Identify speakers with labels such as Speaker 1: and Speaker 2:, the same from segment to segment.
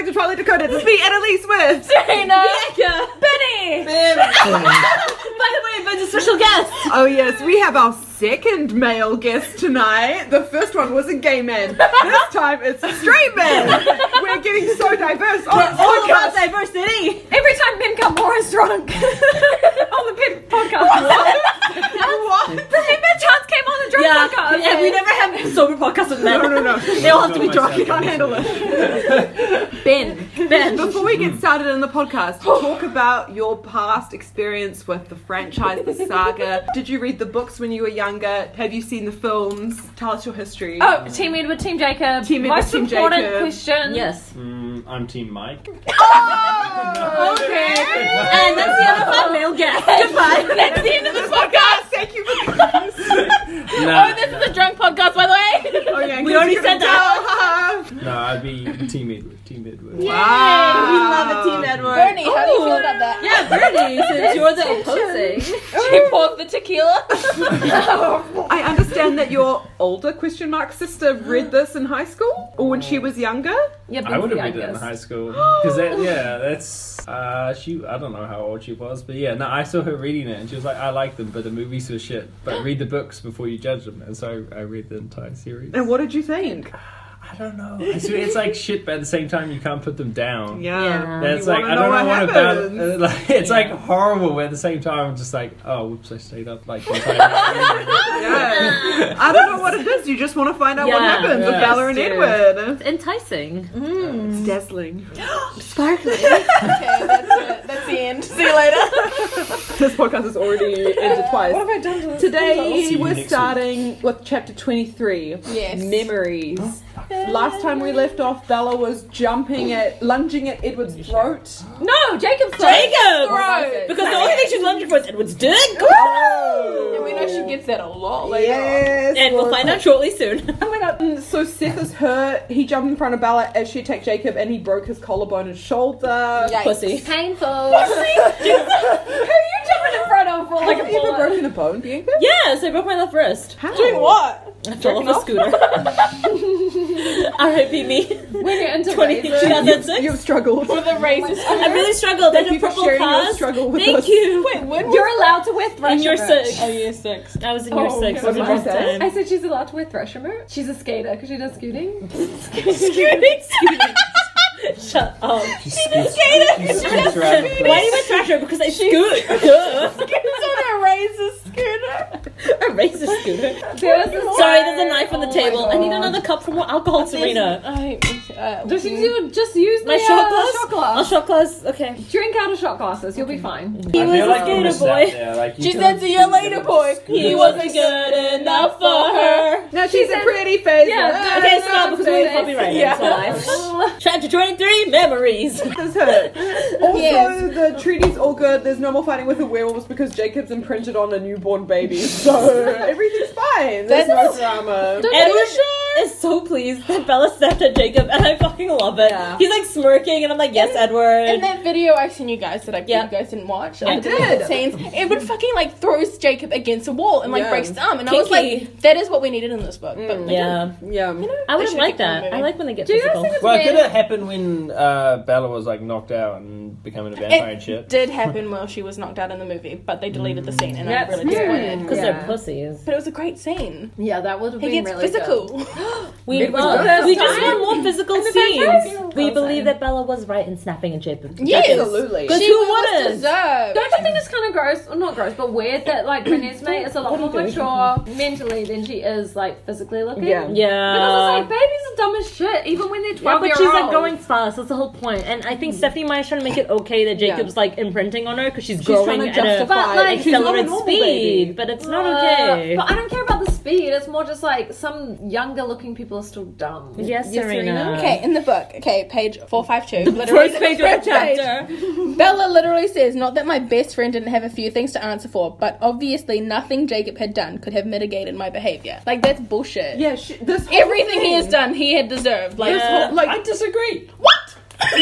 Speaker 1: coded as me, Annalise Swift.
Speaker 2: Dana.
Speaker 3: Becca.
Speaker 2: Benny.
Speaker 3: By the way, Ben's a special guest.
Speaker 1: Oh yes, we have our second male guest tonight. The first one was a gay man. This time it's a straight man. We're getting so diverse Oh, on the
Speaker 3: All about
Speaker 1: podcast.
Speaker 3: diversity.
Speaker 2: Every time Ben Gilmore is drunk on the Ben podcast.
Speaker 1: What?
Speaker 2: The Ben Chance came on the drunk podcast.
Speaker 3: yeah, we never have sober podcasts with men.
Speaker 1: No, no, no.
Speaker 3: They all have to be
Speaker 4: Myself.
Speaker 3: drunk.
Speaker 1: I can't handle it.
Speaker 3: Ben, Ben.
Speaker 1: Before we get started in the podcast, talk about your past experience with the franchise, the saga. Did you read the books when you were younger? Have you seen the films? Tell us your history.
Speaker 2: Oh, Team Edward, Team Jacob.
Speaker 1: Team Edward,
Speaker 2: Most
Speaker 1: Team
Speaker 2: important
Speaker 1: Jacob.
Speaker 2: question.
Speaker 3: Yes.
Speaker 4: Mm, I'm Team Mike.
Speaker 1: okay.
Speaker 3: And that's the other five male guests. Goodbye.
Speaker 2: That's the end of this podcast.
Speaker 1: Thank you for the.
Speaker 2: Oh, this is a drunk podcast, by the way.
Speaker 1: Oh, yeah,
Speaker 3: We already said
Speaker 1: that.
Speaker 4: No, I'd be Team Edward. Team Edward.
Speaker 1: Wow.
Speaker 3: We love a team, Edward.
Speaker 2: Bernie, how do you feel
Speaker 3: Ooh.
Speaker 2: about that?
Speaker 3: Yeah, Bernie, since you're the opposing.
Speaker 2: She poured the tequila.
Speaker 1: I understand that your older question mark sister read this in high school or when she was younger.
Speaker 2: Yeah, Ben's
Speaker 4: I would have
Speaker 2: the
Speaker 4: read it in
Speaker 2: youngest.
Speaker 4: high school because that yeah that's uh she I don't know how old she was but yeah no I saw her reading it and she was like I like them but the movies were shit but read the books before you judge them and so I, I read the entire series
Speaker 1: And what did you think?
Speaker 4: I don't know I swear, it's like shit but at the same time you can't put them down
Speaker 1: Yeah.
Speaker 4: that's
Speaker 1: You
Speaker 4: like
Speaker 1: wanna
Speaker 4: I don't
Speaker 1: know
Speaker 4: know
Speaker 1: what
Speaker 4: what about
Speaker 1: happens.
Speaker 4: it. like, it's like horrible but at the same time I'm just like oh whoops I stayed up like the entire night.
Speaker 1: Yeah. I don't know what it is. You just want to find out what
Speaker 3: Yeah,
Speaker 1: happens with
Speaker 4: yes,
Speaker 1: Valor and
Speaker 3: dude.
Speaker 1: Edward.
Speaker 3: Enticing.
Speaker 1: It's dazzling.
Speaker 3: Sparkling.
Speaker 2: Okay, that's it. That's the end. See you later. Uh,
Speaker 1: This podcast has already ended twice.
Speaker 2: What have I done to this?
Speaker 4: See
Speaker 1: Today
Speaker 4: you
Speaker 1: we're
Speaker 4: next week.
Speaker 1: starting with chapter 23
Speaker 2: Yes.
Speaker 1: memories. Last time we left off, Bella was jumping at, lunging at Edward's throat.
Speaker 2: No, Jacob's
Speaker 3: Jacob!
Speaker 2: Throat.
Speaker 3: Because the only thing she's lunging for is Edward's dick.
Speaker 2: And we know she gets that a lot later.
Speaker 1: Oh! Yes,
Speaker 3: And we'll find out shortly soon.
Speaker 1: Oh my god. Mm, So Seth is hurt. He jumped in front of Bella as she attacked Jacob and he broke his collarbone and shoulder.
Speaker 2: Yikes.
Speaker 3: Pussy.
Speaker 2: Painful. Who are you jumping in front of? Like
Speaker 1: Have you ever broken a bone, Bianca?
Speaker 3: Yeah, so I broke my left wrist.
Speaker 1: How?
Speaker 2: Doing what?
Speaker 3: I fell off a scooter. R.I.P. me.
Speaker 2: When you're into
Speaker 3: 20,
Speaker 2: razors.
Speaker 3: 2006.
Speaker 1: You've struggled.
Speaker 2: With a razor
Speaker 3: I really struggled.
Speaker 1: Thank
Speaker 3: I
Speaker 1: you
Speaker 3: did
Speaker 1: for
Speaker 3: purple
Speaker 1: sharing your
Speaker 3: cars.
Speaker 1: struggle with
Speaker 3: Thank
Speaker 1: us.
Speaker 3: you.
Speaker 2: Wait, when You're allowed to wear thrush
Speaker 3: in year
Speaker 2: merch.
Speaker 3: six. Oh, year six. I was in year
Speaker 2: Oh, okay.
Speaker 3: six. It was
Speaker 1: What
Speaker 3: a
Speaker 1: did
Speaker 3: rough
Speaker 1: I say?
Speaker 3: time.
Speaker 2: I said she's allowed to wear thrush merch. She's a skater because she does scooting.
Speaker 3: Shut up.
Speaker 4: You scoots around the
Speaker 3: Why
Speaker 4: place.
Speaker 3: do you wear thrasher? Because I scoot.
Speaker 2: It's on a razor scooter.
Speaker 3: I raised a scooter.
Speaker 2: There was a
Speaker 3: Sorry, there's a knife on the
Speaker 2: Oh my
Speaker 3: table. I need
Speaker 2: God.
Speaker 3: another cup for more alcohol, Serena.
Speaker 2: I, uh, Does she do- just use
Speaker 3: My
Speaker 2: the,
Speaker 3: shot
Speaker 2: uh,
Speaker 3: glass?
Speaker 2: shot
Speaker 3: I'll
Speaker 2: glass?
Speaker 3: shot glass. Okay.
Speaker 2: Drink out of shot glasses. You'll be fine.
Speaker 3: He
Speaker 4: I
Speaker 3: was
Speaker 4: feel like
Speaker 3: a
Speaker 4: you
Speaker 3: skater
Speaker 4: missed
Speaker 3: boy.
Speaker 4: out there, like, you
Speaker 2: She
Speaker 4: could've-
Speaker 2: said to your later boy,
Speaker 3: He
Speaker 4: He
Speaker 3: wasn't
Speaker 4: wasn't
Speaker 3: good enough for her.
Speaker 1: No, she's,
Speaker 2: She's
Speaker 1: a
Speaker 2: in-
Speaker 1: pretty face.
Speaker 2: Yeah,
Speaker 3: Okay, stop because we're in
Speaker 2: Yeah.
Speaker 3: copyright. Yeah. Chapter 23 Memories.
Speaker 1: This hurt. Also,
Speaker 2: Yes.
Speaker 1: the treaty's all good. There's no more fighting with the werewolves because Jacob's imprinted on a newborn baby, so everything's fine. There's no
Speaker 2: That's-
Speaker 1: drama.
Speaker 2: Don't
Speaker 3: Edward
Speaker 2: you-
Speaker 3: is so pleased that Bella snapped at Jacob, and I fucking love it.
Speaker 1: Yeah.
Speaker 3: He's like smirking, and I'm like, yes, Edward.
Speaker 5: In that video I sent you guys that I
Speaker 3: Yeah.
Speaker 5: you guys didn't watch,
Speaker 3: I
Speaker 5: I did
Speaker 1: did.
Speaker 5: the scenes. It would fucking like throws Jacob against a wall and like
Speaker 1: Yeah.
Speaker 5: breaks his arm, and I was
Speaker 3: Kinky. Mm,
Speaker 5: like, that is what we needed in this book. But they didn't.
Speaker 3: yeah,
Speaker 1: Yeah.
Speaker 3: I
Speaker 5: They
Speaker 3: wouldn't
Speaker 5: should
Speaker 3: like
Speaker 5: keep on
Speaker 3: that.
Speaker 5: moving.
Speaker 3: I like when they get
Speaker 2: Do you guys
Speaker 3: physical.
Speaker 2: think it's
Speaker 4: Well,
Speaker 2: weird?
Speaker 4: did it happen when uh, Bella was like knocked out and becoming a vampire and
Speaker 5: it
Speaker 4: shit?
Speaker 5: did happen while she was knocked out in the movie, but they deleted the scene, and
Speaker 2: That's
Speaker 5: I'm really disappointed.
Speaker 2: weird.
Speaker 3: Because
Speaker 2: Yeah.
Speaker 3: they're pussies.
Speaker 5: But it was a great scene.
Speaker 2: Yeah, that would have
Speaker 5: He
Speaker 2: been
Speaker 5: gets
Speaker 2: really
Speaker 5: physical.
Speaker 3: We,
Speaker 1: It was
Speaker 3: want-
Speaker 1: the first
Speaker 3: we just
Speaker 1: time.
Speaker 3: want more physical
Speaker 2: the first time.
Speaker 3: scenes.
Speaker 2: Yeah.
Speaker 3: We believe that Bella was right in snapping at Jacob.
Speaker 5: Yes.
Speaker 1: Absolutely.
Speaker 3: Because
Speaker 5: she
Speaker 3: who
Speaker 5: was
Speaker 3: wouldn't?
Speaker 5: deserved.
Speaker 2: Don't you think it's kind of gross, or not gross, but weird that like Renesmee is a lot
Speaker 3: What are
Speaker 2: more
Speaker 3: you doing?
Speaker 2: mature mentally than she is like physically looking?
Speaker 1: Yeah.
Speaker 3: Yeah.
Speaker 2: Because it's like babies are dumb as shit, even when they're
Speaker 3: Yeah,
Speaker 2: twelve
Speaker 3: but
Speaker 2: year
Speaker 3: she's like
Speaker 2: old.
Speaker 3: going fast. That's the whole point. And I think Stephanie Meyer's trying to make it okay that
Speaker 1: Yeah.
Speaker 3: Jacob's like imprinting on her because she's,
Speaker 1: She's
Speaker 3: growing
Speaker 1: trying to
Speaker 3: at a
Speaker 1: justify
Speaker 2: But, like,
Speaker 1: she's not a
Speaker 3: accelerated
Speaker 1: normal
Speaker 3: speed,
Speaker 1: baby.
Speaker 3: but it's not
Speaker 2: Uh,
Speaker 3: okay.
Speaker 2: But I don't care about the speed. It's more just like some younger looking people are still dumb.
Speaker 3: yes, Serena.
Speaker 5: Okay, in the book, okay, page 452. literally
Speaker 3: First page of the
Speaker 5: first page.
Speaker 3: chapter.
Speaker 5: Bella literally says, not that my best friend didn't have a few things to answer for, but obviously nothing Jacob had done could have mitigated my behavior. Like, that's bullshit.
Speaker 1: Yeah, she, this whole
Speaker 5: Everything he has
Speaker 1: thing-
Speaker 5: done, he had deserved. Like,
Speaker 1: This whole, like
Speaker 4: disagree.
Speaker 5: what?
Speaker 3: Time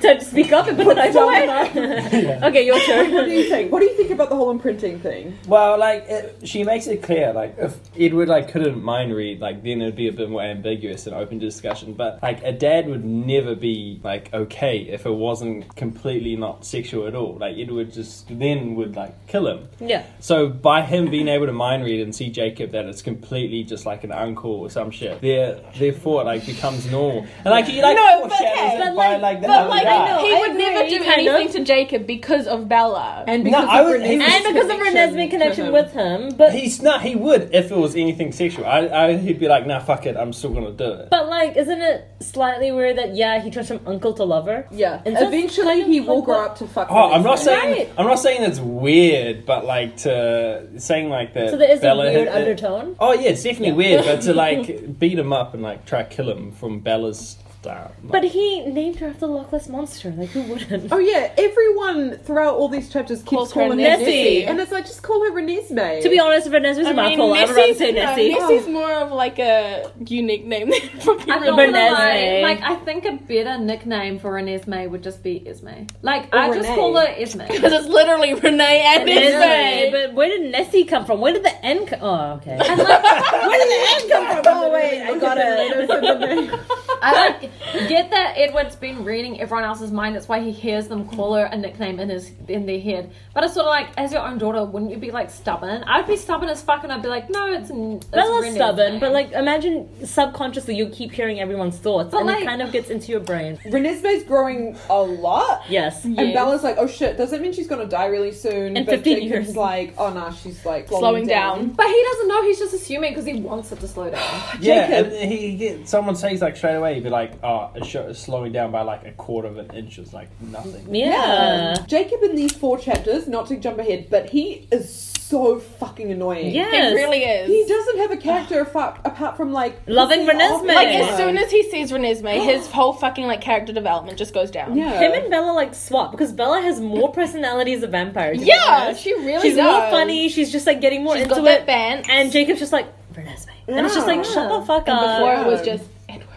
Speaker 3: to speak up and put it away. Okay, your
Speaker 1: What do
Speaker 3: turn.
Speaker 1: you think? What do you think about the whole imprinting thing?
Speaker 4: Well, like it, she makes it clear, like if Edward like couldn't mind read, like then it'd be a bit more ambiguous and open to discussion. But like a dad would never be like okay if it wasn't completely not sexual at all. Like Edward just then would like kill him.
Speaker 3: Yeah.
Speaker 4: So by him being able to mind read and see Jacob that it's completely just like an uncle or some shit, their their thought like becomes normal. And like he like
Speaker 5: No, but
Speaker 4: foreshadows
Speaker 5: okay,
Speaker 4: it
Speaker 3: but
Speaker 4: by
Speaker 3: like-
Speaker 4: like the
Speaker 3: but
Speaker 4: other
Speaker 3: like, I
Speaker 4: guy.
Speaker 3: know,
Speaker 5: he would
Speaker 3: agree,
Speaker 5: never do
Speaker 3: kind of.
Speaker 5: anything to Jacob because of Bella.
Speaker 1: And
Speaker 4: No,
Speaker 1: because
Speaker 4: I
Speaker 1: of
Speaker 4: would-
Speaker 1: Renee's
Speaker 3: And because of Renesmee connection with him, but
Speaker 4: He's not. He would if it was anything sexual. I, I he'd be like, nah, fuck it. I'm still gonna do it.
Speaker 3: but like, isn't it slightly weird that yeah, he turns from uncle to lover?
Speaker 1: Yeah.
Speaker 3: And so it's
Speaker 1: Eventually,
Speaker 3: kind of
Speaker 1: he will
Speaker 3: like
Speaker 1: grow
Speaker 3: what-
Speaker 1: up to fuck.
Speaker 4: Oh, I'm not
Speaker 1: Renesmee.
Speaker 4: saying
Speaker 3: Right.
Speaker 4: I'm not saying it's weird, but like to saying like that.
Speaker 3: So there is
Speaker 4: Bella
Speaker 3: a weird
Speaker 4: had-
Speaker 3: undertone.
Speaker 4: Oh yeah, it's definitely weird, but to like beat him up and like try to kill him from Bella's style.
Speaker 3: But he named her after the Loch Ness monster. Like who wouldn't?
Speaker 1: Oh yeah, everyone throughout all these chapters keeps
Speaker 5: Calls her
Speaker 1: calling her
Speaker 3: Nessie.
Speaker 1: Nessie, and it's like just call her Renesmee.
Speaker 3: To be honest, if her Ness was a mouthful, I would rather say Nessie.
Speaker 5: Nessie's more of like a unique name than probably
Speaker 2: I'm not
Speaker 5: Renee.
Speaker 2: gonna lie,
Speaker 3: Renesmee.
Speaker 2: like I think a better nickname for an Esme would just be Esme. Like
Speaker 1: Or
Speaker 2: I just
Speaker 1: Renee.
Speaker 2: call her Esme.
Speaker 5: Because it's literally Renee and
Speaker 3: Nessie.
Speaker 5: Nessie.
Speaker 3: But where did Nessie come from? Where did the N come? Oh, okay.
Speaker 2: And like,
Speaker 3: where did the N come from?
Speaker 1: Oh wait, I got it.
Speaker 2: I like get that Edward's been reading everyone else's mind. That's why he hears them call her a nickname in his in their head. But it's sort of like, as your own daughter, wouldn't you be like stubborn? I'd be stubborn as fuck, and I'd be like, no, it's, n- it's
Speaker 3: Bella's
Speaker 2: Renee's
Speaker 3: stubborn,
Speaker 2: name.
Speaker 3: but like imagine subconsciously you keep hearing everyone's thoughts,
Speaker 2: But,
Speaker 3: and
Speaker 2: like-
Speaker 3: it kind of gets into your brain.
Speaker 1: Renesmee's growing a lot.
Speaker 3: Yes.
Speaker 1: And Bella's like, oh shit, does that mean she's gonna die really soon?
Speaker 3: In
Speaker 1: but
Speaker 3: 15
Speaker 1: Jacob's
Speaker 3: years.
Speaker 1: like, oh nah, she's like slowing,
Speaker 5: Slowing
Speaker 1: down.
Speaker 5: down.
Speaker 2: But he doesn't know. He's just assuming because he wants it to slow down.
Speaker 4: yeah,
Speaker 1: Jacob-
Speaker 4: and he get, someone says like straight away, he'd be like, oh, it's sh- it's slowing down by like a quarter of an inch is like nothing.
Speaker 3: Yeah.
Speaker 1: Jacob in these four chapters, not to jump ahead, but he is so fucking annoying.
Speaker 3: Yes.
Speaker 5: It really
Speaker 1: He
Speaker 5: is.
Speaker 1: doesn't have a character fa- apart from like
Speaker 3: Loving
Speaker 1: pissing off
Speaker 3: Renesmee.
Speaker 5: Like
Speaker 1: everyone.
Speaker 5: as soon as he sees Renesmee, his whole fucking like character development just goes down.
Speaker 1: yeah.
Speaker 3: Him and Bella like swap because Bella has more personality as a vampire. to be
Speaker 5: Yeah,
Speaker 3: honest.
Speaker 5: she really
Speaker 3: she's
Speaker 5: does.
Speaker 3: more funny. She's just like getting more
Speaker 5: She's
Speaker 3: into
Speaker 5: got that
Speaker 3: it.
Speaker 5: band.
Speaker 3: And Jacob's just like Renesmee, and it's just like shut the fuck
Speaker 5: And
Speaker 3: up.
Speaker 5: before it was just Edward.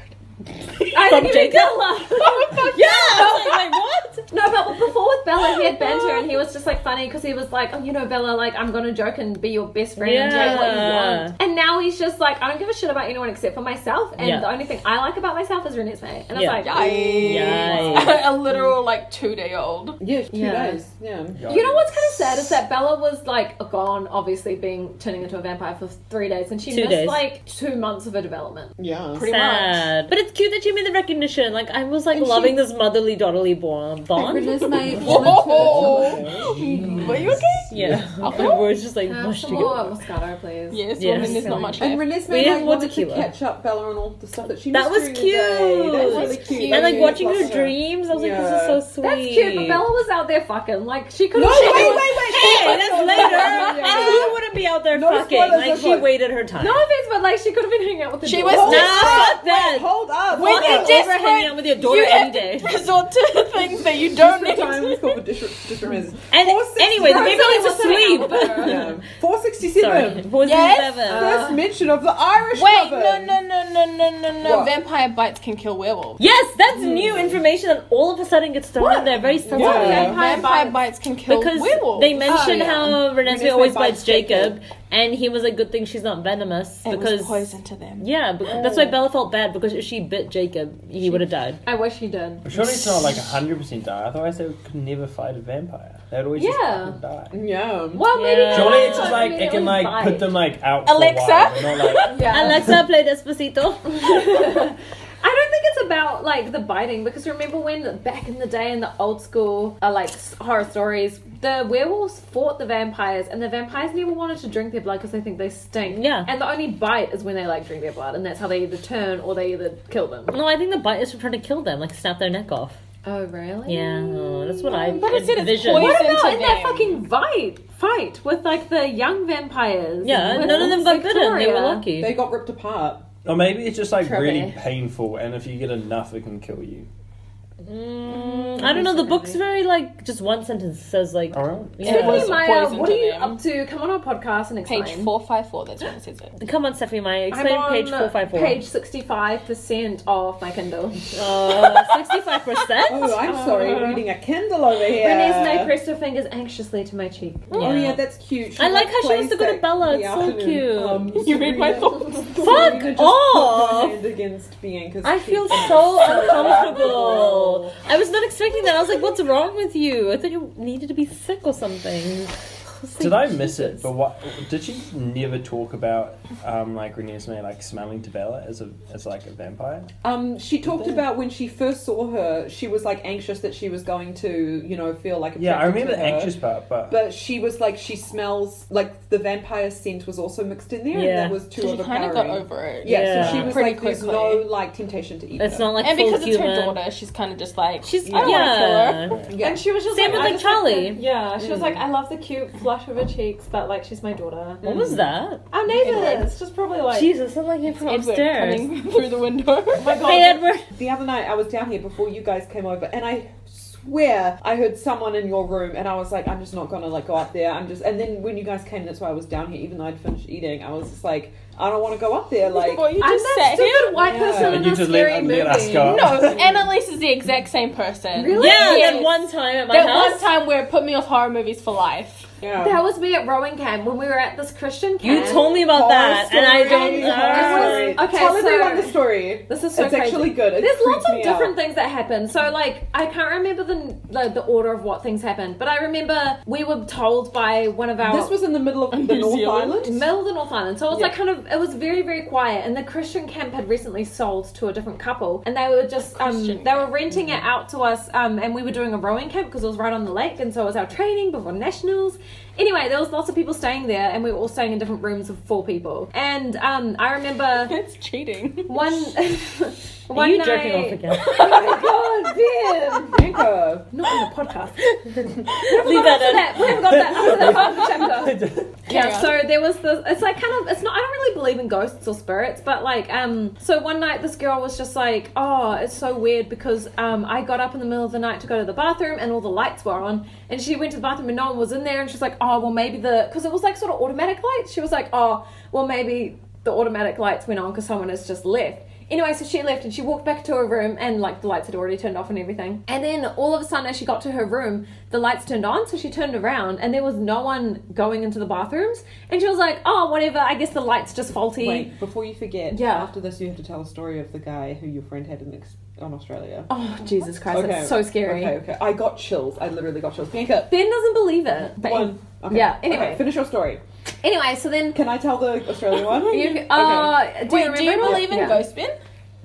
Speaker 2: I
Speaker 3: From
Speaker 2: didn't even
Speaker 3: Jacob?
Speaker 2: tell her.
Speaker 3: yeah, I was like, wait, what?
Speaker 2: No, but before with Bella, he had banter and he was just like funny because he was like, oh, you know, Bella, like, I'm gonna joke and be your best friend and take what
Speaker 3: Yeah.
Speaker 2: you want. And now he's just like, I don't give a shit about anyone except for myself. And
Speaker 3: Yeah.
Speaker 2: the only thing I like about myself is Renee's mate. And
Speaker 3: Yeah.
Speaker 2: I was like,
Speaker 5: Yikes.
Speaker 3: Yikes.
Speaker 5: a literal like two day old.
Speaker 1: Yeah, two
Speaker 3: Yeah.
Speaker 1: days. Yeah.
Speaker 2: you know what's kind of sad is that Bella was like gone, obviously being turning into a vampire for three days, and she
Speaker 3: Two
Speaker 2: missed
Speaker 3: days.
Speaker 2: like two months of her development.
Speaker 1: Yeah.
Speaker 5: Pretty much.
Speaker 3: Sad. But it's cute that she made the recognition. Like I was like
Speaker 1: And she-
Speaker 3: loving this motherly daughterly bond. bond?
Speaker 5: Whoa. Were you okay?
Speaker 3: Yeah.
Speaker 5: Alcohol?
Speaker 3: We're just like
Speaker 2: Have some
Speaker 3: mushed
Speaker 2: more
Speaker 3: together.
Speaker 2: Moscato, please.
Speaker 5: Yes,
Speaker 3: Yes.
Speaker 5: woman, there's not much
Speaker 1: And
Speaker 5: left.
Speaker 1: Renesmee
Speaker 3: We have
Speaker 1: like,
Speaker 3: more
Speaker 1: wanted to
Speaker 3: tequila.
Speaker 1: catch up Bella on all the stuff that she
Speaker 3: That
Speaker 1: missed
Speaker 3: was
Speaker 1: during the day. That was
Speaker 3: cute.
Speaker 1: really cute.
Speaker 3: And like watching her
Speaker 1: Plus
Speaker 3: dreams, I was
Speaker 1: Yeah.
Speaker 3: like, this is so
Speaker 2: That's
Speaker 3: sweet.
Speaker 2: cute, but Bella was out there fucking. Like, she could
Speaker 1: No,
Speaker 2: have.
Speaker 1: wait, wait, wait.
Speaker 3: Hey, that's later.
Speaker 1: Yeah, yeah,
Speaker 3: And you wouldn't be out there
Speaker 1: No
Speaker 3: fucking.
Speaker 1: spoilers,
Speaker 3: like
Speaker 1: no
Speaker 3: she
Speaker 1: spoilers.
Speaker 3: waited her time.
Speaker 2: No offense, but like, she could have been hanging out with the
Speaker 5: She
Speaker 2: dog.
Speaker 5: was
Speaker 3: Nah,
Speaker 5: not-
Speaker 3: fuck that.
Speaker 1: Hold up.
Speaker 5: When
Speaker 1: hold up.
Speaker 3: Fuck
Speaker 5: you're
Speaker 3: it, over
Speaker 5: desperate,
Speaker 3: hanging out with your daughter
Speaker 5: you
Speaker 3: any
Speaker 5: have
Speaker 3: day.
Speaker 5: to resort to things that you don't need.
Speaker 1: Different time it's called the dis- different reasons.
Speaker 3: And
Speaker 1: Four
Speaker 3: anyway, the
Speaker 1: sixty-
Speaker 3: baby needs to sleep.
Speaker 1: Yeah. 467.
Speaker 3: Sorry, Uh, was
Speaker 5: Yes.
Speaker 3: seven.
Speaker 1: um, First mention of the Irish
Speaker 5: Wait,
Speaker 1: coven.
Speaker 5: no, no, no, no, no, no, no.
Speaker 1: What?
Speaker 5: Vampire bites can kill werewolves.
Speaker 3: Yes, that's new information that all of a sudden gets thrown in there very suddenly.
Speaker 1: Yeah.
Speaker 5: Vampire,
Speaker 1: Vampire
Speaker 5: bites. can kill
Speaker 3: Because
Speaker 5: werewolves. Ah.
Speaker 3: they mentioned
Speaker 1: yeah.
Speaker 3: how Renesmee
Speaker 1: Renesmee
Speaker 3: always
Speaker 1: bites
Speaker 3: bites Jacob, and he was like, "Good thing she's not venomous."
Speaker 5: it
Speaker 3: because
Speaker 5: was poison to them.
Speaker 3: yeah, bec- that's why Bella felt bad because if she bit Jacob, he would have died.
Speaker 2: I wish he did.
Speaker 4: Surely it's not like hundred percent die. Otherwise, they could never fight a vampire. They'd always
Speaker 2: Yeah.
Speaker 4: just fucking die.
Speaker 1: Yeah.
Speaker 2: Well, maybe
Speaker 3: Yeah.
Speaker 2: that's
Speaker 4: Surely it's
Speaker 2: not
Speaker 4: just like it
Speaker 2: immediately
Speaker 4: can like put
Speaker 2: bite.
Speaker 4: them like out. For
Speaker 5: Alexa?
Speaker 4: a while. They're not, like,
Speaker 2: Yeah.
Speaker 3: Alexa, play Despacito.
Speaker 2: I don't think it's about like the biting because remember when back in the day in the old school uh, like s- horror stories, the werewolves fought the vampires and the vampires never wanted to drink their blood because they think they stink.
Speaker 3: Yeah.
Speaker 2: And the only bite is when they like drink their blood and that's how they either turn or they either kill them.
Speaker 3: No, I think the bite is from trying to kill them, like snap their neck off.
Speaker 2: Oh really?
Speaker 3: Yeah, oh, that's what I
Speaker 5: Mm, But I said it's
Speaker 3: envisioned.
Speaker 5: poison.
Speaker 2: What about
Speaker 5: Into
Speaker 2: in that
Speaker 5: them.
Speaker 2: fucking fight fight with like the young vampires?
Speaker 3: Yeah,
Speaker 2: With
Speaker 3: none of them got bitten. They were
Speaker 2: Victoria?
Speaker 3: lucky.
Speaker 1: They got ripped apart.
Speaker 4: Or maybe it's just like
Speaker 2: Probably.
Speaker 4: really painful, and if you get enough, it can kill you.
Speaker 3: Mm, I don't know. The book's very like just one sentence says like
Speaker 4: Oh, really?
Speaker 3: yeah.
Speaker 2: Stephanie
Speaker 4: was
Speaker 2: Meyer,
Speaker 3: poison
Speaker 2: what
Speaker 3: to
Speaker 2: are you
Speaker 3: them.
Speaker 2: up to? Come on our podcast and explain.
Speaker 5: Page 454, that's when it says it.
Speaker 3: Come on, Stephanie Meyer,
Speaker 2: I'm
Speaker 3: explain
Speaker 2: on
Speaker 3: page four five four.
Speaker 2: Page sixty-five percent of my Kindle.
Speaker 3: Uh, sixty-five percent.
Speaker 1: Oh, I'm sorry,
Speaker 3: Uh,
Speaker 1: reading a Kindle over here.
Speaker 2: Renee's knife pressed her fingers anxiously to my cheek.
Speaker 1: Oh yeah, that's cute. She
Speaker 3: I like how she
Speaker 1: plays
Speaker 3: wants to go to
Speaker 1: that
Speaker 3: Bella,
Speaker 1: in the
Speaker 3: it's so
Speaker 1: afternoon. Um,
Speaker 3: cute.
Speaker 5: You read my
Speaker 1: Serena-
Speaker 5: thoughts.
Speaker 1: Serena just put her
Speaker 3: off.
Speaker 1: hand against Bianca's
Speaker 3: I
Speaker 1: cheek.
Speaker 3: feel so uncomfortable. I was not expecting that. I was like, "What's wrong with you?" I thought you needed to be sick or something.
Speaker 4: Did I miss it? But what did she never talk about? Um, like Renesmee, like smelling Tabella as a as like a vampire.
Speaker 1: Um, she talked about when she first saw her, she was like anxious that she was going to, you know, feel like
Speaker 4: Yeah, I
Speaker 1: attracted
Speaker 4: remember
Speaker 1: to
Speaker 4: the
Speaker 1: her.
Speaker 4: anxious part, but,
Speaker 1: But she was like, she smells like the vampire scent was also mixed in there,
Speaker 3: Yeah.
Speaker 1: and that was too
Speaker 5: She
Speaker 1: overpowering.
Speaker 5: kind of got over it.
Speaker 1: yeah,
Speaker 3: Yeah.
Speaker 1: so she was
Speaker 5: Pretty
Speaker 1: like, there's
Speaker 5: quickly.
Speaker 1: no like temptation to eat.
Speaker 3: It's
Speaker 1: her.
Speaker 3: not like
Speaker 5: and
Speaker 3: full
Speaker 5: because it's
Speaker 3: human.
Speaker 5: her daughter, she's kind of just like,
Speaker 3: She's
Speaker 5: I don't
Speaker 3: yeah.
Speaker 5: wanna
Speaker 1: Yeah.
Speaker 6: And she was just
Speaker 3: Same
Speaker 6: like,
Speaker 3: with,
Speaker 6: I
Speaker 3: like,
Speaker 6: just
Speaker 3: Charlie.
Speaker 6: the- yeah, she was
Speaker 1: Mm.
Speaker 6: like, I love the cute flush of her cheeks, but like she's my daughter.
Speaker 3: What was that?
Speaker 6: Our neighbor. It's just probably like.
Speaker 3: Jesus, sounds like you're
Speaker 5: It's
Speaker 3: from
Speaker 5: Edward
Speaker 3: upstairs.
Speaker 5: coming through the window.
Speaker 6: oh my god.
Speaker 3: Hey, Edward.
Speaker 1: The other night, I was down here before you guys came over, and I swear I heard someone in your room, and I was like, I'm just not gonna like go up there. I'm just, and then when you guys came, that's why I was down here, even though I'd finished eating. I was just like, I don't want to go up there. Like,
Speaker 5: Well, you
Speaker 2: I'm
Speaker 5: just
Speaker 2: that
Speaker 5: sat here.
Speaker 2: stupid white
Speaker 1: Yeah.
Speaker 2: person
Speaker 4: And
Speaker 2: in
Speaker 4: you
Speaker 2: a
Speaker 4: just let-
Speaker 2: scary movie.
Speaker 4: let us go.
Speaker 5: No, Annalise is the exact same person.
Speaker 2: Really?
Speaker 3: Yeah,
Speaker 5: Yes.
Speaker 3: that one time at my
Speaker 5: That
Speaker 3: house.
Speaker 5: one time where it put me off horror movies for life.
Speaker 1: yeah.
Speaker 2: That was me at rowing camp when we were at this Christian
Speaker 3: You
Speaker 2: camp.
Speaker 3: told me about
Speaker 1: Horror
Speaker 3: that, and I don't
Speaker 1: story, horror
Speaker 3: know.
Speaker 1: story.
Speaker 2: Okay,
Speaker 1: Tell
Speaker 2: so-
Speaker 1: everyone the story.
Speaker 2: This is so
Speaker 1: It's
Speaker 2: crazy.
Speaker 1: actually good. It
Speaker 2: There's lots
Speaker 1: creeped
Speaker 2: of
Speaker 1: me
Speaker 2: different
Speaker 1: out.
Speaker 2: things that happen. So like I can't remember the like the order of what things happened, but I remember we were told by one of our
Speaker 1: This was in the middle of the
Speaker 5: New
Speaker 1: North
Speaker 5: Zealand?
Speaker 1: Island.
Speaker 2: middle of the North Island. So it was
Speaker 1: Yeah.
Speaker 2: like kind of it was very very quiet, and the Christian camp had recently sold to a different couple, and they were just um,
Speaker 5: Christian
Speaker 2: they were renting it out to us, um, and we were doing a rowing camp because it was right on the lake, and so it was our training before nationals. Anyway, there was lots of people staying there, and we were all staying in different rooms of four people. And um, I remember
Speaker 5: That's cheating.
Speaker 2: one
Speaker 3: Are
Speaker 2: one
Speaker 3: you
Speaker 2: night.
Speaker 3: jerking off again?
Speaker 2: Oh my god, Ben!
Speaker 1: Bianca.
Speaker 2: Not on the podcast.
Speaker 3: Leave that in.
Speaker 2: that, we haven't got that after that part of the chapter.
Speaker 5: Carry
Speaker 2: Yeah,
Speaker 5: on.
Speaker 2: so there was this. It's like kind of. It's not. I don't really believe in ghosts or spirits, but like, um. So one night, this girl was just like, "Oh, it's so weird because um, I got up in the middle of the night to go to the bathroom and all the lights were on, and she went to the bathroom and no one was in there, and she's like, "Oh, well maybe the because it was like sort of automatic lights. She was like, "Oh, well maybe the automatic lights went on because someone has just left." Anyway, so she left and she walked back to her room and like the lights had already turned off and everything. And then all of a sudden as she got to her room, the lights turned on, so she turned around and there was no one going into the bathrooms. And she was like, Oh, whatever, I guess the light's just faulty.
Speaker 1: Wait, before you forget,
Speaker 2: Yeah.
Speaker 1: after this you have to tell a story of the guy who your friend had in ex- on Australia.
Speaker 2: Oh Jesus Christ, that's so scary.
Speaker 1: Okay, okay. I got chills. I literally got chills. Bianca,
Speaker 2: Ben doesn't believe it. But
Speaker 1: one. Okay.
Speaker 2: Yeah, anyway.
Speaker 1: Okay, finish your story.
Speaker 2: anyway, so then
Speaker 1: Can I tell the Australian one?
Speaker 2: you uh do you
Speaker 5: Wait, do you
Speaker 2: remember?
Speaker 5: believe in
Speaker 1: Yeah.
Speaker 5: ghost bin?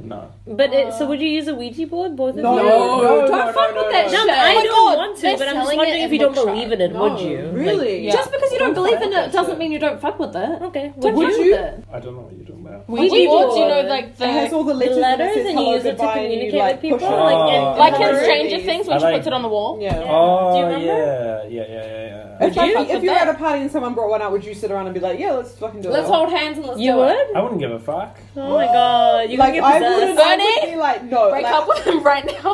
Speaker 4: No.
Speaker 3: But it, so would you use a Ouija board, both
Speaker 1: No,
Speaker 3: of you?
Speaker 1: no, no,
Speaker 2: don't
Speaker 1: no,
Speaker 2: fuck
Speaker 1: no,
Speaker 2: with that
Speaker 1: no.
Speaker 2: Oh, shit.
Speaker 3: No, but I
Speaker 5: Oh my
Speaker 3: don't
Speaker 5: God,
Speaker 3: want to.
Speaker 5: they're
Speaker 3: But I'm just
Speaker 5: selling
Speaker 3: wondering
Speaker 5: it
Speaker 3: if you
Speaker 5: in
Speaker 3: don't believe in it,
Speaker 1: No,
Speaker 3: would you? Like,
Speaker 1: Really?
Speaker 5: Yeah.
Speaker 2: Just because you don't,
Speaker 1: Don't
Speaker 2: believe
Speaker 1: fuck
Speaker 2: in
Speaker 1: with
Speaker 2: it
Speaker 1: that
Speaker 2: doesn't
Speaker 1: shit.
Speaker 2: mean you don't fuck with it.
Speaker 3: okay.
Speaker 2: Don't
Speaker 1: Would
Speaker 2: fuck
Speaker 1: you?
Speaker 2: with it.
Speaker 4: I don't know what you're talking about.
Speaker 5: Ouija
Speaker 3: Ouija
Speaker 5: boards, you know,
Speaker 3: board.
Speaker 5: like
Speaker 1: It has
Speaker 5: the
Speaker 1: all the
Speaker 3: The
Speaker 1: letters, and it
Speaker 3: letters
Speaker 1: says
Speaker 3: and you
Speaker 1: hello,
Speaker 3: use it to
Speaker 1: goodbye, and
Speaker 3: communicate
Speaker 1: you, like,
Speaker 3: with people,
Speaker 1: push it.
Speaker 3: like in
Speaker 4: Oh.
Speaker 5: like
Speaker 1: Yeah.
Speaker 5: in
Speaker 1: Yeah.
Speaker 5: Stranger Things when
Speaker 4: I
Speaker 5: she puts
Speaker 4: like-
Speaker 5: it on the wall.
Speaker 1: Yeah.
Speaker 4: Oh
Speaker 5: Do you
Speaker 4: yeah, yeah, yeah, yeah, yeah.
Speaker 1: If, I,
Speaker 5: you?
Speaker 1: if you were at a party and someone brought one out, would you sit around and be like, "Yeah, let's fucking do
Speaker 2: Let's
Speaker 1: it"?
Speaker 2: hold hands and let's
Speaker 3: You
Speaker 2: do it.
Speaker 3: would?
Speaker 4: I wouldn't give a fuck.
Speaker 3: Oh my god, you
Speaker 1: like
Speaker 3: could
Speaker 1: I
Speaker 3: get
Speaker 1: would,
Speaker 3: possessed.
Speaker 1: I would
Speaker 5: Bernie,
Speaker 1: be like, no,
Speaker 5: Break
Speaker 1: like,
Speaker 5: up with him right now.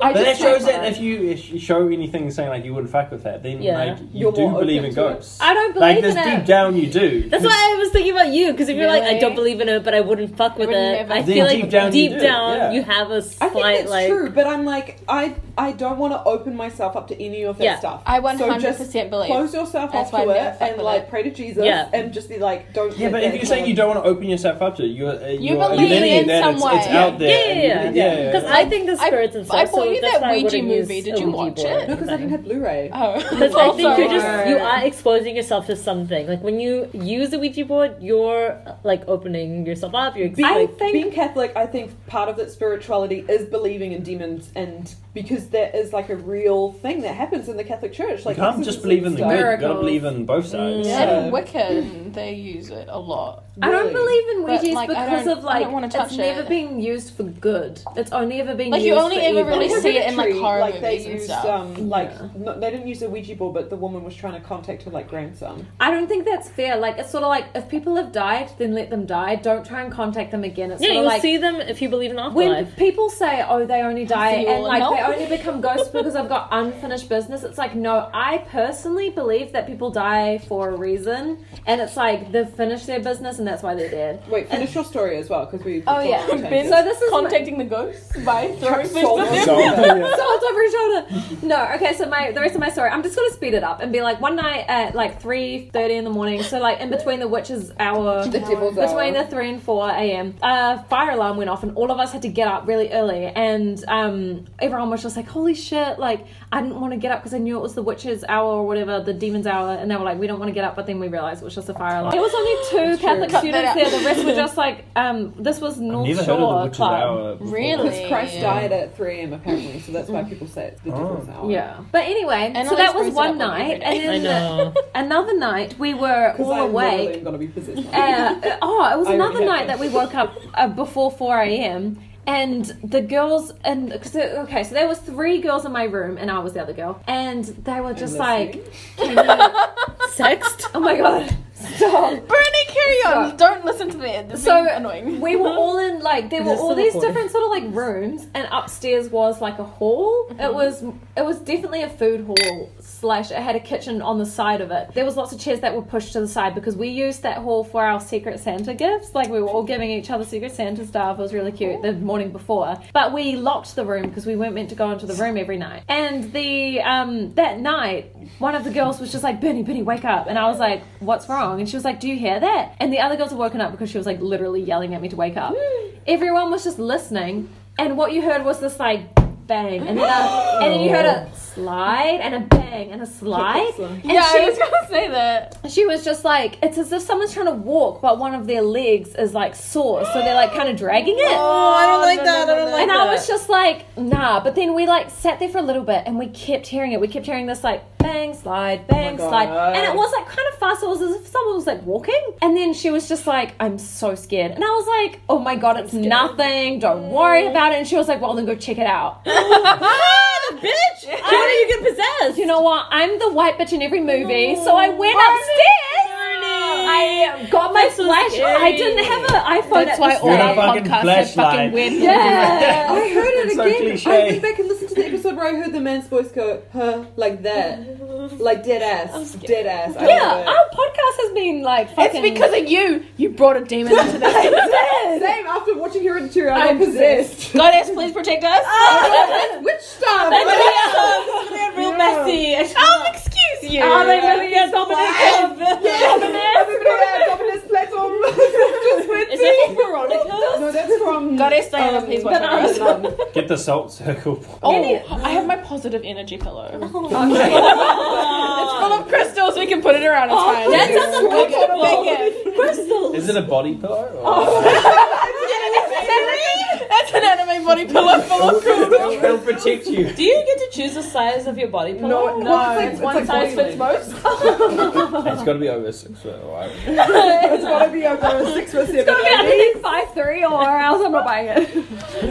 Speaker 1: I
Speaker 4: But that
Speaker 1: just
Speaker 4: shows
Speaker 1: can't.
Speaker 4: that if you, if you show anything saying like you wouldn't fuck with that, then
Speaker 3: Yeah.
Speaker 4: like you
Speaker 1: You're
Speaker 4: do
Speaker 1: more
Speaker 4: believe
Speaker 1: open
Speaker 4: in
Speaker 1: to it.
Speaker 4: ghosts.
Speaker 2: I don't
Speaker 4: like
Speaker 2: believe
Speaker 4: this
Speaker 2: in it.
Speaker 4: deep down you do.
Speaker 3: That's why I was thinking about you because if you're like I
Speaker 5: Really?
Speaker 3: don't believe in it, but I wouldn't fuck with
Speaker 5: would
Speaker 3: it.
Speaker 5: never.
Speaker 3: I
Speaker 4: Then
Speaker 3: feel
Speaker 4: deep
Speaker 3: like
Speaker 4: down you
Speaker 3: deep
Speaker 4: do,
Speaker 3: down
Speaker 4: yeah.
Speaker 3: you have a
Speaker 1: I think
Speaker 3: slight
Speaker 1: that's
Speaker 3: like.
Speaker 1: true, but I'm like, I I don't want to open myself up to any of that
Speaker 3: Yeah.
Speaker 1: stuff.
Speaker 5: I
Speaker 1: so
Speaker 5: 100%
Speaker 1: just
Speaker 5: believe.
Speaker 1: close yourself
Speaker 5: That's
Speaker 1: off
Speaker 5: why
Speaker 1: to
Speaker 5: I've never
Speaker 1: it
Speaker 5: fucked
Speaker 1: and
Speaker 5: with
Speaker 1: like
Speaker 5: it.
Speaker 1: pray to Jesus
Speaker 3: Yeah.
Speaker 1: and just be like, don't.
Speaker 4: Yeah,
Speaker 1: let
Speaker 4: but
Speaker 1: that
Speaker 4: if you say you don't want to open yourself up to it, you're uh, you're
Speaker 5: believe
Speaker 4: admitting
Speaker 5: in
Speaker 4: that it's,
Speaker 5: some
Speaker 4: it's
Speaker 5: way.
Speaker 4: out there.
Speaker 3: Yeah,
Speaker 4: and
Speaker 3: yeah,
Speaker 4: you-
Speaker 3: yeah.
Speaker 4: yeah, yeah,
Speaker 3: Because
Speaker 4: yeah.
Speaker 3: I think the spirits and stuff.
Speaker 5: I bought
Speaker 3: so
Speaker 5: you
Speaker 3: that's
Speaker 5: that
Speaker 3: why I
Speaker 5: Ouija
Speaker 3: wouldn't use
Speaker 5: movie. Did
Speaker 3: a
Speaker 5: you
Speaker 3: Ouija
Speaker 5: watch
Speaker 3: board.
Speaker 5: it?
Speaker 1: No, because I didn't have Blu-ray.
Speaker 5: Oh,
Speaker 3: Because I think you're just
Speaker 2: Right.
Speaker 3: you are exposing yourself to something. Like when you use a Ouija board, you're like opening yourself up. You're
Speaker 1: Being,
Speaker 3: like,
Speaker 1: being Catholic, I think part of that spirituality is believing in demons, and because that is like a real thing that happens in the Catholic Church.
Speaker 4: you
Speaker 1: Like,
Speaker 4: can't just believe in the
Speaker 1: exorcisms and
Speaker 4: good. You
Speaker 1: stuff.
Speaker 5: Mm,
Speaker 4: gotta
Speaker 2: Miracles.
Speaker 4: believe in both sides.
Speaker 5: And Wiccan, they use it a lot.
Speaker 2: I don't
Speaker 1: Really?
Speaker 2: believe in
Speaker 5: But,
Speaker 2: Ouija's
Speaker 5: like, I
Speaker 2: because
Speaker 5: don't-
Speaker 2: of
Speaker 5: I don't
Speaker 2: like
Speaker 5: wanna touch
Speaker 2: it's never
Speaker 5: it.
Speaker 2: been used for good. It's only ever been
Speaker 5: Like,
Speaker 2: used
Speaker 5: you only
Speaker 2: for
Speaker 5: ever
Speaker 2: evil.
Speaker 5: really see it in, like,
Speaker 1: Hereditary,
Speaker 5: horror
Speaker 1: like, they
Speaker 5: movies and
Speaker 1: used,
Speaker 5: stuff.
Speaker 1: Um, like
Speaker 2: Yeah.
Speaker 1: no, they didn't use a Ouija board, but the woman was trying to contact her like grandson.
Speaker 2: I don't think that's fair. Like it's sort of like if people have died, then let them die. Don't try and contact them again. It's
Speaker 3: Yeah,
Speaker 2: sort
Speaker 3: you'll
Speaker 2: of like
Speaker 3: see them if you believe in
Speaker 2: when
Speaker 3: afterlife.
Speaker 2: people say, "Oh, they only die,"
Speaker 5: So you
Speaker 2: and
Speaker 5: all
Speaker 2: like
Speaker 5: know.
Speaker 2: they only become ghosts because I've got unfinished business, it's like, no. I personally believe that people die for a reason, and it's like they've finished their business, and that's why they're dead.
Speaker 1: Wait,
Speaker 5: Uh,
Speaker 1: finish your story as well because we.
Speaker 2: Oh, yeah.
Speaker 1: we'll change
Speaker 5: Ben-
Speaker 1: it.
Speaker 2: So this is my-
Speaker 5: contacting the ghosts by throwing things
Speaker 1: salt
Speaker 5: at
Speaker 1: on
Speaker 5: them.
Speaker 4: So, yeah.
Speaker 2: so it's over his shoulder. No, okay. So my the rest of my story, I'm just gonna speed it up and be like, one night at like three thirty in the morning, so like in between the witches' hour,
Speaker 1: The devil's
Speaker 2: between
Speaker 1: hour.
Speaker 2: the three and four a.m., a uh, fire alarm went off and all of us had to get up really early, and um, everyone was just like, holy shit! Like I didn't want to get up because I knew it was the witches' hour or whatever, the demons' hour, and they were like, we don't want to get up, but then we realized it was just a fire alarm. It was only two Catholic
Speaker 5: Cut that
Speaker 2: students
Speaker 5: out.
Speaker 2: there. The rest were just like, um, this was North
Speaker 4: Never
Speaker 2: Shore
Speaker 4: heard of the Witch's
Speaker 2: Club.
Speaker 4: Hour. before.
Speaker 5: Really?
Speaker 1: Because Christ
Speaker 5: Yeah.
Speaker 1: died at 3 a.m. apparently, so that's why people say it's the
Speaker 4: Oh.
Speaker 1: devil's hour.
Speaker 2: Yeah. But anyway,
Speaker 5: And
Speaker 2: so
Speaker 5: Alex
Speaker 2: that was
Speaker 5: brings it
Speaker 2: one
Speaker 5: up on
Speaker 2: night,
Speaker 5: every
Speaker 2: and
Speaker 5: day.
Speaker 3: I
Speaker 2: then
Speaker 3: know.
Speaker 2: another night we were
Speaker 1: Because
Speaker 2: all
Speaker 1: I'm
Speaker 2: awake.
Speaker 1: going to be possessed.
Speaker 2: Uh, uh, oh, it was
Speaker 1: I
Speaker 2: another
Speaker 1: remember.
Speaker 2: night that we woke up uh, before 4 a.m. And the girls, and cause, it- okay, so there was three girls in my room, and I was the other girl, and they were just like,
Speaker 3: Sext?
Speaker 2: "Oh my god, stop!"
Speaker 5: Bernie, carry on.
Speaker 2: So-
Speaker 5: Don't listen to the. This
Speaker 2: So-
Speaker 5: so annoying.
Speaker 2: We were all in like there
Speaker 3: Is
Speaker 2: were
Speaker 3: it still
Speaker 2: all these
Speaker 3: recording?
Speaker 2: different sort of like rooms, and upstairs was like a hall.
Speaker 3: Mm-hmm.
Speaker 2: It was it was definitely a food hall slash it had a kitchen on the side of it. There was lots of chairs that were pushed to the side because we used that hall for our Secret Santa gifts. Like we were all giving each other Secret Santa stuff. It was really cute the morning before, but we locked the room because we weren't meant to go into the room every night. And the um that night, one of the girls was just like, Bernie, Bernie, wake up. And I was like, what's wrong? And she was like, do you hear that? And the other girls were woken up because she was like literally yelling at me to wake up. Everyone was just listening. And what you heard was this like bang. And then, a, and then you heard a slide and a bang and a slide. And
Speaker 5: yeah,
Speaker 2: she,
Speaker 5: I was gonna say that.
Speaker 2: she was just like, it's as if someone's trying to walk, but one of their legs is like sore. So they're like kind of dragging it
Speaker 3: I don't like that. I don't like
Speaker 2: and I was just like, nah. But then we like sat there for a little bit and we kept hearing it. We kept hearing this like bang, slide, bang,
Speaker 1: God.
Speaker 2: slide. And it was like kind of fast. It was as if someone was like walking. And then she was just like, I'm so scared. And I was like, oh my God, it's nothing. Don't worry about it. And she was like, well, then go check it out.
Speaker 3: the bitch! How do you get possessed?
Speaker 2: You know what? I'm the white bitch in every movie. So I went upstairs. I got my
Speaker 3: That's so
Speaker 2: flash. I
Speaker 3: scary.
Speaker 2: didn't have an iPhone.
Speaker 5: That's
Speaker 2: at
Speaker 5: why
Speaker 2: the
Speaker 5: all
Speaker 4: You're a
Speaker 5: our
Speaker 2: time.
Speaker 4: fucking
Speaker 5: podcasts are
Speaker 4: flashlight.
Speaker 5: fucking weird.
Speaker 2: Yeah.
Speaker 1: I heard it
Speaker 4: It's so
Speaker 1: again.
Speaker 4: cliche.
Speaker 1: I went back and listened to the episode where I heard the man's voice go, huh, like that. Like dead ass. Dead ass. I
Speaker 2: Yeah,
Speaker 1: love it.
Speaker 2: our podcast has been like
Speaker 5: It's
Speaker 2: fucking.
Speaker 5: because of you. You brought a demon into this.
Speaker 1: Same after watching Hereditary, I got possessed.
Speaker 5: Goddess, please protect us.
Speaker 1: Witch stuff!
Speaker 3: real messy.
Speaker 5: I'll excuse you.
Speaker 2: Oh, they really are
Speaker 3: Is that Veronica?
Speaker 1: No, that's from
Speaker 5: Goddess Diana,
Speaker 1: Um,
Speaker 5: please watch
Speaker 1: Banana
Speaker 5: over us.
Speaker 1: Mum.
Speaker 4: Get the salt circle.
Speaker 5: Oh, I have my positive energy
Speaker 2: Oh,
Speaker 5: pillow. It's
Speaker 3: Oh.
Speaker 5: full of crystals. We can put it around. It's fine.
Speaker 3: That sounds uncomfortable.
Speaker 5: crystals.
Speaker 4: Is it a body pillow? Or...
Speaker 5: That's an anime body pillow full of crystals.
Speaker 4: It'll protect you.
Speaker 3: Do you get to choose the size of your body pillow?
Speaker 1: No, no, it's
Speaker 5: One size fits
Speaker 1: most.
Speaker 5: most.
Speaker 4: It's got to be over six foot. or whatever.
Speaker 1: It's gotta be over six or seven. It's gotta
Speaker 2: I think five three or else I'm not buying it.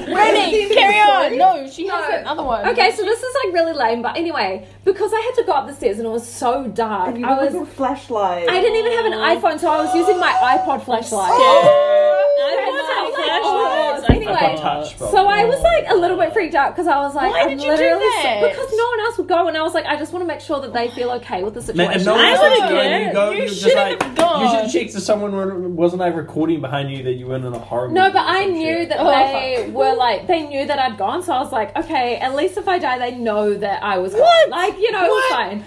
Speaker 5: Rennie, carry on. No, she
Speaker 2: No.
Speaker 5: has another one.
Speaker 2: Okay, so this is like really lame, but anyway, because I had to go up the stairs and it was so dark,
Speaker 1: You
Speaker 2: I
Speaker 1: I
Speaker 2: was
Speaker 1: was flashlight.
Speaker 2: I didn't even have an iPhone, so I was using my iPod flashlight.
Speaker 5: Oh.
Speaker 3: I
Speaker 2: Anyway,
Speaker 4: I've got touch problem.
Speaker 2: So I was like a little bit freaked out because I was like,
Speaker 5: Why
Speaker 2: I'm
Speaker 5: did you do
Speaker 2: literally
Speaker 5: that?
Speaker 2: so- because no one else would go, and I was like, I just want to make sure that they feel okay with the
Speaker 4: Man,
Speaker 2: situation.
Speaker 4: if no one
Speaker 3: I
Speaker 4: else is
Speaker 3: would've
Speaker 4: going, you
Speaker 3: done
Speaker 4: go,
Speaker 5: it.
Speaker 4: you're
Speaker 5: You
Speaker 4: just
Speaker 5: should've
Speaker 4: like,
Speaker 5: gone.
Speaker 4: you should have checked if someone were, wasn't like recording behind you that you weren't in a horror
Speaker 2: No,
Speaker 4: movie
Speaker 2: but
Speaker 4: or
Speaker 2: I
Speaker 4: some
Speaker 2: knew
Speaker 4: shit.
Speaker 2: that
Speaker 5: Oh,
Speaker 2: they were like they knew that I'd gone, so I was like, okay, at least if I die, they know that I was
Speaker 5: What?
Speaker 2: gone. Like you know, it's fine.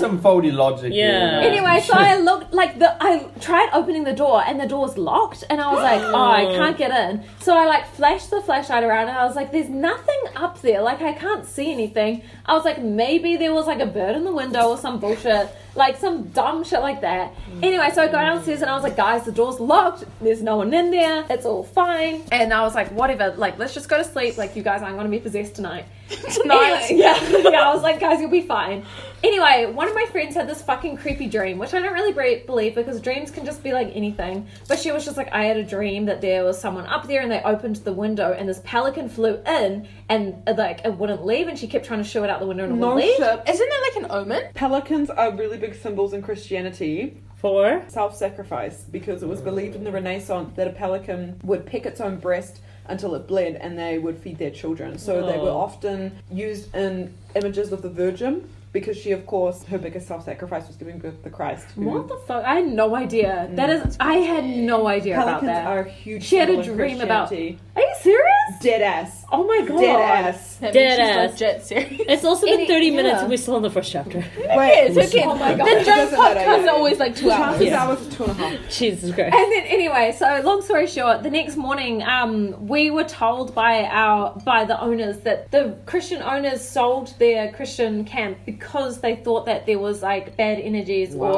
Speaker 2: And
Speaker 4: some faulty logic.
Speaker 3: Yeah.
Speaker 4: there.
Speaker 2: anyway, so I looked like the I tried opening the door and the door's locked, and I was like, oh, I can't get in. So I like flashed the flashlight around, and I was like, there's nothing up there. Like I can't see anything. I was like, maybe there was like a bird in the window or some bullshit, like some dumb shit like that. Anyway, so I go downstairs and I was like, guys, the door's locked. There's no one in there. It's all fine. And I was like, whatever. Like let's just go to sleep. Like you guys aren't gonna be possessed tonight.
Speaker 5: Tonight.
Speaker 2: Anyway, yeah, yeah. I was like, guys, you'll be fine. Anyway, one of my friends had this fucking creepy dream, which I don't really bre- believe because dreams can just be like anything. But she was just like, I had a dream that there was someone up there, and they opened the window, and this pelican flew in, and uh, like it wouldn't leave, and she kept trying to shoo it out the window, and it
Speaker 1: No
Speaker 2: wouldn't leave.
Speaker 1: shit.
Speaker 5: Isn't that like an omen?
Speaker 1: Pelicans are really big symbols in Christianity.
Speaker 3: For
Speaker 1: Self sacrifice, because it was believed in the Renaissance that a pelican would pick its own breast until it bled and they would feed their children. So they were
Speaker 3: Oh.
Speaker 1: often used in images of the Virgin because she, of course, her biggest self sacrifice was giving birth to Christ. who-
Speaker 2: What the fuck? I had no idea. That is, I had no idea about
Speaker 1: Pelicans
Speaker 2: that.
Speaker 1: are a huge
Speaker 2: She had a
Speaker 1: symbol in
Speaker 2: dream about-
Speaker 1: Christianity.
Speaker 2: Are you serious?
Speaker 1: dead ass.
Speaker 2: Oh my god.
Speaker 1: Dead ass.
Speaker 5: That
Speaker 3: Dead
Speaker 5: means she's
Speaker 3: ass.
Speaker 5: Legit serious.
Speaker 3: it's also
Speaker 2: Any-
Speaker 3: been thirty minutes.
Speaker 2: yeah.
Speaker 3: and We're still in the first chapter.
Speaker 1: Wait,
Speaker 5: It's okay.
Speaker 2: Oh my god.
Speaker 5: The
Speaker 1: It
Speaker 5: drunk
Speaker 1: doesn't matter,
Speaker 5: podcasts
Speaker 1: yeah.
Speaker 5: are always like two hours.
Speaker 1: chances
Speaker 3: Yeah.
Speaker 1: are it's two and a half.
Speaker 3: Jesus Christ.
Speaker 2: And then anyway, so long story short, the next morning, um, we were told by our by the owners that the Christian owners sold their Christian camp because they thought that there was like bad energies
Speaker 1: Wow.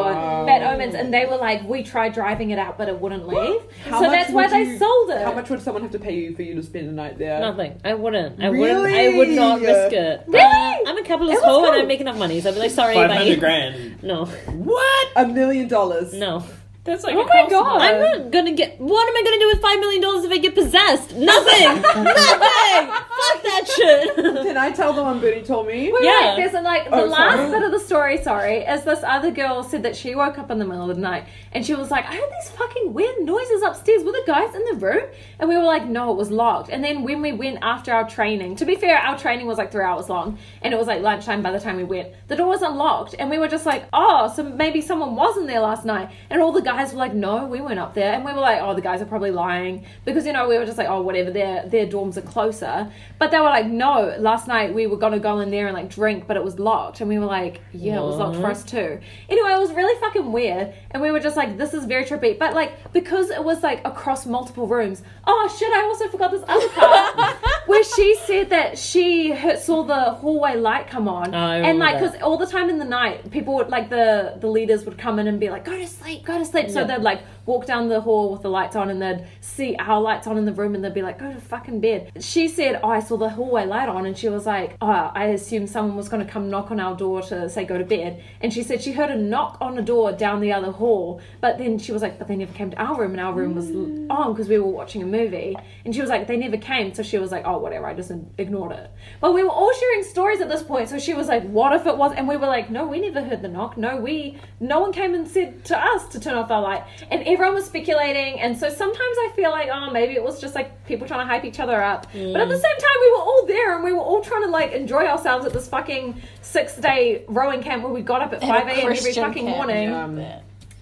Speaker 2: or bad omens, and they were like, we tried driving it out, but it wouldn't leave.
Speaker 1: How
Speaker 2: so
Speaker 1: much
Speaker 2: that's why
Speaker 1: would
Speaker 2: they
Speaker 1: you-
Speaker 2: sold it.
Speaker 1: How much would someone have to pay you for you to spend a night there?
Speaker 3: Nothing. I wouldn't. I wouldn't. I would not
Speaker 1: Really?
Speaker 3: risk it.
Speaker 2: Really?
Speaker 3: Uh, I'm a capitalist
Speaker 2: It was
Speaker 3: hoe and
Speaker 2: cool.
Speaker 3: I make enough money, so I'd be like, sorry,
Speaker 4: Five hundred
Speaker 3: bye.
Speaker 4: grand.
Speaker 3: No,
Speaker 1: What? A million dollars.
Speaker 3: no.
Speaker 6: That's like
Speaker 2: Oh
Speaker 6: a
Speaker 2: my
Speaker 6: possible-
Speaker 2: God.
Speaker 3: I'm not gonna get. What am I gonna do with five million dollars if I get possessed? Nothing. Nothing. Fuck that shit.
Speaker 1: Can I tell the one Bernie told me?
Speaker 2: Wait,
Speaker 3: Yeah.
Speaker 2: wait, there's a, like the
Speaker 1: Oh,
Speaker 2: last
Speaker 1: sorry.
Speaker 2: bit of the story. Sorry, is this other girl said that she woke up in the middle of the night and she was like, I heard these fucking weird noises upstairs. Were the guys in the room? And we were like, No, it was locked. And then when we went after our training, to be fair, our training was like three hours long, and it was like lunchtime by the time we went. The door was unlocked, and we were just like, Oh, so maybe someone was in there last night. And all the guys were like, No, we weren't up there. And we were like, Oh, the guys are probably lying because you know we were just like, Oh, whatever. Their their dorms are closer, but they were like, No, last night we were gonna go in there and like drink, but it was locked. And we were like, Yeah, it was locked for us too. Anyway, it was really fucking weird. And we were just like, This is very trippy. But like, because it was like across multiple rooms, oh shit, I also forgot this other part where she said that she heard, saw the hallway light come on.
Speaker 3: Oh, I
Speaker 2: and
Speaker 3: remember
Speaker 2: like,
Speaker 3: that.
Speaker 2: because all the time in the night, people would like, the, the leaders would come in and be like, Go to sleep, go to sleep. So
Speaker 3: Yeah.
Speaker 2: they'd like walk down the hall with the lights on and they'd see our lights on in the room and they'd be like, Go to fucking bed. She said, Oh, I saw the hallway light on. And she was like, Oh, I assumed someone was going to come knock on our door to say, Go to bed. And she said she heard a knock on the door down the other hall. But then she was like, But they never came to our room. And our room was l- on because we were watching a movie. And she was like, They never came. So she was like, Oh, whatever. I just ignored it. But we were all sharing stories at this point. So she was like, What if it was? And we were like, No, we never heard the knock. No, we, no one came and said to us to turn off our light. And everyone was speculating. And so sometimes I feel like, Oh, maybe it was just like people trying to hype each other up. But
Speaker 5: Mm.
Speaker 2: at the same time, we were all there and we were all trying to like enjoy ourselves at this fucking six day rowing camp where we got up at,
Speaker 5: At a
Speaker 2: 5 a.m. every
Speaker 5: Christian
Speaker 2: fucking
Speaker 5: camp,
Speaker 2: morning.
Speaker 1: Um,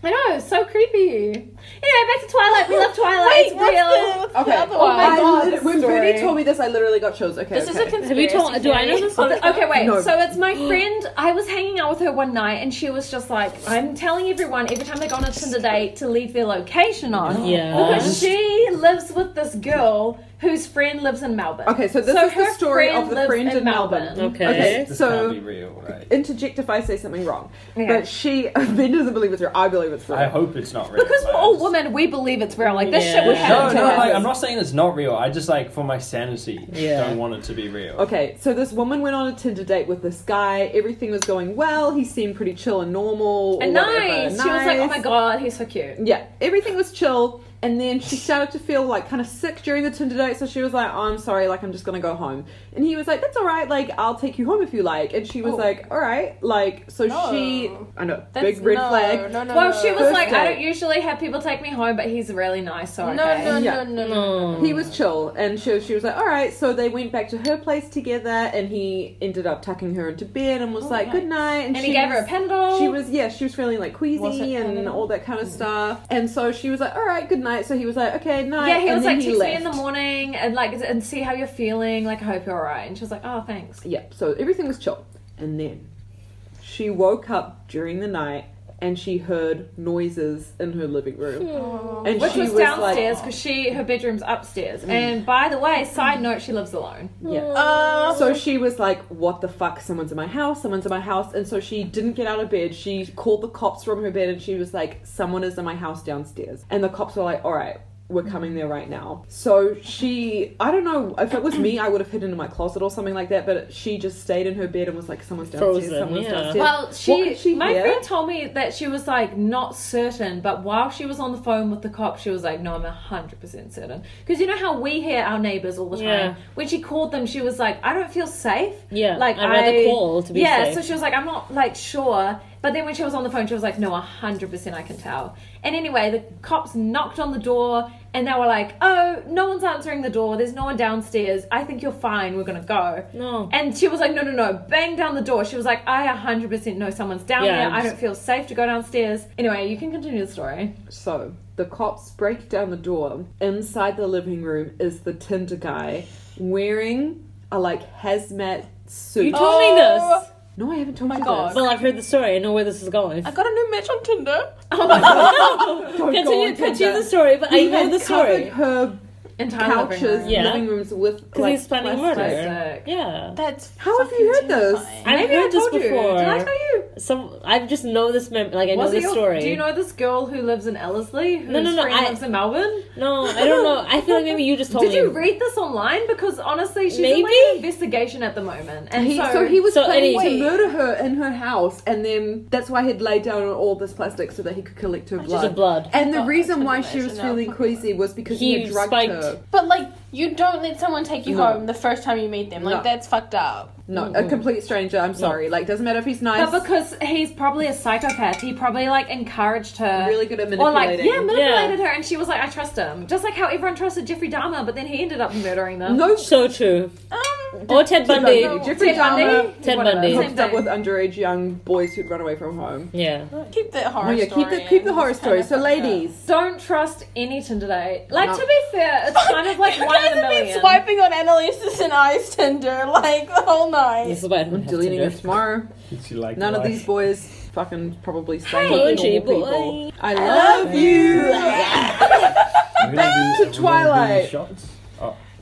Speaker 2: I know, so creepy. Anyway, back to Twilight. We love Twilight. it's real.
Speaker 1: okay.
Speaker 5: Oh my
Speaker 1: I
Speaker 2: God,
Speaker 1: lit-
Speaker 2: this
Speaker 1: when
Speaker 2: story.
Speaker 1: Bernie told me this, I literally got chills. Okay.
Speaker 5: This is
Speaker 1: okay.
Speaker 5: a conspiracy.
Speaker 3: Have you told? Do I know
Speaker 5: theory.
Speaker 3: this?
Speaker 2: Oh, the- okay, wait.
Speaker 1: No.
Speaker 2: So it's my friend. I was hanging out with her one night, and she was just like, "I'm telling everyone every time they go on a Tinder date to leave their location on,
Speaker 3: Yeah.
Speaker 2: because she lives with this girl whose friend lives in Melbourne.
Speaker 1: Okay, so this is the
Speaker 2: her
Speaker 1: story of the
Speaker 2: lives
Speaker 1: friend in Melbourne.
Speaker 3: Okay.
Speaker 1: Okay.
Speaker 4: This
Speaker 1: So-
Speaker 4: can't be real, right?
Speaker 1: Interject if I say something wrong.
Speaker 2: Okay.
Speaker 1: But she, Ben doesn't believe it's real. I believe it's real.
Speaker 4: I hope it's not real.
Speaker 2: Because oh, we're
Speaker 4: but
Speaker 2: all
Speaker 4: it's-
Speaker 2: women, we believe it's real. Like this shit would
Speaker 3: Yeah.
Speaker 4: No,
Speaker 2: happen.
Speaker 4: no,
Speaker 2: to us.
Speaker 4: like, I'm not saying it's not real. I just like for my sanity,
Speaker 3: Yeah.
Speaker 4: don't want it to be real.
Speaker 1: Okay, so this woman went on a Tinder date with this guy. Everything was going well. He seemed pretty chill and normal. or
Speaker 2: And
Speaker 1: whatever,
Speaker 2: nice. She was like, "Oh
Speaker 1: nice.
Speaker 2: my god, he's so cute."
Speaker 1: Yeah, everything was chill. And then she started to feel like kind of sick during the Tinder date, so she was like, oh, "I'm sorry, like I'm just gonna go home." And he was like, "That's all right, like I'll take you home if you like." And she was
Speaker 5: Oh.
Speaker 1: like, "All right, like." So
Speaker 5: No.
Speaker 1: she, I know,
Speaker 5: That's-
Speaker 1: big red
Speaker 5: no,
Speaker 1: flag.
Speaker 5: No, no,
Speaker 2: Well,
Speaker 5: no.
Speaker 2: she was like, "I
Speaker 1: Birthday.
Speaker 2: don't usually have people take me home, but he's really nice." So
Speaker 5: No,
Speaker 2: okay.
Speaker 5: no,
Speaker 1: Yeah.
Speaker 5: no, no, no.
Speaker 3: No.
Speaker 1: He was chill, and she, she was like, "All right." So they went back to her place together, and he ended up tucking her into bed and was like, "Good night." And,
Speaker 2: Oh, And
Speaker 1: she
Speaker 2: he gave
Speaker 1: was,
Speaker 2: her a pendle.
Speaker 1: She was yeah, she was feeling like
Speaker 5: Was it
Speaker 1: queasy and
Speaker 5: Canada?
Speaker 1: all that
Speaker 2: Mm-hmm.
Speaker 1: kind of stuff. And so she was like, "All right, good night." So he was like, "Okay, night."
Speaker 2: Yeah, he
Speaker 1: and
Speaker 2: was
Speaker 1: then
Speaker 2: like,
Speaker 1: he
Speaker 2: text
Speaker 1: left.
Speaker 2: me in the morning and like and see how you're feeling. Like I hope you're alright. And she was like, oh thanks.
Speaker 1: Yeah, so everything was chill. And then she woke up during the night and she heard noises in her living room. And
Speaker 2: Which
Speaker 1: she
Speaker 2: was
Speaker 1: was like- Mm.
Speaker 2: downstairs because she her bedroom's upstairs. And by the way, side note, she lives alone.
Speaker 1: Yeah. so she was like, "What the fuck? Someone's in my house. Someone's in my house." And so she didn't get out of bed. She called the cops from her bed, and she was like, "Someone is in my house downstairs." And the cops were like, "All right." We're coming there right now. So she, I don't know if it was me, I would have hidden in my closet or something like that. But she just stayed in her bed and was like, "Someone's downstairs.
Speaker 3: Frozen,
Speaker 1: someone's
Speaker 3: yeah.
Speaker 1: downstairs."
Speaker 2: Well, she,
Speaker 1: could she
Speaker 2: my
Speaker 1: hear?
Speaker 2: friend told me that she was like not certain, but while she was on the phone with the cop, she was like, "No, I'm hundred percent certain." Because you know how we hear our neighbors all the time.
Speaker 3: Yeah.
Speaker 2: When she called them, she was like, "I don't feel safe."
Speaker 3: Yeah,
Speaker 2: like
Speaker 3: I'd rather
Speaker 2: I-
Speaker 3: call to be
Speaker 2: yeah.
Speaker 3: safe.
Speaker 2: So she was like, "I'm not like sure." But then when she was on the phone, she was like, "No, hundred percent, I can tell." And anyway, the cops knocked on the door, and they were like, "Oh, no one's answering the door. There's no one downstairs. I think you're fine. We're gonna go."
Speaker 3: No.
Speaker 2: And she was like, no, no, no, bang down the door. She was like, I 100% know someone's down
Speaker 3: Yeah,
Speaker 2: there. I
Speaker 3: just-
Speaker 2: don't feel safe to go downstairs. Anyway, you can continue the story.
Speaker 1: So the cops break down the door. Inside the living room is the Tinder guy wearing a like hazmat suit.
Speaker 3: You told me
Speaker 2: Oh.
Speaker 3: this.
Speaker 1: No, I haven't told you
Speaker 5: God.
Speaker 1: this.
Speaker 3: Well, I've heard the story. I know where this is going.
Speaker 5: I got a new match on Tinder.
Speaker 1: Don't go
Speaker 3: Continue,
Speaker 1: on
Speaker 3: continue
Speaker 1: Tinder.
Speaker 3: the story, but I
Speaker 1: He
Speaker 3: know
Speaker 1: had
Speaker 3: the
Speaker 1: covered
Speaker 3: story.
Speaker 1: her
Speaker 2: Entire
Speaker 1: couches,
Speaker 2: living room.
Speaker 1: living,
Speaker 3: Yeah.
Speaker 1: rooms with
Speaker 3: Because
Speaker 1: like,
Speaker 3: he's planning
Speaker 1: plastic.
Speaker 3: murder.
Speaker 2: Plastic.
Speaker 3: Yeah.
Speaker 5: That's
Speaker 1: How have you heard
Speaker 5: fucking
Speaker 1: this?
Speaker 5: terrifying.
Speaker 3: I've
Speaker 2: Maybe
Speaker 3: heard
Speaker 2: I
Speaker 3: this
Speaker 2: told you.
Speaker 3: before.
Speaker 2: Did I tell you?
Speaker 3: Some I just know this mem- like I know
Speaker 2: Was it
Speaker 3: this
Speaker 2: your-
Speaker 3: story.
Speaker 2: Do you know this girl who lives in Ellerslie? Whose
Speaker 3: No, no, no,
Speaker 2: friend
Speaker 3: I-
Speaker 2: lives in Melbourne?
Speaker 3: No, I don't know. I feel like maybe you just told
Speaker 2: Did
Speaker 3: me.
Speaker 2: you read this online? Because honestly, she's in like
Speaker 3: Maybe?
Speaker 2: an investigation at the moment. And
Speaker 1: He,
Speaker 2: so,
Speaker 1: so, he was
Speaker 3: So
Speaker 1: planning
Speaker 3: any-
Speaker 1: to murder her in her house, and then that's why he'd laid down on all this plastic so that he could collect her
Speaker 3: just Oh,
Speaker 1: blood.
Speaker 3: the blood.
Speaker 1: And the
Speaker 5: God,
Speaker 1: reason
Speaker 5: I
Speaker 1: why
Speaker 5: couldn't
Speaker 1: she was
Speaker 5: imagine that.
Speaker 1: feeling queasy was because he,
Speaker 3: He
Speaker 1: had drugged
Speaker 3: spiked-
Speaker 1: her.
Speaker 5: But like, you don't let someone take you
Speaker 1: No.
Speaker 5: home the first time you meet them. Like,
Speaker 1: No.
Speaker 5: that's fucked up.
Speaker 1: No, a complete stranger. I'm sorry. Like, doesn't matter if he's nice.
Speaker 2: But because he's probably a psychopath, he probably like encouraged her.
Speaker 1: uh, really good at
Speaker 2: Or like,
Speaker 1: manipulating.
Speaker 2: yeah, manipulated her, and she was like, "I trust him," just like how everyone trusted Jeffrey Dahmer, but then he ended up murdering them.
Speaker 1: no
Speaker 3: So true.
Speaker 5: Um,
Speaker 3: Or Ted Bundy.
Speaker 1: Bundy. Jeffrey Dahmer,
Speaker 3: Ted
Speaker 2: One of them.
Speaker 3: Bundy.
Speaker 2: Same
Speaker 1: hooked up
Speaker 2: thing.
Speaker 1: with underage young boys who'd run away from home.
Speaker 3: Yeah.
Speaker 5: keep the horror
Speaker 1: Oh yeah,
Speaker 5: story.
Speaker 1: keep the keep the
Speaker 5: in.
Speaker 1: horror
Speaker 5: It's
Speaker 1: story.
Speaker 5: kinda
Speaker 1: So,
Speaker 5: fucked up.
Speaker 1: ladies,
Speaker 2: Don't trust any Tinder date. Like
Speaker 1: No.
Speaker 2: to be fair, it's kind of like
Speaker 5: You
Speaker 2: one
Speaker 5: guys
Speaker 2: in a
Speaker 5: have been
Speaker 2: million.
Speaker 5: swiping on Annalisa's and I's Tinder like the whole night.
Speaker 3: This is why I don't
Speaker 1: I'm
Speaker 3: have
Speaker 1: deleting
Speaker 3: Tinder.
Speaker 1: it tomorrow.
Speaker 4: Did you like
Speaker 1: None of
Speaker 4: life?
Speaker 1: these boys fucking probably stay with
Speaker 3: Hey,
Speaker 1: normal
Speaker 3: boy.
Speaker 1: people. I love you.
Speaker 4: We're gonna
Speaker 1: Back to
Speaker 4: do- we're gonna do
Speaker 1: Twilight.
Speaker 4: Shots.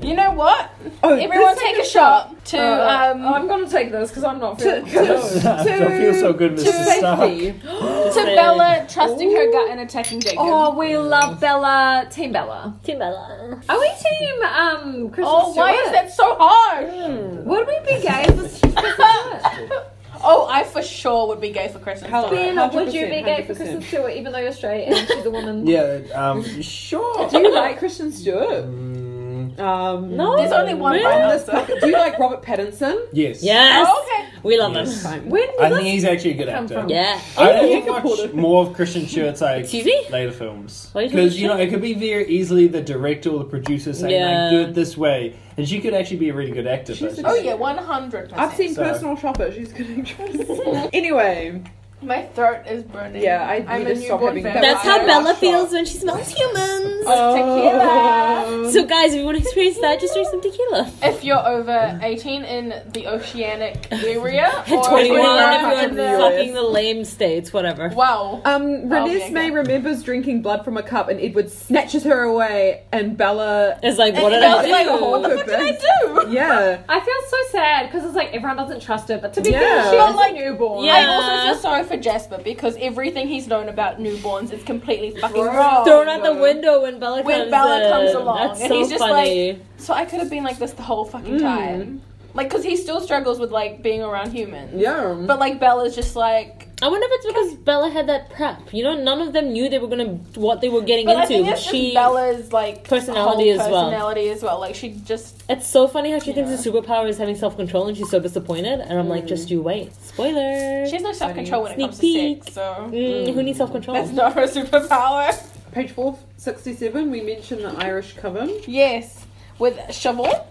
Speaker 5: You know what?
Speaker 1: Oh,
Speaker 5: Everyone
Speaker 1: this-
Speaker 5: take a shot to
Speaker 2: Uh,
Speaker 5: um
Speaker 2: I'm gonna take this because I'm not
Speaker 1: to,
Speaker 2: feeling.
Speaker 1: to,
Speaker 4: I don't feel so good,
Speaker 1: to
Speaker 4: Mr. Stark.
Speaker 1: safety.
Speaker 5: to Bella trusting her gut and attacking Jacob.
Speaker 2: Oh, we love Bella, Team Bella.
Speaker 3: Timbala.
Speaker 2: Are we Team um? Kristen
Speaker 5: Oh, why
Speaker 2: Stewart?
Speaker 5: is that so hard?
Speaker 3: Hmm.
Speaker 2: Would we be gay? For Kristen Stewart?
Speaker 5: Oh, I for sure would be gay for Christmas.
Speaker 1: Hello.
Speaker 2: ben, would you be
Speaker 1: 100%,
Speaker 2: gay for
Speaker 1: 100%.
Speaker 2: Kristen Stewart, even though you're straight and she's a woman?
Speaker 4: Yeah, um, sure.
Speaker 1: Do you like Christian Stewart?
Speaker 4: Mm,
Speaker 1: Um,
Speaker 3: No.
Speaker 5: There's only one
Speaker 3: Really?
Speaker 5: right
Speaker 1: on
Speaker 5: now,
Speaker 1: this
Speaker 5: so-
Speaker 1: pocket- Do you like Robert Pattinson?
Speaker 4: yes.
Speaker 3: Yes.
Speaker 5: Oh, okay.
Speaker 3: We love
Speaker 4: Yes.
Speaker 3: him.
Speaker 1: Fine.
Speaker 2: When did
Speaker 4: I
Speaker 2: this-
Speaker 4: think he's actually a good
Speaker 2: Come
Speaker 4: actor.
Speaker 2: from-
Speaker 3: Yeah.
Speaker 4: I
Speaker 1: Yeah,
Speaker 4: think
Speaker 1: you can put
Speaker 4: watch
Speaker 1: it.
Speaker 4: more of Christian Stewart's like
Speaker 3: Excuse me?
Speaker 4: later films
Speaker 3: Why do you
Speaker 4: because you know
Speaker 3: think-
Speaker 4: it could be very easily the director or the producer saying
Speaker 3: Yeah.
Speaker 4: like do it this way, and she could actually be a really good actor.
Speaker 1: She's
Speaker 4: but
Speaker 5: Oh yeah, one hundred percent.
Speaker 1: I've seen
Speaker 4: So-
Speaker 1: Personal Shopper. She's gonna dress. anyway,
Speaker 5: my throat is burning.
Speaker 1: Yeah, I-
Speaker 5: I'm
Speaker 1: you
Speaker 5: a
Speaker 1: just stop
Speaker 5: newborn Oh,
Speaker 1: having
Speaker 5: vampire.
Speaker 1: that.
Speaker 3: That's how
Speaker 1: I
Speaker 3: Bella
Speaker 1: love
Speaker 3: feels
Speaker 1: shots.
Speaker 3: when she smells humans.
Speaker 5: Oh.
Speaker 1: Um,
Speaker 5: Tequila.
Speaker 3: So guys, if you want to experience that, just drink some tequila.
Speaker 5: If you're over 18 in the oceanic area,
Speaker 3: And
Speaker 5: or
Speaker 3: 21
Speaker 1: not
Speaker 3: if you're
Speaker 1: in
Speaker 3: in
Speaker 1: the
Speaker 5: the-
Speaker 3: fucking
Speaker 1: US.
Speaker 3: the lame states, whatever.
Speaker 5: Wow.
Speaker 1: Um,
Speaker 6: Oh,
Speaker 5: I'll be
Speaker 1: Renesmee
Speaker 5: okay.
Speaker 1: remembers drinking blood from a cup, and Edward snatches her away, and Bella.
Speaker 3: It's like, what
Speaker 5: And
Speaker 3: did
Speaker 5: Bella's
Speaker 3: I do?
Speaker 5: like, what the
Speaker 1: do?
Speaker 5: fuck did I do?
Speaker 1: Yeah,
Speaker 2: I feel so sad because it's like everyone doesn't trust her, but to be
Speaker 1: Yeah.
Speaker 2: fair, she
Speaker 1: But,
Speaker 2: was
Speaker 5: like,
Speaker 2: a newborn.
Speaker 3: Yeah.
Speaker 5: I also feel sorry for Jasper because everything he's known about newborns is completely fucking wrong.
Speaker 3: Thrown out the
Speaker 1: no.
Speaker 3: window when Bella
Speaker 5: When
Speaker 3: comes
Speaker 5: Bella
Speaker 3: in.
Speaker 5: comes along,
Speaker 3: That's
Speaker 5: and
Speaker 3: so
Speaker 5: he's just
Speaker 3: funny.
Speaker 5: So I could have been like this the whole fucking time. Like, because he still struggles with like being around humans.
Speaker 1: yeah.
Speaker 5: But like Bella's just like.
Speaker 3: I wonder if it's because Bella had that prep. You know, none of them knew they were gonna what they were getting
Speaker 5: But I
Speaker 3: into.
Speaker 5: think it's
Speaker 3: she,
Speaker 5: just Bella's like
Speaker 3: personality
Speaker 5: whole
Speaker 3: as well.
Speaker 5: Personality as well. Like she just.
Speaker 3: it's so funny how she thinks her superpower is having self control, and she's so disappointed. And I'm like, just you wait. Spoiler.
Speaker 5: Mm. She has no self control when it
Speaker 3: Sneak
Speaker 5: comes
Speaker 3: peek.
Speaker 5: to sex. So
Speaker 3: Mm, Who needs self
Speaker 5: that's
Speaker 3: control?
Speaker 5: not her superpower.
Speaker 1: Page four sixty-seven. We mentioned the Irish coven,
Speaker 5: Yes, with Siobhan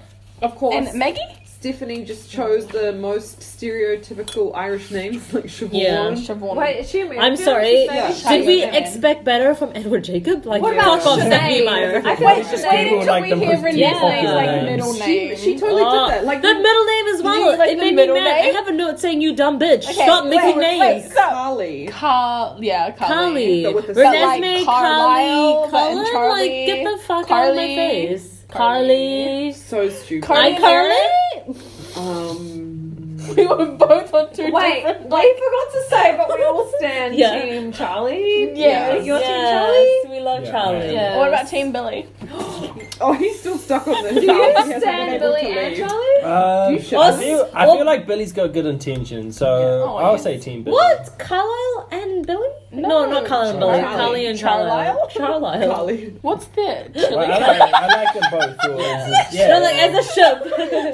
Speaker 1: of course.
Speaker 5: and Maggie.
Speaker 1: Stephanie just chose the most stereotypical Irish names, like Siobhan.
Speaker 3: Yeah.
Speaker 5: Siobhan.
Speaker 2: Wait, is she American?
Speaker 3: I'm sorry.
Speaker 2: She's Spanish?
Speaker 1: Yeah.
Speaker 3: Did we
Speaker 5: Italian.
Speaker 3: expect better from Edward Jacob? Like,
Speaker 2: What about
Speaker 3: fuck off,
Speaker 2: Sinead?
Speaker 3: Stephanie Meyer.
Speaker 2: I feel
Speaker 5: Wait,
Speaker 2: like
Speaker 5: just
Speaker 2: Sinead-
Speaker 5: wait
Speaker 4: people
Speaker 5: until
Speaker 4: like
Speaker 5: we
Speaker 4: the
Speaker 5: hear
Speaker 4: most
Speaker 5: Renee's
Speaker 3: popular
Speaker 5: like
Speaker 3: names.
Speaker 5: middle
Speaker 1: She
Speaker 5: name.
Speaker 1: she totally
Speaker 3: Oh,
Speaker 1: did that. Like
Speaker 3: that middle name as well.
Speaker 1: Yeah,
Speaker 5: like
Speaker 3: it
Speaker 5: the
Speaker 3: made me
Speaker 5: middle
Speaker 3: mad. I
Speaker 5: name.
Speaker 3: have a note saying you dumb bitch.
Speaker 5: Okay,
Speaker 3: Stop
Speaker 5: wait,
Speaker 3: making
Speaker 5: wait,
Speaker 3: names.
Speaker 5: So-
Speaker 1: Carly.
Speaker 5: Carl, yeah,
Speaker 3: Carly,
Speaker 5: Carly.
Speaker 1: But with a-
Speaker 3: Renesmee,
Speaker 1: But
Speaker 3: Carly,
Speaker 5: like Carlisle, but
Speaker 3: Colin,
Speaker 5: and Charlie,
Speaker 3: like get the fuck out of my
Speaker 5: Carly,
Speaker 3: face. Carly,
Speaker 5: Carly.
Speaker 1: So stupid.
Speaker 5: Carly
Speaker 3: I
Speaker 5: and
Speaker 3: Carly.
Speaker 1: um.
Speaker 5: We were both on two
Speaker 6: Wait,
Speaker 5: different.
Speaker 6: we forgot to say, but we all stand
Speaker 3: Yeah.
Speaker 6: Team Charlie.
Speaker 5: Yeah.
Speaker 6: You're
Speaker 3: yes, we love
Speaker 4: Yeah.
Speaker 3: Charlie.
Speaker 6: Yeah.
Speaker 5: What about Team Billy?
Speaker 1: Oh, he's still stuck on this.
Speaker 6: Team Charlie. Do
Speaker 1: He
Speaker 6: you
Speaker 1: hasn't been
Speaker 6: stand
Speaker 1: able to
Speaker 6: Billy and
Speaker 1: leave.
Speaker 6: Charlie?
Speaker 4: Uh,
Speaker 1: You should-
Speaker 4: I, feel, I
Speaker 3: Well-
Speaker 4: feel like Billy's got good intentions, so
Speaker 1: Yeah.
Speaker 5: Oh,
Speaker 4: I'll
Speaker 5: yes.
Speaker 4: say Team Billy.
Speaker 3: What? Carlisle and Billy? No,
Speaker 5: No,
Speaker 3: not Carlisle and Billy.
Speaker 1: Charlie.
Speaker 3: Carly and Charlisle. Charlisle.
Speaker 1: Carly.
Speaker 5: What's that?
Speaker 4: Well, I, like, I like them both. for reasons. Yeah.
Speaker 3: No, like as a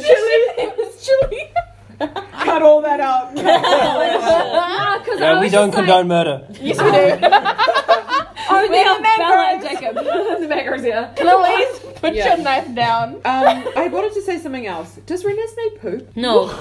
Speaker 3: ship.
Speaker 5: Chili.
Speaker 1: Cut all that out.
Speaker 6: Ah, because
Speaker 4: no, we don't condone murder.
Speaker 5: Yes, we do.
Speaker 6: Only
Speaker 5: We're
Speaker 6: on
Speaker 5: the
Speaker 6: Bella and
Speaker 5: macros.
Speaker 6: Jacob. the macros, yeah.
Speaker 5: Please put
Speaker 1: Yeah.
Speaker 5: your knife down.
Speaker 1: Um, I wanted to say something else. Does Renesmee poop?
Speaker 3: No.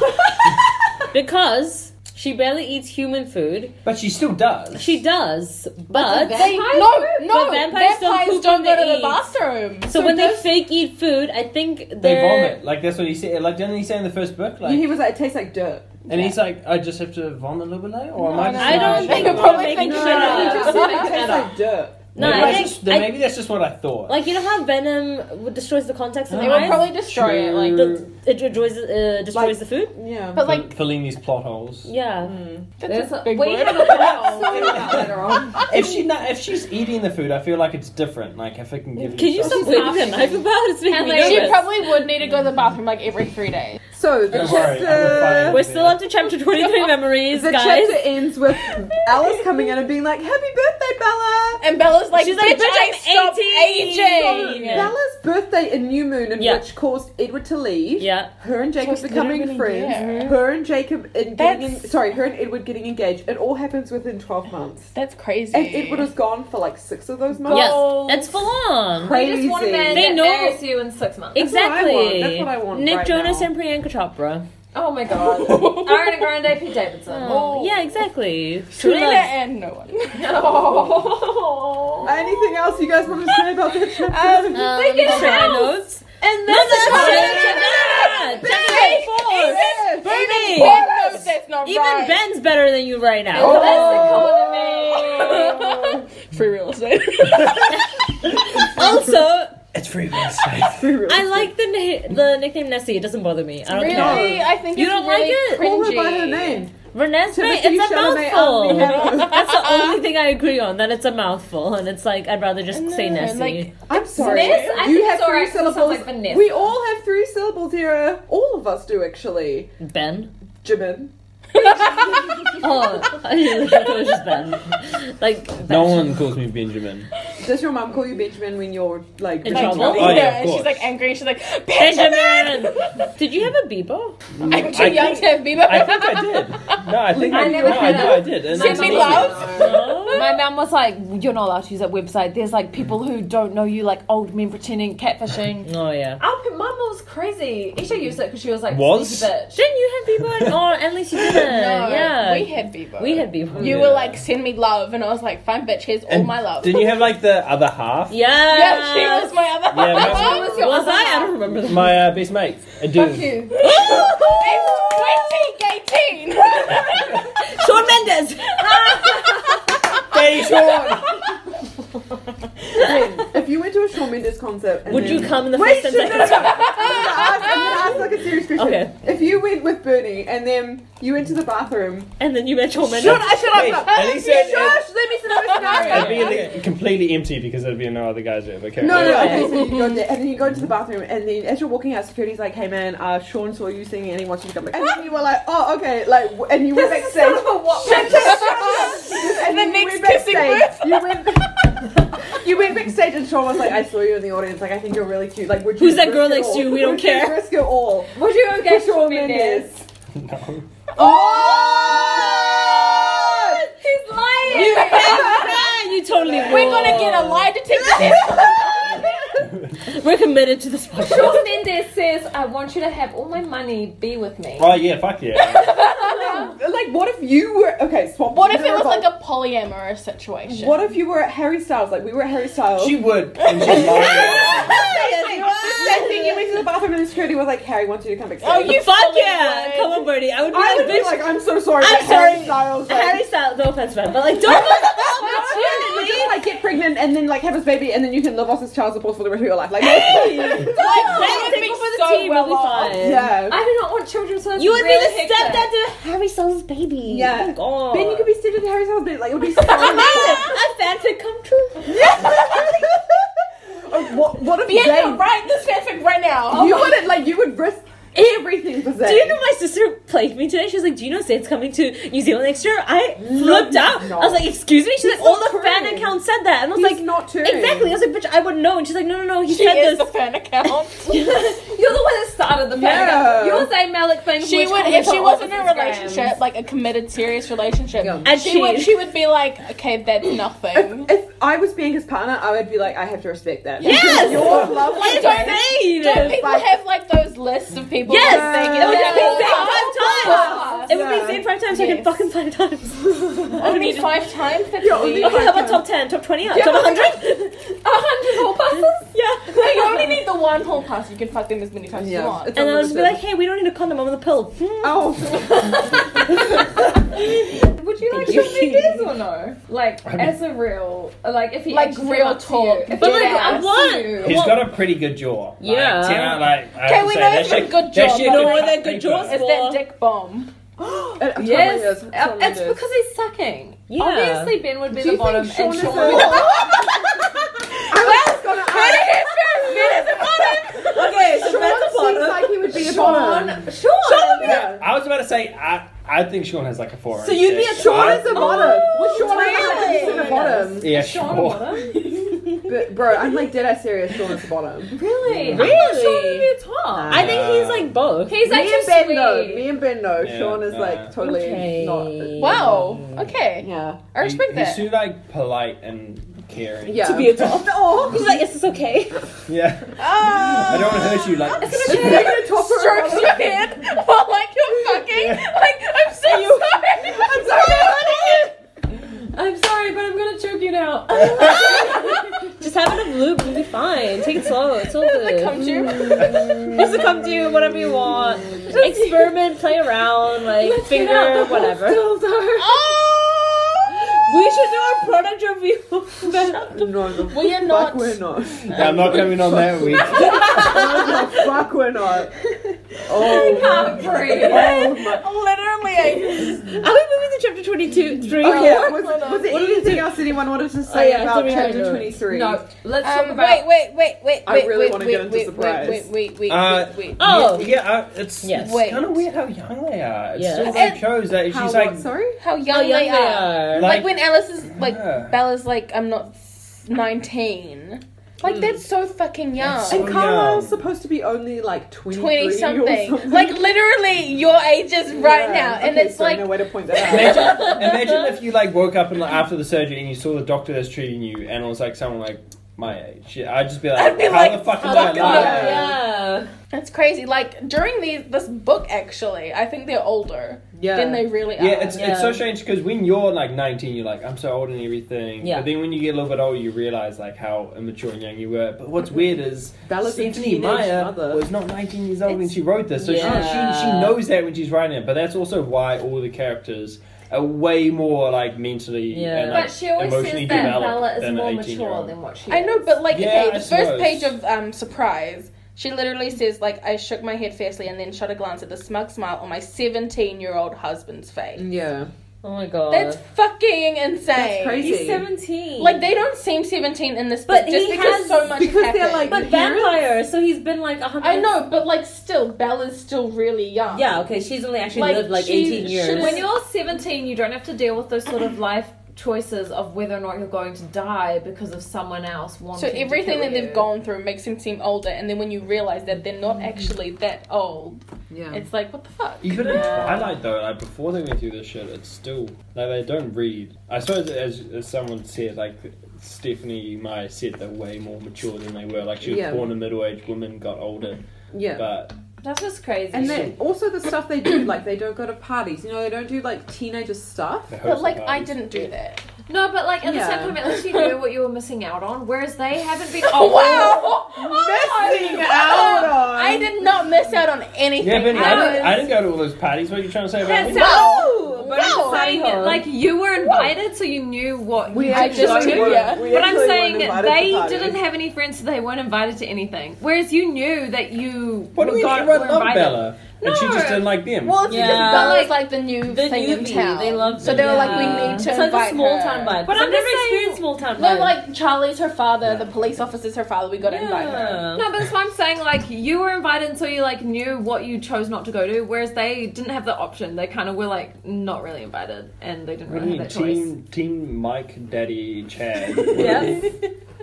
Speaker 3: because she barely eats human food.
Speaker 4: But she still does.
Speaker 3: She does, but.
Speaker 5: They, no,
Speaker 6: Vampires poop.
Speaker 5: no,
Speaker 3: But vampires
Speaker 5: vampires,
Speaker 3: don't poop
Speaker 5: don't,
Speaker 3: when
Speaker 5: go
Speaker 3: they
Speaker 5: to the
Speaker 3: eat.
Speaker 5: bathroom.
Speaker 3: so, when they
Speaker 5: does-
Speaker 3: fake eat food, I think they're.
Speaker 4: they vomit. Like that's what he said. Like didn't he say in the first book? Like,
Speaker 1: he was like, it tastes like dirt.
Speaker 4: and he's like, I just have to vomit a little bit, later? or am I?
Speaker 5: no,
Speaker 4: Just
Speaker 3: I don't
Speaker 4: making shit
Speaker 3: think
Speaker 5: They
Speaker 4: up?
Speaker 5: probably
Speaker 3: they're
Speaker 5: think
Speaker 3: making
Speaker 5: shit
Speaker 3: shit
Speaker 5: up.
Speaker 1: He
Speaker 3: up.
Speaker 1: just said it
Speaker 6: Shut
Speaker 1: tastes
Speaker 6: up.
Speaker 1: like dirt.
Speaker 3: No,
Speaker 4: maybe,
Speaker 3: I
Speaker 4: that's
Speaker 3: think.
Speaker 4: just, then
Speaker 3: I-
Speaker 4: maybe that's just what I thought.
Speaker 3: like, you know how venom w- destroys the contacts in
Speaker 5: They
Speaker 3: their
Speaker 5: would
Speaker 3: eyes?
Speaker 5: probably destroy it. Like,
Speaker 3: The- it destroys, uh, destroys
Speaker 1: Like-
Speaker 3: the food?
Speaker 1: Yeah. Mm.
Speaker 5: but like,
Speaker 4: like filling these plot holes.
Speaker 3: Yeah.
Speaker 5: that's a
Speaker 6: There's-
Speaker 5: big
Speaker 6: we
Speaker 5: word.
Speaker 6: have a battle about later on.
Speaker 4: If she not, if she's eating the food, I feel like it's different. Like if I can give.
Speaker 3: Can you
Speaker 4: yourself-
Speaker 3: stop waving a
Speaker 6: laughing.
Speaker 3: knife about? It's making
Speaker 6: And
Speaker 3: me
Speaker 6: like,
Speaker 3: nervous.
Speaker 5: She probably would need to go to the bathroom like every three days.
Speaker 1: So the
Speaker 4: Don't worry, I'm
Speaker 1: chapter.
Speaker 4: fine.
Speaker 3: We're still up to chapter 23 memories,
Speaker 1: The
Speaker 3: guys.
Speaker 1: chapter ends with Alice coming in and being like, "Happy birthday, Bella!"
Speaker 5: And Bella's like,
Speaker 3: She's
Speaker 5: bitch,
Speaker 3: like, "Bitch,
Speaker 5: I
Speaker 3: I'm
Speaker 5: stopped
Speaker 3: 18."
Speaker 5: aging.
Speaker 3: Yeah.
Speaker 1: Bella's birthday in New Moon, in
Speaker 3: Yeah.
Speaker 1: which caused Edward to leave.
Speaker 3: Yeah.
Speaker 1: Her and Jacob
Speaker 5: Was
Speaker 1: becoming
Speaker 5: literally
Speaker 1: friends.
Speaker 5: there.
Speaker 1: Her and Jacob and getting en-
Speaker 5: That's-
Speaker 1: sorry, her and Edward getting engaged. It all happens within twelve months,
Speaker 5: That's crazy.
Speaker 1: and Edward was gone for like six of those months.
Speaker 3: Yes.
Speaker 5: Oh.
Speaker 3: It's full on.
Speaker 6: They just
Speaker 1: Crazy.
Speaker 6: want a man
Speaker 3: They
Speaker 6: that
Speaker 3: know-
Speaker 6: marries you in six months.
Speaker 1: That's what I want.
Speaker 3: Exactly.
Speaker 1: That's what I want
Speaker 3: Nick
Speaker 1: right
Speaker 3: Jonas
Speaker 1: now.
Speaker 3: and Priyanka Chopra.
Speaker 6: Oh my god. Ariana Grande, Pete Davidson.
Speaker 3: Oh, yeah, exactly. True
Speaker 5: Selena
Speaker 3: love.
Speaker 5: and no one.
Speaker 6: Oh.
Speaker 1: Anything else you guys want to say about that chapter?
Speaker 3: Um,
Speaker 6: They get
Speaker 3: should I notes.
Speaker 6: And
Speaker 3: No,
Speaker 6: that's
Speaker 3: that's
Speaker 6: how-
Speaker 3: not Chapter 24. Bernie.
Speaker 5: Ben knows that's not
Speaker 3: Even
Speaker 5: right.
Speaker 3: Ben's better than you right now.
Speaker 6: That's
Speaker 5: Oh.
Speaker 6: economy.
Speaker 5: Free real estate.
Speaker 3: Also,
Speaker 4: It's free real estate.
Speaker 3: I like the na- the nickname Nessie. It doesn't bother me. I don't
Speaker 5: really?
Speaker 3: care.
Speaker 5: I think
Speaker 3: You
Speaker 5: it's
Speaker 3: don't like
Speaker 5: really
Speaker 3: it?
Speaker 1: Call her
Speaker 5: cringy.
Speaker 1: by her name.
Speaker 3: Renesmee,
Speaker 1: Timothy
Speaker 3: it's a
Speaker 1: Chalamet,
Speaker 3: mouthful.
Speaker 1: Anthony Hopkins.
Speaker 3: That's the only thing I agree on. That it's a mouthful, and it's like I'd rather just
Speaker 5: I
Speaker 3: say
Speaker 5: know,
Speaker 3: Nessie.
Speaker 5: like-
Speaker 1: I'm sorry.
Speaker 6: Vanessa? I
Speaker 1: you
Speaker 6: think
Speaker 1: have
Speaker 6: it's
Speaker 1: three
Speaker 6: alright, 'cause it sounds
Speaker 1: syllables.
Speaker 6: like Vanessa.
Speaker 1: we all have three syllables here. All of us do actually.
Speaker 3: ben.
Speaker 1: Jimin.
Speaker 3: Oh, I thought it was just Ben. Like
Speaker 4: no
Speaker 3: Ben.
Speaker 4: one calls me Benjamin.
Speaker 1: Does your mum call you Benjamin when you're like
Speaker 3: In
Speaker 1: really
Speaker 3: trouble?
Speaker 1: young?
Speaker 4: Oh, yeah, of
Speaker 5: and she's
Speaker 4: course.
Speaker 5: like angry. She's like,
Speaker 3: Benjamin. Did you have a Bieber?
Speaker 5: I'm too
Speaker 4: I
Speaker 5: young
Speaker 4: think-
Speaker 5: to have Bieber.
Speaker 4: I think I did. No, I think
Speaker 6: I
Speaker 4: I,
Speaker 6: never
Speaker 4: no, I
Speaker 6: had
Speaker 4: know
Speaker 6: a-
Speaker 4: I did. And
Speaker 6: My
Speaker 5: Send me
Speaker 6: mum-
Speaker 5: love.
Speaker 3: No.
Speaker 6: My mum was like, "You're not allowed to use that website. There's like people who don't know you, like old men pretending catfishing."
Speaker 3: Oh yeah.
Speaker 6: Our p- mum was crazy. Isha used it because she was like,
Speaker 4: Was?
Speaker 6: "Sneaky bitch."
Speaker 3: Didn't you have Bieber? Oh, at least you didn't.
Speaker 5: No,
Speaker 3: yeah.
Speaker 5: we had Bieber.
Speaker 3: We had Bieber.
Speaker 5: You
Speaker 4: Yeah.
Speaker 5: were like, send me love, and I was like, fine, bitch, here's all
Speaker 4: And
Speaker 5: Oh, my love.
Speaker 4: Didn't you have like the other half?
Speaker 3: yeah.
Speaker 5: yeah, she was my other
Speaker 4: Yeah,
Speaker 5: half.
Speaker 4: my-
Speaker 5: It was your
Speaker 3: Was
Speaker 5: other
Speaker 3: I? I
Speaker 5: half.
Speaker 3: don't remember. The-
Speaker 4: My uh, best mate, a dude.
Speaker 5: It's 2018.
Speaker 3: Sean Mendes.
Speaker 4: Hey, Sean.
Speaker 1: If you went to a Shawn Mendes concert, and
Speaker 3: Would
Speaker 1: then-
Speaker 3: you come in the
Speaker 1: Wait,
Speaker 3: first
Speaker 1: shit,
Speaker 3: and
Speaker 1: no, no,
Speaker 3: second?
Speaker 1: no. I'm gonna ask like a serious question.
Speaker 3: Okay.
Speaker 1: If you went with Bernie and then you went to the bathroom,
Speaker 3: And then you met Sean Mendes.
Speaker 1: shut up, shut
Speaker 4: Wait,
Speaker 1: up.
Speaker 4: and he said
Speaker 1: Josh, let me see scenario.
Speaker 4: it'd be like, completely empty because there'd be no other guys there. Okay.
Speaker 1: No, no,
Speaker 3: Yeah.
Speaker 1: okay, so you go there, and then you go into the bathroom, and then as you're walking out, security's like, hey man, uh, Sean saw you singing and he wants you to come back. And then you were like, oh, okay, like, w- and you went
Speaker 6: This is sort
Speaker 1: backstage.
Speaker 6: of a what?
Speaker 1: And
Speaker 5: The
Speaker 1: then you
Speaker 5: next
Speaker 1: went
Speaker 5: kissing
Speaker 1: backstage. You went, you went backstage, and Sean was like, I saw you in the audience, like, I think you're really cute. Like, would you
Speaker 3: Who's that
Speaker 1: risk
Speaker 3: girl
Speaker 1: it
Speaker 3: next to
Speaker 1: all?
Speaker 3: you? We don't
Speaker 1: Would you
Speaker 3: care."
Speaker 1: risk it all.
Speaker 6: Would you engage
Speaker 1: Shawn
Speaker 6: Shawn
Speaker 1: Mendes.
Speaker 6: Mendes?
Speaker 4: No.
Speaker 1: Oh!
Speaker 6: He's lying.
Speaker 3: You had- you totally
Speaker 5: We're gonna get a lie detector test.
Speaker 3: We're committed to this podcast.
Speaker 6: Shawn Mendes says, "I want you to have all my money. Be with me."
Speaker 4: Oh yeah, fuck yeah.
Speaker 1: Like, what if you were okay? Swamp.
Speaker 5: What if it was like a polyamorous situation?
Speaker 1: What if you were at Harry Styles? Like, we were at Harry Styles.
Speaker 4: she would. And she'd love it.
Speaker 1: Yes, you are. that thing you went to the bathroom and the security was like, Harry wants you to come back.
Speaker 3: Oh, you fuck
Speaker 6: fully
Speaker 3: yeah!
Speaker 6: would.
Speaker 3: Come on, Brody. I would be
Speaker 1: I
Speaker 3: like,
Speaker 1: would be
Speaker 3: bitch.
Speaker 1: like, I'm so sorry.
Speaker 3: I'm
Speaker 1: but Harry
Speaker 3: sorry.
Speaker 1: Styles, like,
Speaker 3: Harry Styles, no offense, man, but like, don't.
Speaker 1: Would you like get pregnant and then like have his baby and then you can live off his child support for the rest of your life? Like,
Speaker 3: that would be so well off.
Speaker 1: yeah.
Speaker 2: I do not want children, so that's
Speaker 3: You would be
Speaker 2: really
Speaker 3: the
Speaker 2: hectic.
Speaker 3: stepdad to Harry Styles' baby.
Speaker 1: Yeah.
Speaker 3: Oh, God.
Speaker 1: Then you could be stayed with Harry Styles, but like it would be so.
Speaker 3: a fanfic come true.
Speaker 1: Oh, what, what if Zayn?
Speaker 5: write this fanfic right now.
Speaker 1: You wouldn't like you would risk everything for Zayn.
Speaker 3: Do you know my sister plagued me today? She was like, "Do you know Zayn's coming to New Zealand next year?" I flipped out.
Speaker 1: Mm, no.
Speaker 3: I was like, "Excuse me?" She's
Speaker 1: He's
Speaker 3: like, "All
Speaker 1: not
Speaker 3: the fan
Speaker 1: touring.
Speaker 3: accounts said that," and I was
Speaker 1: He's
Speaker 3: like,
Speaker 1: not too
Speaker 3: "Exactly." I was like, "Bitch, I would not know." And she's like, "No, no, no. He
Speaker 6: She
Speaker 3: said
Speaker 6: is
Speaker 3: this."
Speaker 6: the fan account.
Speaker 2: You're the one that started the panic.
Speaker 1: Yeah.
Speaker 2: You're the same Malik thing.
Speaker 5: She
Speaker 2: which
Speaker 5: would,
Speaker 2: comments
Speaker 5: if she
Speaker 2: on
Speaker 5: was in
Speaker 2: all
Speaker 5: a
Speaker 2: of his
Speaker 5: relationship, like a committed, serious relationship,
Speaker 3: and
Speaker 5: she would, she would be like, okay, that's nothing.
Speaker 1: If, if I was being his partner, I would be like, I have to respect that.
Speaker 3: Yes!
Speaker 1: your love
Speaker 3: It's
Speaker 1: life-
Speaker 3: insane.
Speaker 5: Don't people
Speaker 1: Like-
Speaker 5: have like those lists of people?
Speaker 3: Yes,
Speaker 5: that they get
Speaker 3: it would
Speaker 5: that
Speaker 3: be Zayn
Speaker 5: all out?
Speaker 3: five times. It would be Zayn five times. so I can
Speaker 5: Yes.
Speaker 3: fucking five times. I don't
Speaker 5: Only
Speaker 3: need to. Okay,
Speaker 5: five times. That's
Speaker 1: Yeah, only
Speaker 5: weird.
Speaker 1: five
Speaker 3: how about top ten, top twenty, top one hundred?
Speaker 2: games. A hundred whole buses.
Speaker 3: Yeah.
Speaker 5: No, you only need the one whole pass. You can fuck them as many times as you
Speaker 1: Yeah.
Speaker 5: want.
Speaker 1: it's
Speaker 3: And I'll just be like,
Speaker 1: unlimited.
Speaker 3: "Hey, we don't need a condom. I'm on the pill."
Speaker 1: oh,
Speaker 2: Would you like to be this or no? Like as a real, like if he
Speaker 5: Like,
Speaker 2: actually
Speaker 5: real
Speaker 2: wants
Speaker 5: talk.
Speaker 2: you, if
Speaker 5: But,
Speaker 2: he
Speaker 5: like,
Speaker 2: asks
Speaker 5: I
Speaker 3: want-
Speaker 2: you.
Speaker 4: He's got a pretty good jaw. Like,
Speaker 3: Yeah.
Speaker 4: Tina, like, I
Speaker 5: Okay,
Speaker 4: have to
Speaker 5: we
Speaker 4: say,
Speaker 5: know
Speaker 4: that
Speaker 5: it's a
Speaker 4: shit-
Speaker 5: good
Speaker 4: that
Speaker 5: jaw,
Speaker 4: shit
Speaker 5: but-
Speaker 4: could
Speaker 3: You know what
Speaker 4: cut
Speaker 3: that good
Speaker 4: paper.
Speaker 3: jaw's
Speaker 5: It's
Speaker 3: Well-
Speaker 5: that dick bomb.
Speaker 1: It totally
Speaker 2: Yes, Uh,
Speaker 1: is. It totally
Speaker 2: it's
Speaker 1: is.
Speaker 2: because he's sucking.
Speaker 3: Yeah.
Speaker 2: Obviously, Ben would be the bottom, and Sean
Speaker 1: Sean
Speaker 2: is
Speaker 1: is a-
Speaker 2: the top.
Speaker 1: I was gonna ask.
Speaker 3: Okay, so that's a
Speaker 1: Sean seems
Speaker 3: bottom.
Speaker 1: like he would be a bottom.
Speaker 2: Sean, Sean,
Speaker 1: Yeah.
Speaker 4: I was about to say, I, I think Sean has like a four.
Speaker 3: So you'd be a
Speaker 1: Sean is a bottom. Sean is like, he's a bottom.
Speaker 4: Yeah,
Speaker 2: Sean,
Speaker 4: sure.
Speaker 2: bottom.
Speaker 1: But bro, I'm like dead ass serious. Sean is the bottom.
Speaker 2: Really?
Speaker 3: Really?
Speaker 2: I thought Sean would be a top.
Speaker 3: I think he's like both.
Speaker 2: He's
Speaker 1: Me
Speaker 2: like
Speaker 1: and
Speaker 2: too
Speaker 1: Ben
Speaker 2: sweet.
Speaker 1: know. Me and Ben know.
Speaker 4: Yeah,
Speaker 1: Sean is
Speaker 4: yeah.
Speaker 1: like totally
Speaker 3: Okay.
Speaker 1: not.
Speaker 5: Wow. Okay.
Speaker 1: Yeah.
Speaker 5: I respect
Speaker 4: He-
Speaker 5: that.
Speaker 4: He's too like polite and caring.
Speaker 1: Yeah.
Speaker 3: to be a top.
Speaker 1: Oh,
Speaker 3: He's like, is this okay?
Speaker 4: Yeah.
Speaker 5: Ah.
Speaker 4: I don't want to hurt you. Like,
Speaker 1: You're gonna top her
Speaker 5: Strokes
Speaker 1: bottom.
Speaker 5: your head while like you're fucking. Like I'm so sorry. I'm
Speaker 2: I'm sorry, but I'm gonna choke you now.
Speaker 3: Just have it in loop. You'll be fine. Take it slow. It's all
Speaker 5: sorry.
Speaker 3: good.
Speaker 5: Come to you.
Speaker 3: Just to come to you, whatever you want. Experiment, play around, like finger, whatever. We should do a product review.
Speaker 1: No, the
Speaker 5: We are
Speaker 1: fuck
Speaker 5: not.
Speaker 1: we're not.
Speaker 4: I'm not coming on that week.
Speaker 1: No, the fuck we're not. Oh,
Speaker 2: Can't breathe.
Speaker 1: oh my.
Speaker 5: Literally.
Speaker 3: Are we moving to chapter 22? Three?
Speaker 1: Oh, yeah. Was,
Speaker 5: Hold on.
Speaker 1: was there
Speaker 3: What do we
Speaker 1: anything else anyone wanted to say
Speaker 3: Oh, yeah, I thought
Speaker 1: about
Speaker 3: we had
Speaker 1: chapter
Speaker 3: to-
Speaker 1: 23?
Speaker 2: No, let's talk
Speaker 5: Um,
Speaker 2: about.
Speaker 5: wait, wait, wait, wait, wait,
Speaker 1: I really
Speaker 5: wait,
Speaker 1: wanna
Speaker 5: wait,
Speaker 1: get into
Speaker 5: wait,
Speaker 1: surprise.
Speaker 5: wait, wait, wait,
Speaker 4: Uh,
Speaker 5: wait, wait.
Speaker 3: Oh.
Speaker 4: Yeah, uh, it's,
Speaker 3: Yes.
Speaker 5: Wait.
Speaker 4: it's kind of weird how young they are. It
Speaker 3: Yes.
Speaker 4: still like
Speaker 5: And-
Speaker 4: shows that she's
Speaker 1: How,
Speaker 4: like.
Speaker 1: what, sorry?
Speaker 5: How young,
Speaker 3: How young
Speaker 5: they are.
Speaker 4: Like-
Speaker 5: Like, when Alice is like
Speaker 4: Yeah.
Speaker 5: Bella's like I'm not 19. Like that's so fucking young.
Speaker 4: That's so
Speaker 1: And
Speaker 4: young.
Speaker 1: Carlisle's supposed to be only like 23
Speaker 5: 20 something.
Speaker 1: Or something.
Speaker 5: Like literally your age is right
Speaker 1: Yeah.
Speaker 5: now and
Speaker 1: Okay,
Speaker 5: it's
Speaker 1: sorry,
Speaker 5: like
Speaker 1: no way to point that out.
Speaker 4: Imagine, imagine if you like woke up and like, after the surgery and you saw the doctor that's treating you and it was like someone like my age. Yeah, I'd just be like,
Speaker 5: I'd be
Speaker 4: how
Speaker 5: like,
Speaker 4: the fuck am I alive?
Speaker 5: fuck am I
Speaker 1: alive?
Speaker 3: Oh, Yeah.
Speaker 5: that's crazy. Like during these this book actually, I think they're older
Speaker 1: yeah.
Speaker 5: than they really are.
Speaker 4: Yeah, it's it's
Speaker 3: Yeah.
Speaker 4: so strange because when you're like 19, you're like, I'm so old and everything.
Speaker 3: Yeah.
Speaker 4: But then when you get a little bit older, you realize like how immature and young you were. But what's weird is
Speaker 1: Bella's a
Speaker 4: Stephanie
Speaker 1: teenage
Speaker 4: Meyer
Speaker 1: mother.
Speaker 4: was not 19 years old when
Speaker 3: It's-
Speaker 4: she wrote this, so
Speaker 3: Yeah.
Speaker 4: she, she she knows that when she's writing it. But that's also why all the characters are way more like mentally
Speaker 3: Yeah.
Speaker 4: and like,
Speaker 2: but she always says
Speaker 4: emotionally
Speaker 2: that
Speaker 4: developed
Speaker 2: Bella is
Speaker 4: than
Speaker 2: more
Speaker 4: an 18 year
Speaker 2: mature
Speaker 4: old.
Speaker 2: than what she is.
Speaker 5: I know, but like,
Speaker 4: Yeah,
Speaker 5: okay,
Speaker 4: I
Speaker 5: the first
Speaker 4: suppose.
Speaker 5: page of um, Surprise, she literally says, like, I shook my head fiercely and then shot a glance at the smug smile on my 17 year old husband's face.
Speaker 4: Mm.
Speaker 1: Yeah.
Speaker 3: Oh my god.
Speaker 5: That's fucking insane.
Speaker 1: That's crazy.
Speaker 2: He's 17.
Speaker 5: Like, they don't seem 17 in this
Speaker 3: But
Speaker 5: book just
Speaker 3: he
Speaker 5: because
Speaker 3: has-
Speaker 5: so much
Speaker 1: because they're,
Speaker 5: happened.
Speaker 1: like-
Speaker 3: but vampire, so he's been like a hundred.
Speaker 5: I know, but like, still, Bella's still really young.
Speaker 3: Yeah, okay, she's only actually
Speaker 5: Like,
Speaker 3: lived like
Speaker 5: she
Speaker 3: 18 years.
Speaker 5: should've-
Speaker 2: when you're 17, you don't have to deal with those sort of life choices of whether or not you're going to die because of someone else wanting
Speaker 5: So
Speaker 2: to
Speaker 5: everything
Speaker 2: kill
Speaker 5: that they've
Speaker 2: you.
Speaker 5: gone through makes them seem older, and then when you realize that they're not actually that old,
Speaker 1: Yeah.
Speaker 5: it's like, what the fuck?
Speaker 4: Even in
Speaker 2: Yeah.
Speaker 4: Twilight though, like before they went through this shit, it's still like they don't read. I suppose as, as someone said, like Stephanie Meyer said, they're way more mature than they were. Like she was
Speaker 1: Yeah.
Speaker 4: born a middle-aged woman, got older,
Speaker 1: yeah.
Speaker 4: but
Speaker 2: That's just crazy.
Speaker 1: And then also the stuff they do, like they don't go to parties. You know, they don't do like teenager stuff.
Speaker 4: they host
Speaker 5: But
Speaker 4: the
Speaker 5: like, I
Speaker 4: parties.
Speaker 5: didn't do that.
Speaker 2: No, but like at the
Speaker 1: Yeah.
Speaker 2: same time, at least you knew what you were missing out on, whereas they haven't been.
Speaker 5: Oh wow!
Speaker 1: Messing out on.
Speaker 5: I did not miss out on anything.
Speaker 4: Yeah, but I,
Speaker 5: I
Speaker 4: didn't,
Speaker 5: was-
Speaker 4: I didn't go to all those parties. What are you trying to say about
Speaker 2: That's
Speaker 4: me?
Speaker 5: Wow!
Speaker 2: But I'm
Speaker 5: Wow.
Speaker 2: saying,
Speaker 1: Wow.
Speaker 2: like you were invited, so you knew what you
Speaker 5: I
Speaker 2: did go
Speaker 5: just knew,
Speaker 2: to.
Speaker 5: yeah.
Speaker 1: we
Speaker 2: But I'm
Speaker 1: actually
Speaker 2: saying
Speaker 1: weren't invited
Speaker 2: they
Speaker 1: to parties.
Speaker 2: didn't have any friends, so they weren't invited to anything. Whereas you knew that you
Speaker 4: What do we
Speaker 2: got,
Speaker 4: mean everyone
Speaker 2: were
Speaker 4: loved
Speaker 2: invited.
Speaker 4: Bella? And she just
Speaker 2: No.
Speaker 4: didn't like them.
Speaker 1: Well, it's
Speaker 3: Yeah.
Speaker 1: because
Speaker 5: That
Speaker 2: But,
Speaker 5: was
Speaker 2: like,
Speaker 5: like the new
Speaker 3: The
Speaker 5: thing in
Speaker 3: newbie,
Speaker 5: town.
Speaker 3: they loved
Speaker 5: So
Speaker 3: it.
Speaker 5: they were like,
Speaker 2: Yeah.
Speaker 5: we need to
Speaker 3: It's like
Speaker 5: invite
Speaker 3: a small
Speaker 5: her.
Speaker 3: town vibe.
Speaker 2: But
Speaker 3: I've
Speaker 2: I'm
Speaker 3: never
Speaker 2: just saying-
Speaker 3: experienced small town
Speaker 5: No,
Speaker 3: vibe.
Speaker 5: like Charlie's her father. The police officer's her father. We got to invite her.
Speaker 3: yeah.
Speaker 2: No, but that's why I'm saying like you were invited, so you like knew what you chose not to go to. Whereas they didn't have the option. They kind of were like not really invited, and they didn't
Speaker 4: What
Speaker 2: really
Speaker 4: do you
Speaker 2: have
Speaker 4: mean,
Speaker 2: that Uh, choice.
Speaker 4: team, team Mike, Daddy, Chad?
Speaker 3: Yeah.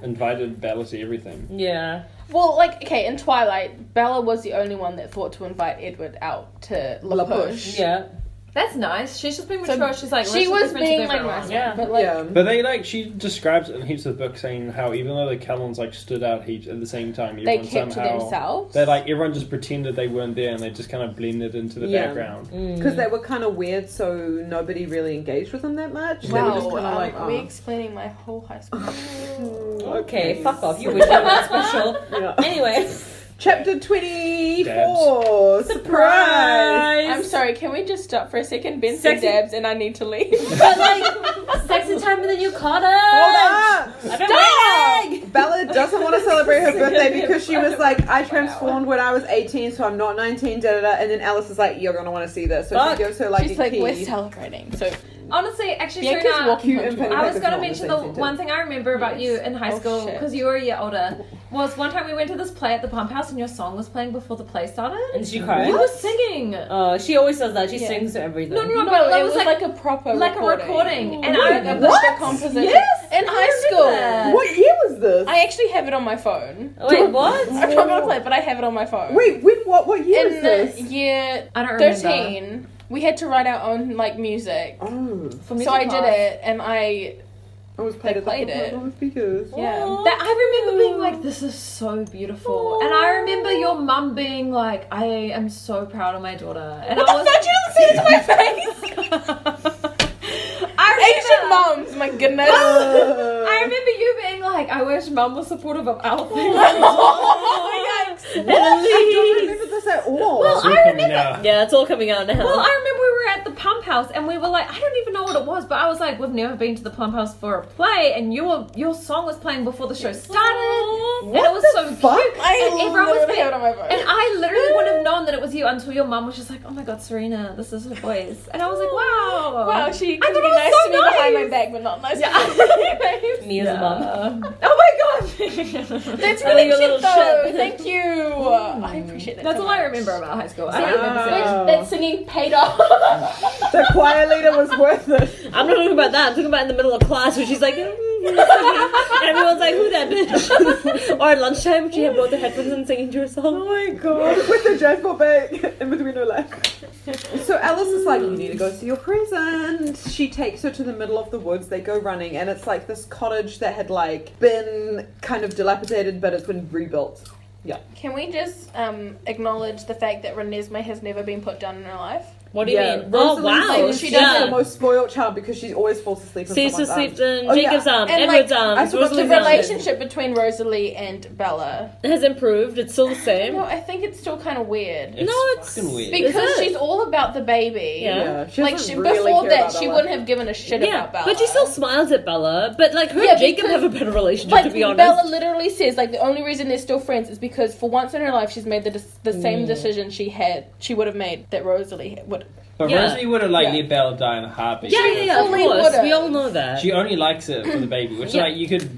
Speaker 4: Invited Bella to everything.
Speaker 3: yeah.
Speaker 5: Well, like okay, in Twilight, Bella was the only one that thought to invite Edward out to La Push.
Speaker 3: Yeah.
Speaker 2: That's nice. She's just been
Speaker 5: So
Speaker 2: mature. She's like let's just be
Speaker 5: she was
Speaker 2: friends with
Speaker 5: being like,
Speaker 2: everyone.
Speaker 5: nice,
Speaker 3: Yeah.
Speaker 5: but like,
Speaker 1: yeah.
Speaker 4: But they like she describes it in heaps of books, saying how even though the Kellans like stood out heaps at the same time,
Speaker 5: they
Speaker 4: everyone
Speaker 5: kept to
Speaker 4: somehow
Speaker 5: themselves.
Speaker 4: they like everyone just pretended they weren't there and they just kind of blended into the
Speaker 1: Yeah.
Speaker 4: background.
Speaker 3: Mm.
Speaker 1: because they were kind of weird, so nobody really engaged with them that much. they were
Speaker 5: wow,
Speaker 1: just kind of
Speaker 5: are
Speaker 1: like,
Speaker 5: we
Speaker 2: um.
Speaker 1: oh.
Speaker 5: explaining my whole high school?
Speaker 3: Okay, fuck off. You wish I was special.
Speaker 1: Yeah.
Speaker 3: Anyway.
Speaker 1: Chapter twenty-four. Surprise!
Speaker 5: I'm sorry. Can we just stop for a second? Ben said
Speaker 3: Sexy-
Speaker 5: dabs, and I need to leave.
Speaker 3: But like, sexy time with the new Connor.
Speaker 1: Hold up!
Speaker 3: I've been waiting.
Speaker 1: Bella doesn't want to celebrate her birthday because she was like, I transformed when I was 18, so I'm not 19, da da da. And then Alice is like, You're going to want to see this. So
Speaker 3: Fuck.
Speaker 1: she gives her like
Speaker 5: She's
Speaker 1: a
Speaker 5: like,
Speaker 1: key.
Speaker 5: we're celebrating. So
Speaker 2: Honestly, actually,
Speaker 5: Bianca's
Speaker 2: Serena,
Speaker 5: walking
Speaker 1: you
Speaker 5: home to
Speaker 1: impeded-
Speaker 5: work.
Speaker 2: I was
Speaker 1: That's
Speaker 2: going to
Speaker 1: not
Speaker 2: mention
Speaker 1: the
Speaker 2: the
Speaker 1: same sentence.
Speaker 2: one thing I remember about you in high
Speaker 5: Oh,
Speaker 2: school
Speaker 5: shit.
Speaker 2: because you were a year older. Was one time we went to this play at the pump house and your song was playing before the play started.
Speaker 3: And she cried.
Speaker 2: You were singing. No,
Speaker 3: Uh, she always does that. She
Speaker 5: Yeah.
Speaker 3: sings to everything.
Speaker 2: no, no, no.
Speaker 5: No,
Speaker 2: that
Speaker 5: it
Speaker 2: was, like,
Speaker 5: like, a proper
Speaker 2: like a
Speaker 5: recording.
Speaker 2: recording. And
Speaker 5: Like
Speaker 2: I
Speaker 5: a what? composition.
Speaker 2: Yes,
Speaker 5: in
Speaker 2: I
Speaker 5: high
Speaker 2: remember
Speaker 5: school.
Speaker 2: that.
Speaker 1: What year was this?
Speaker 5: I actually have it on my phone.
Speaker 3: Wait, what?
Speaker 5: I'm not gonna play, it, but I have it on my phone.
Speaker 1: Oh. Wait, when, what, what year
Speaker 5: in
Speaker 1: is
Speaker 5: the
Speaker 1: this?
Speaker 5: year
Speaker 2: I don't remember.
Speaker 5: thirteen, we had to write our own like music.
Speaker 1: Oh,
Speaker 2: For
Speaker 5: so
Speaker 2: music
Speaker 5: I did
Speaker 2: class.
Speaker 5: it, and I
Speaker 1: I was played,
Speaker 5: They played
Speaker 1: at
Speaker 5: it.
Speaker 1: the speakers.
Speaker 5: yeah.
Speaker 2: That I remember being
Speaker 5: Oh.
Speaker 2: like, "This is so beautiful," and I remember your mum being like, "I am so proud of my daughter." And I was,
Speaker 5: you didn't say it to my face. Asian
Speaker 2: I remember,
Speaker 5: moms, my goodness.
Speaker 2: I
Speaker 1: Uh,
Speaker 2: remember you being like, "I wish mum was supportive of our thing."
Speaker 1: I don't remember this at all.
Speaker 2: Well,
Speaker 4: It's all
Speaker 2: I
Speaker 4: coming
Speaker 2: remember-
Speaker 4: out.
Speaker 3: Yeah, it's all coming out now.
Speaker 2: Well, I remember we were at the pump house and we were like, I don't even know what it was, but I was like, we've never been to the pump house for a play, and your your song was playing before the show started, and it was so
Speaker 1: fuck?
Speaker 2: cute.
Speaker 5: I
Speaker 2: and everyone was
Speaker 5: literally
Speaker 2: being,
Speaker 5: have it on my
Speaker 2: and
Speaker 5: phone.
Speaker 2: I literally wouldn't have known that it was you until your mum was just like, oh my god, Serena, this is her voice, and I was like, wow,
Speaker 5: Wow, she
Speaker 2: I thought
Speaker 5: could be
Speaker 2: it was
Speaker 5: nice
Speaker 2: so
Speaker 5: to me behind my
Speaker 2: nice.
Speaker 5: back, but not nice.
Speaker 2: Yeah.
Speaker 5: to me.
Speaker 3: me as a mom.
Speaker 2: oh my god,
Speaker 5: That's
Speaker 3: I think
Speaker 5: really
Speaker 3: a
Speaker 5: cute,
Speaker 3: little
Speaker 5: though.
Speaker 3: shit.
Speaker 5: Thank you. I appreciate that.
Speaker 2: that's
Speaker 5: so
Speaker 2: all I
Speaker 5: much.
Speaker 2: remember about high school. I
Speaker 5: See,
Speaker 2: don't remember
Speaker 1: Wow.
Speaker 2: seeing-
Speaker 5: that- that singing paid off.
Speaker 1: the choir leader was worth it.
Speaker 3: I'm not talking about that. I'm talking about in the middle of class where she's like, "Mm," and everyone's like, who that bitch? or at lunchtime when she had both her headphones and singing to herself. Oh my god.
Speaker 1: With the jazz ball back in between her legs. So Alice is like, You need to go see your present. She takes her to the middle of the woods. They go running, and it's like this cottage that had like been kind of dilapidated, but it's been rebuilt.
Speaker 5: Can we just um, acknowledge the fact that Renesmee has never been put down in her life?
Speaker 3: What do
Speaker 1: Yeah,
Speaker 3: you mean? Oh
Speaker 1: Rosalie's
Speaker 3: wow.
Speaker 1: saying
Speaker 5: she
Speaker 1: She's
Speaker 5: does
Speaker 1: the most spoiled child because she always falls asleep in
Speaker 3: Caesar
Speaker 1: someone's
Speaker 3: sleeps
Speaker 1: arms.
Speaker 3: in
Speaker 1: Oh, yeah.
Speaker 3: Jacob's arm,
Speaker 5: And, like,
Speaker 3: Edward's
Speaker 1: I
Speaker 3: arm,
Speaker 1: forgot
Speaker 5: The
Speaker 1: The
Speaker 3: Rosalie's arm.
Speaker 5: relationship between Rosalie and Bella.
Speaker 3: It has improved. It's still the
Speaker 5: No,
Speaker 3: same.
Speaker 5: I think it's still kind of weird.
Speaker 3: No, it's-
Speaker 4: fucking weird.
Speaker 3: Is
Speaker 5: Because
Speaker 3: it?
Speaker 5: she's all about the baby.
Speaker 3: Yeah.
Speaker 1: she
Speaker 5: Like
Speaker 1: doesn't
Speaker 5: she,
Speaker 1: really
Speaker 5: before
Speaker 1: care
Speaker 5: that,
Speaker 1: about
Speaker 5: she
Speaker 1: Bella.
Speaker 5: wouldn't have given a shit
Speaker 3: Yeah,
Speaker 5: about Bella.
Speaker 3: but she still smiles at Bella. But like her
Speaker 5: Yeah,
Speaker 3: and Jacob
Speaker 5: because-
Speaker 3: have a better relationship,
Speaker 5: Like
Speaker 3: to be honest.
Speaker 5: Bella literally says, like the only reason they're still friends is because for once in her life she's made the dis- the same decision she had she would have made that Rosalie would.
Speaker 4: But
Speaker 3: Yeah.
Speaker 4: Rosalie would have like
Speaker 5: Yeah.
Speaker 4: let Bella die in a heartbeat.
Speaker 3: yeah, yeah, yeah. Of
Speaker 5: fully
Speaker 3: course,
Speaker 5: would've.
Speaker 3: we all know that.
Speaker 4: She only likes it for the baby, which
Speaker 3: Yeah.
Speaker 4: like you could,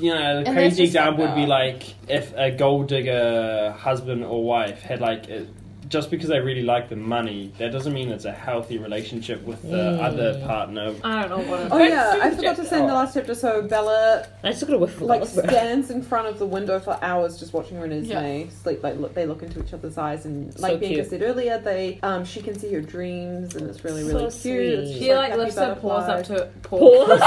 Speaker 4: you know, the
Speaker 5: And that's
Speaker 4: crazy
Speaker 5: just
Speaker 4: example
Speaker 5: not
Speaker 4: would be like if a gold digger husband or wife had like. It, just because they really like the money, that doesn't mean it's a healthy relationship with the other partner.
Speaker 2: I don't know what. It
Speaker 1: Oh yeah, I forgot to say in the
Speaker 4: Oh.
Speaker 1: last chapter. So Bella
Speaker 3: I just got a whiff of
Speaker 1: like
Speaker 3: like,
Speaker 1: stands in front of the window for hours just watching Renesmee
Speaker 5: Yeah.
Speaker 1: sleep. Like look, they look into each other's eyes, and
Speaker 3: So
Speaker 1: like Bianca
Speaker 3: cute.
Speaker 1: said earlier, they um she can see her dreams, and it's really
Speaker 3: So
Speaker 1: really cute. It's
Speaker 3: sweet.
Speaker 1: just
Speaker 2: She like
Speaker 1: happy
Speaker 2: lifts her paws up
Speaker 1: butterfly.
Speaker 2: to paw.
Speaker 3: Pause. I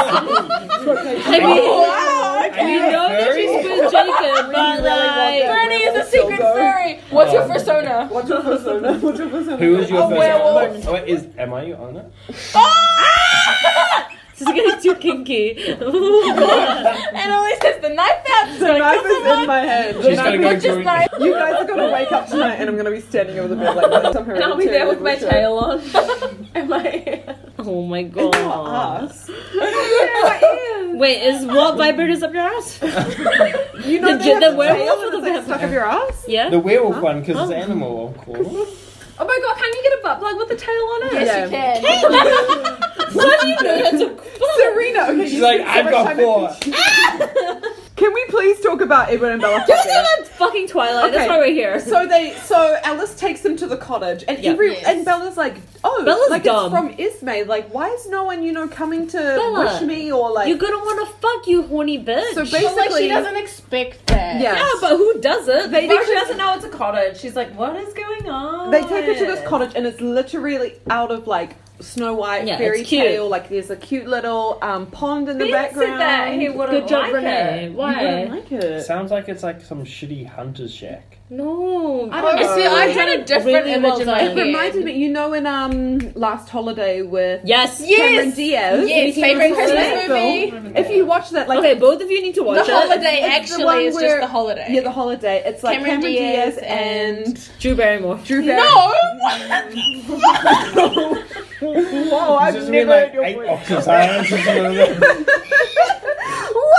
Speaker 3: mean, we know that she's with Jacob, but
Speaker 1: really
Speaker 3: like,
Speaker 1: want
Speaker 5: Granny is a
Speaker 1: Still
Speaker 5: secret
Speaker 1: go.
Speaker 5: story. What's your
Speaker 4: Um,
Speaker 5: persona?
Speaker 1: What's your persona? Oh, What's your persona?
Speaker 4: Who Oh, is your
Speaker 5: A
Speaker 4: first?
Speaker 5: werewolf.
Speaker 4: Oh, wait, is am I on it?
Speaker 3: This is getting too kinky.
Speaker 5: And Ellie says the knife out.
Speaker 1: The knife is in my head. The
Speaker 4: She's
Speaker 1: knife
Speaker 4: gonna
Speaker 1: is-
Speaker 4: go
Speaker 5: Just
Speaker 4: join.
Speaker 5: knife.
Speaker 1: You guys are gonna wake up tonight, and I'm gonna be standing over the bed like this. I'm
Speaker 2: And I'll be there with my tail on. Am I?
Speaker 3: oh my
Speaker 1: Your
Speaker 3: god.
Speaker 1: ass.
Speaker 3: Wait, is what vibrators up your ass?
Speaker 1: You know
Speaker 3: The
Speaker 1: they
Speaker 3: gi-
Speaker 1: have
Speaker 3: the
Speaker 1: a
Speaker 3: werewolf
Speaker 1: tail
Speaker 3: or
Speaker 1: and it's,
Speaker 3: the
Speaker 1: like,
Speaker 3: vampire?
Speaker 1: stuck up your ass.
Speaker 3: Yeah.
Speaker 4: The werewolf one because it's animal, of course.
Speaker 2: Oh my god, can you get a butt plug with a tail on it?
Speaker 5: Yes, you can.
Speaker 1: Serena, okay,
Speaker 4: She's
Speaker 1: you
Speaker 4: like,
Speaker 1: spent so
Speaker 4: I've
Speaker 1: much
Speaker 4: got
Speaker 1: time in
Speaker 4: four.
Speaker 1: Can we please talk about Edward and Bella? Thorpe?
Speaker 3: fucking Twilight.
Speaker 1: Okay.
Speaker 3: That's why we're here.
Speaker 1: So they, so Alice takes them to the cottage, and
Speaker 3: Yeah.
Speaker 1: every
Speaker 5: Yes.
Speaker 1: and Bella's like, oh,
Speaker 3: Bella's
Speaker 1: like
Speaker 3: dumb.
Speaker 1: it's from Ismay. Like, why is no one you know coming to
Speaker 3: Bella,
Speaker 1: wish me or like?
Speaker 3: You're gonna wanna fuck you, horny bitch.
Speaker 1: so
Speaker 5: But, like
Speaker 1: basically,
Speaker 5: she doesn't expect that.
Speaker 1: yeah.
Speaker 3: yeah, but who doesn't?
Speaker 2: Maybe
Speaker 3: Fuck
Speaker 2: she
Speaker 3: you.
Speaker 2: doesn't know it's a cottage. She's like, what is going on?
Speaker 1: They take her to this cottage, and it's literally out of like Snow White
Speaker 3: Yeah,
Speaker 1: fairy
Speaker 3: it's cute.
Speaker 1: tale. Like, there's a cute little um, pond in the
Speaker 2: He said
Speaker 1: background.
Speaker 2: that he wouldn't
Speaker 3: Good job,
Speaker 2: like
Speaker 3: Renee.
Speaker 1: You
Speaker 2: it.
Speaker 1: wouldn't
Speaker 3: Why?
Speaker 1: like it.
Speaker 4: Sounds like it's like some shitty hunter's shack.
Speaker 3: No.
Speaker 1: I don't know.
Speaker 5: See, I had a different
Speaker 3: Really
Speaker 5: image
Speaker 3: well
Speaker 5: in my
Speaker 3: done.
Speaker 5: head.
Speaker 1: It reminded me, you know, in um Last Holiday with
Speaker 3: Yes.
Speaker 1: Cameron
Speaker 5: Yes.
Speaker 1: Diaz.
Speaker 5: Yes,
Speaker 3: Anything
Speaker 5: favorite
Speaker 3: before
Speaker 5: Christmas
Speaker 1: that
Speaker 5: movie.
Speaker 1: film, If you watch that, like
Speaker 3: Okay, both of you need to
Speaker 5: The
Speaker 3: watch it.
Speaker 5: holiday
Speaker 1: It's the one
Speaker 5: actually is
Speaker 1: where-
Speaker 5: just the holiday.
Speaker 1: yeah, the holiday, it's like Cameron,
Speaker 5: Cameron
Speaker 1: Diaz,
Speaker 5: Diaz
Speaker 1: and,
Speaker 3: Drew Barrymore.
Speaker 1: Drew Barry.
Speaker 5: no.
Speaker 1: Whoa, I've
Speaker 4: This has been
Speaker 1: never
Speaker 4: like
Speaker 1: heard your
Speaker 4: eight
Speaker 1: voice.
Speaker 4: options. I answered some of them.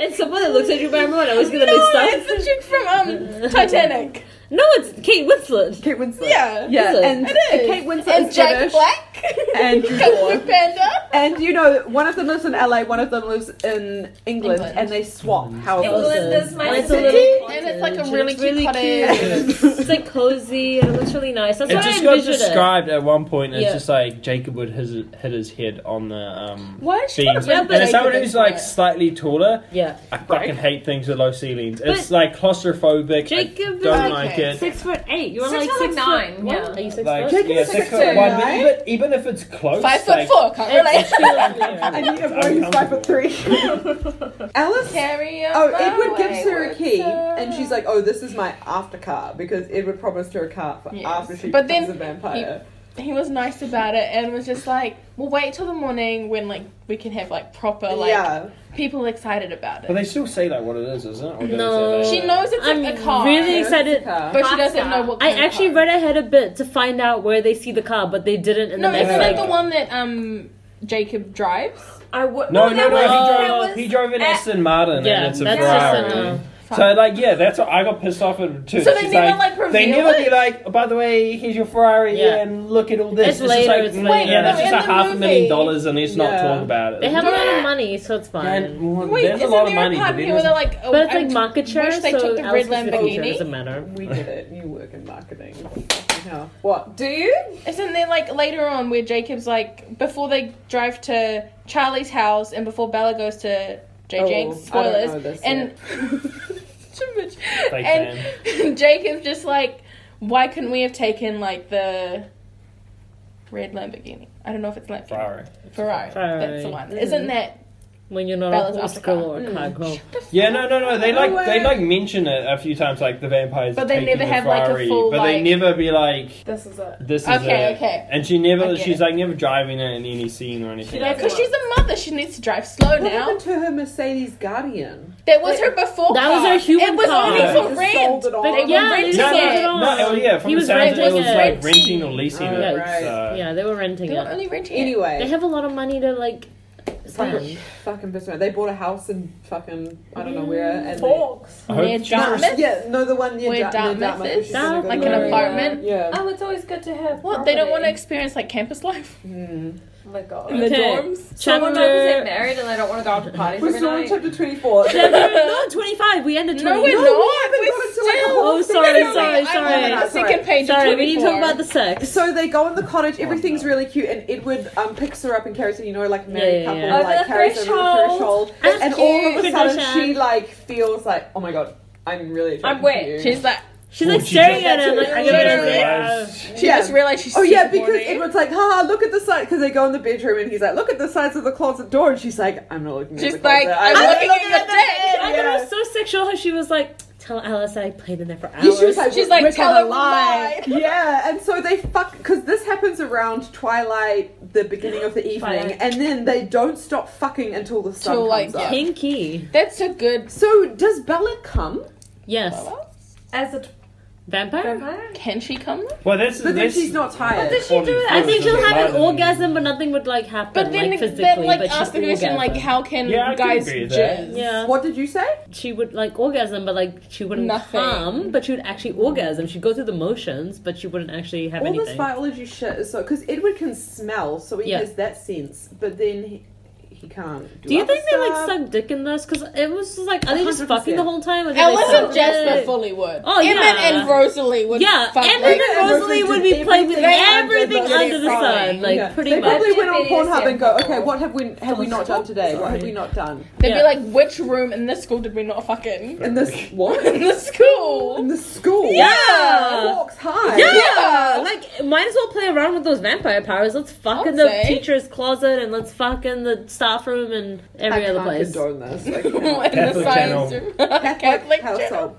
Speaker 3: And someone that looks at Drew Barrymore, I was gonna
Speaker 5: No,
Speaker 3: mix up.
Speaker 5: it's the chick from um Titanic.
Speaker 3: No, it's Kate Winslet.
Speaker 1: Kate Winslet.
Speaker 5: Yeah.
Speaker 1: Yeah,
Speaker 3: Is it?
Speaker 1: and
Speaker 5: It is.
Speaker 1: Kate Winslet
Speaker 5: and
Speaker 1: is
Speaker 5: Jack
Speaker 1: British.
Speaker 5: Black.
Speaker 1: And Drew
Speaker 5: Kung Fu
Speaker 1: Barrymore.
Speaker 5: Panda.
Speaker 1: And you know, one of them lives in LA, one of them lives in England,
Speaker 5: England.
Speaker 1: and they swap houses.
Speaker 2: England is my
Speaker 3: And it's a
Speaker 2: city.
Speaker 3: little
Speaker 5: And it's like a
Speaker 3: cottage,
Speaker 5: really
Speaker 3: it's
Speaker 5: cute cottage.
Speaker 3: It's like cozy and it looks really nice. That's
Speaker 4: It
Speaker 3: what I
Speaker 4: just got
Speaker 3: envisioned it.
Speaker 4: described at one point as
Speaker 3: Yeah.
Speaker 4: just like Jacob would his, hit his head on the um
Speaker 3: Why is she
Speaker 4: beams.
Speaker 3: not
Speaker 4: and as
Speaker 3: Jacob
Speaker 4: someone who's like
Speaker 5: it?
Speaker 4: slightly taller,
Speaker 3: Yeah.
Speaker 4: I fucking hate things with low ceilings. It's
Speaker 3: But-
Speaker 4: like claustrophobic. I
Speaker 3: Jacob
Speaker 4: don't
Speaker 5: is-
Speaker 4: like
Speaker 5: okay.
Speaker 4: it.
Speaker 3: Six foot eight. You're
Speaker 2: Six
Speaker 3: like
Speaker 2: foot
Speaker 3: six
Speaker 2: nine,
Speaker 3: Foot one?
Speaker 2: yeah.
Speaker 3: Are you six
Speaker 4: Like
Speaker 3: foot?
Speaker 1: Jacob
Speaker 4: yeah,
Speaker 1: is
Speaker 4: six
Speaker 1: six
Speaker 4: foot
Speaker 1: two,
Speaker 4: one, but
Speaker 1: right?
Speaker 4: even, even if it's close,
Speaker 5: Five foot
Speaker 4: like,
Speaker 5: four. Can't relate.
Speaker 1: I
Speaker 4: I
Speaker 1: need a boy who's five foot three. Alice.
Speaker 5: Carry on.
Speaker 1: Oh, Edward gives her a key, and she's like, "Oh, this is my after car," because Edward promised her a car for
Speaker 5: Yes.
Speaker 1: after she
Speaker 5: But
Speaker 1: becomes
Speaker 5: then
Speaker 1: a vampire.
Speaker 5: He was nice about it and was just like, "We'll wait till the morning when like we can have like proper like
Speaker 1: yeah,
Speaker 5: people excited about
Speaker 4: But
Speaker 5: it."
Speaker 4: they still say like what it is, isn't it? Or do they
Speaker 3: No.
Speaker 4: say
Speaker 5: She knows it's
Speaker 3: I'm
Speaker 5: like a car,
Speaker 1: She
Speaker 3: really
Speaker 1: knows
Speaker 3: excited-
Speaker 1: it's a car.
Speaker 5: but she doesn't know what.
Speaker 3: I
Speaker 5: Kind of
Speaker 3: actually
Speaker 5: car.
Speaker 3: read ahead a bit to find out where they see the car, but they didn't. And
Speaker 5: No,
Speaker 3: then
Speaker 5: isn't
Speaker 3: I
Speaker 5: that
Speaker 3: was
Speaker 5: the
Speaker 3: like,
Speaker 5: one that um Jacob drives?
Speaker 2: I would.
Speaker 4: No, no, no.
Speaker 2: that was-
Speaker 4: he,
Speaker 2: that
Speaker 4: drove,
Speaker 2: was-
Speaker 4: he drove an Aston Martin,
Speaker 3: Yeah,
Speaker 4: and it's a
Speaker 3: that's
Speaker 4: Ferrari.
Speaker 3: just a no.
Speaker 4: So like yeah, that's what I got pissed off at too.
Speaker 5: So they
Speaker 4: She's
Speaker 5: never,
Speaker 4: like,
Speaker 5: like,
Speaker 4: they
Speaker 5: reveal
Speaker 4: never
Speaker 5: it?
Speaker 4: be like, oh, by the way, here's your Ferrari
Speaker 3: Yeah.
Speaker 4: and look at all this.
Speaker 3: It's later,
Speaker 4: just
Speaker 3: it's
Speaker 4: like,
Speaker 3: later.
Speaker 4: yeah,
Speaker 3: Wait,
Speaker 4: that's just
Speaker 5: no, in
Speaker 4: a
Speaker 5: the
Speaker 4: half a million
Speaker 5: movie-
Speaker 4: dollars, and let's not
Speaker 1: Yeah.
Speaker 4: talk about it.
Speaker 3: they have a lot of money, so it's fine.
Speaker 4: and, well,
Speaker 5: Wait,
Speaker 4: there's a
Speaker 5: isn't
Speaker 4: lot
Speaker 5: there
Speaker 4: of money.
Speaker 5: a part
Speaker 4: but it
Speaker 5: here where they're
Speaker 4: isn't-
Speaker 5: like, oh,
Speaker 3: But it's
Speaker 5: I
Speaker 3: like market share,
Speaker 5: wish they
Speaker 3: so
Speaker 5: took the
Speaker 3: Alice is
Speaker 5: red
Speaker 3: the future, it
Speaker 5: Lamborghini?
Speaker 3: doesn't matter.
Speaker 1: We did it. You work in marketing. Fucking hell. What?
Speaker 2: Do you?
Speaker 5: Isn't there like later on where Jacob's like before they drive to Charlie's house and before Bella goes to
Speaker 1: Oh,
Speaker 5: JJ?
Speaker 1: I don't know
Speaker 5: spoilers.
Speaker 1: this
Speaker 5: And too much.
Speaker 4: They
Speaker 5: and Jacob's just like, why couldn't we have taken like the red Lamborghini? I don't know if it's Lamborghini.
Speaker 4: Ferrari.
Speaker 5: Ferrari. That's the
Speaker 3: Ferrari.
Speaker 5: one. Isn't that?
Speaker 3: When you're not
Speaker 5: Bella's
Speaker 3: a
Speaker 5: after
Speaker 3: school
Speaker 5: car.
Speaker 3: or a car girl.
Speaker 4: Yeah, no, no, no. They like they
Speaker 1: way.
Speaker 4: like mention it a few times, like the vampires.
Speaker 5: But they
Speaker 4: taking
Speaker 5: never
Speaker 4: the
Speaker 5: have, like, a
Speaker 4: Ferrari,
Speaker 5: full,
Speaker 4: But they
Speaker 5: like-
Speaker 4: never be like
Speaker 2: This is it.
Speaker 4: this is
Speaker 5: Okay,
Speaker 4: it.
Speaker 5: okay.
Speaker 4: And she never,
Speaker 5: I get
Speaker 4: she's
Speaker 5: it.
Speaker 4: like never driving it in any scene or anything.
Speaker 2: Yeah,
Speaker 4: like
Speaker 5: Because she's a mother, she needs to drive slow
Speaker 1: What
Speaker 5: now.
Speaker 1: happened to her Mercedes Guardian?
Speaker 5: That was her before.
Speaker 3: That
Speaker 5: car.
Speaker 3: was her human
Speaker 5: It was
Speaker 3: car.
Speaker 5: only
Speaker 4: Yeah.
Speaker 1: They
Speaker 5: for
Speaker 1: sold
Speaker 5: rent.
Speaker 1: it
Speaker 5: But
Speaker 1: all.
Speaker 5: they
Speaker 3: Yeah,
Speaker 5: were
Speaker 3: they
Speaker 5: renting
Speaker 4: No,
Speaker 3: sold
Speaker 5: it.
Speaker 3: it all.
Speaker 4: no, no, yeah. From
Speaker 3: He
Speaker 4: the
Speaker 3: was
Speaker 4: sounds of it, it
Speaker 3: renting
Speaker 4: was
Speaker 3: it.
Speaker 4: like renting or leasing
Speaker 1: Oh,
Speaker 4: it.
Speaker 1: right.
Speaker 4: so-
Speaker 3: Yeah, they were renting
Speaker 5: They were
Speaker 3: it.
Speaker 5: only renting it.
Speaker 1: Anyway,
Speaker 3: They have a lot of money to like
Speaker 1: fucking,
Speaker 3: spend.
Speaker 1: fucking pissed me off. They bought a house in fucking I don't know where, and they-
Speaker 2: Forks.
Speaker 4: I hope
Speaker 3: Near
Speaker 4: she's
Speaker 1: Dartmouth?
Speaker 5: Mm, Dartmouth?
Speaker 1: Yeah, no, the one
Speaker 5: Where
Speaker 1: yeah, Dartmouth,
Speaker 5: Dartmouth
Speaker 1: Dartmouth,
Speaker 5: is?
Speaker 1: which is in a good
Speaker 3: Like
Speaker 5: Like
Speaker 3: an
Speaker 5: an
Speaker 1: area.
Speaker 5: apartment.
Speaker 1: Yeah.
Speaker 2: Oh, it's always good to have.
Speaker 5: What? They don't want to
Speaker 2: property.
Speaker 5: experience like campus life
Speaker 1: Mm.
Speaker 2: Oh my god.
Speaker 5: in the
Speaker 3: Okay.
Speaker 5: dorms.
Speaker 2: Someone knows they're
Speaker 3: Chapter.
Speaker 2: married and they don't want to go out to parties
Speaker 1: We're
Speaker 2: every
Speaker 1: still on
Speaker 2: night.
Speaker 1: chapter twenty-four.
Speaker 3: Chapter- no, 25. We ended 20.
Speaker 5: No, we're not.
Speaker 1: haven't
Speaker 5: We're
Speaker 1: got into, like, a
Speaker 5: still.
Speaker 1: whole
Speaker 3: Oh, sorry,
Speaker 5: Literally,
Speaker 3: sorry,
Speaker 5: I'm on
Speaker 1: that.
Speaker 3: sorry.
Speaker 5: the Second page.
Speaker 3: Sorry,
Speaker 5: of
Speaker 3: we need to talk about the
Speaker 5: 24.
Speaker 3: sex.
Speaker 1: So they go in the cottage, everything's really cute, and Edward um, picks her up and carries her, you know, like a married
Speaker 3: Yeah, yeah,
Speaker 1: couple,
Speaker 3: yeah.
Speaker 2: Over
Speaker 1: like
Speaker 2: the
Speaker 1: carries her over the threshold.
Speaker 2: threshold.
Speaker 1: And, all of a
Speaker 3: cute.
Speaker 1: sudden,
Speaker 3: Condition.
Speaker 1: she like feels like, oh my god, I'm really attracted
Speaker 2: I'm wet.
Speaker 1: to you.
Speaker 5: She's like,
Speaker 3: She's
Speaker 4: Oh,
Speaker 3: like
Speaker 4: she
Speaker 3: staring
Speaker 4: just-
Speaker 3: at him like, I'm
Speaker 5: she
Speaker 3: gonna
Speaker 5: just
Speaker 4: realized-
Speaker 5: she
Speaker 1: Yeah.
Speaker 5: just realized she's.
Speaker 1: Oh yeah,
Speaker 5: super
Speaker 1: because
Speaker 5: horny.
Speaker 1: Edward's like, ha, look at the side, because they go in the bedroom and he's like, look at the sides of the closet door, and she's like, I'm not looking
Speaker 5: She's
Speaker 1: at the closet.
Speaker 5: like, I'm looking at the dick.
Speaker 3: I
Speaker 1: Yeah.
Speaker 3: thought it was so sexual how she was like, tell Alice that I played in there for hours.
Speaker 1: Yeah, she was like,
Speaker 5: She's like,
Speaker 1: "Rick
Speaker 5: tell
Speaker 1: and I
Speaker 5: her we
Speaker 1: lied."
Speaker 5: lied.
Speaker 1: Yeah, and so they fuck because this happens around twilight, the beginning of the evening,
Speaker 2: Twilight.
Speaker 1: and then they don't stop fucking until the sun
Speaker 5: Till,
Speaker 1: comes
Speaker 5: like,
Speaker 1: up.
Speaker 5: yeah.
Speaker 3: Pinky.
Speaker 5: That's a good.
Speaker 1: So does Bella come?
Speaker 3: Yes.
Speaker 2: As a
Speaker 3: Vampire?
Speaker 2: vampire?
Speaker 5: Can she come?
Speaker 4: Well, that's
Speaker 1: But then
Speaker 4: that's-
Speaker 1: she's not tired.
Speaker 2: Does she do it?
Speaker 4: I
Speaker 3: I think
Speaker 4: It's
Speaker 3: she'll
Speaker 4: just
Speaker 3: have an
Speaker 4: lying.
Speaker 3: orgasm, but nothing would like happen,
Speaker 5: But then
Speaker 3: like
Speaker 5: that,
Speaker 3: physically.
Speaker 5: like
Speaker 3: but
Speaker 5: ask
Speaker 3: she's
Speaker 5: the question like how can
Speaker 4: Yeah, I can
Speaker 5: guys
Speaker 4: agree with that.
Speaker 5: jizz?
Speaker 3: Yeah,
Speaker 1: What did you say?
Speaker 3: she would like orgasm, but like she wouldn't
Speaker 5: Nothing.
Speaker 3: come, but she would actually orgasm. She'd go through the motions, but she wouldn't actually have
Speaker 1: All this
Speaker 3: anything.
Speaker 1: biology shit is so because Edward can smell, so he
Speaker 3: Yeah.
Speaker 1: has that sense, but then he, he can't. Do,
Speaker 3: Do you
Speaker 1: other
Speaker 3: think they like
Speaker 1: stuff.
Speaker 3: suck dick in this? Because it was just like, are they just
Speaker 1: 100%.
Speaker 3: fucking the whole time? Or do they
Speaker 5: Alice
Speaker 3: suck
Speaker 5: and Jasper
Speaker 3: dick?
Speaker 5: fully would.
Speaker 3: Oh,
Speaker 5: Emmett
Speaker 3: yeah.
Speaker 5: and Rosalie would.
Speaker 3: Yeah,
Speaker 5: fuck
Speaker 3: Emmett
Speaker 5: like-
Speaker 3: and Rosalie would be
Speaker 1: Everything
Speaker 3: playing with
Speaker 5: under
Speaker 3: everything
Speaker 5: the
Speaker 3: under the sun,
Speaker 5: sun.
Speaker 3: like
Speaker 1: Yeah.
Speaker 3: pretty
Speaker 1: they
Speaker 3: much.
Speaker 1: probably went on
Speaker 2: That's
Speaker 1: Pornhub and go,
Speaker 2: BDSM.
Speaker 1: okay, what have we have we not done today? What have we not done
Speaker 5: They'd
Speaker 3: Yeah.
Speaker 5: be like, which room in this school did we not fucking?
Speaker 1: in this what
Speaker 5: In the school.
Speaker 1: in the school?
Speaker 3: Yeah.
Speaker 1: walks high.
Speaker 3: Yeah, like might as well play around with those vampire powers. Let's fuck in
Speaker 5: I'd
Speaker 3: the
Speaker 5: say.
Speaker 3: teacher's closet and let's fuck in the staff room and every
Speaker 1: I
Speaker 3: other
Speaker 1: can't
Speaker 3: place.
Speaker 1: condone this. I
Speaker 5: in
Speaker 1: can't.
Speaker 5: the
Speaker 4: Catholic
Speaker 5: science
Speaker 4: channel.
Speaker 5: room.
Speaker 1: Catholic
Speaker 5: Catholic
Speaker 1: household.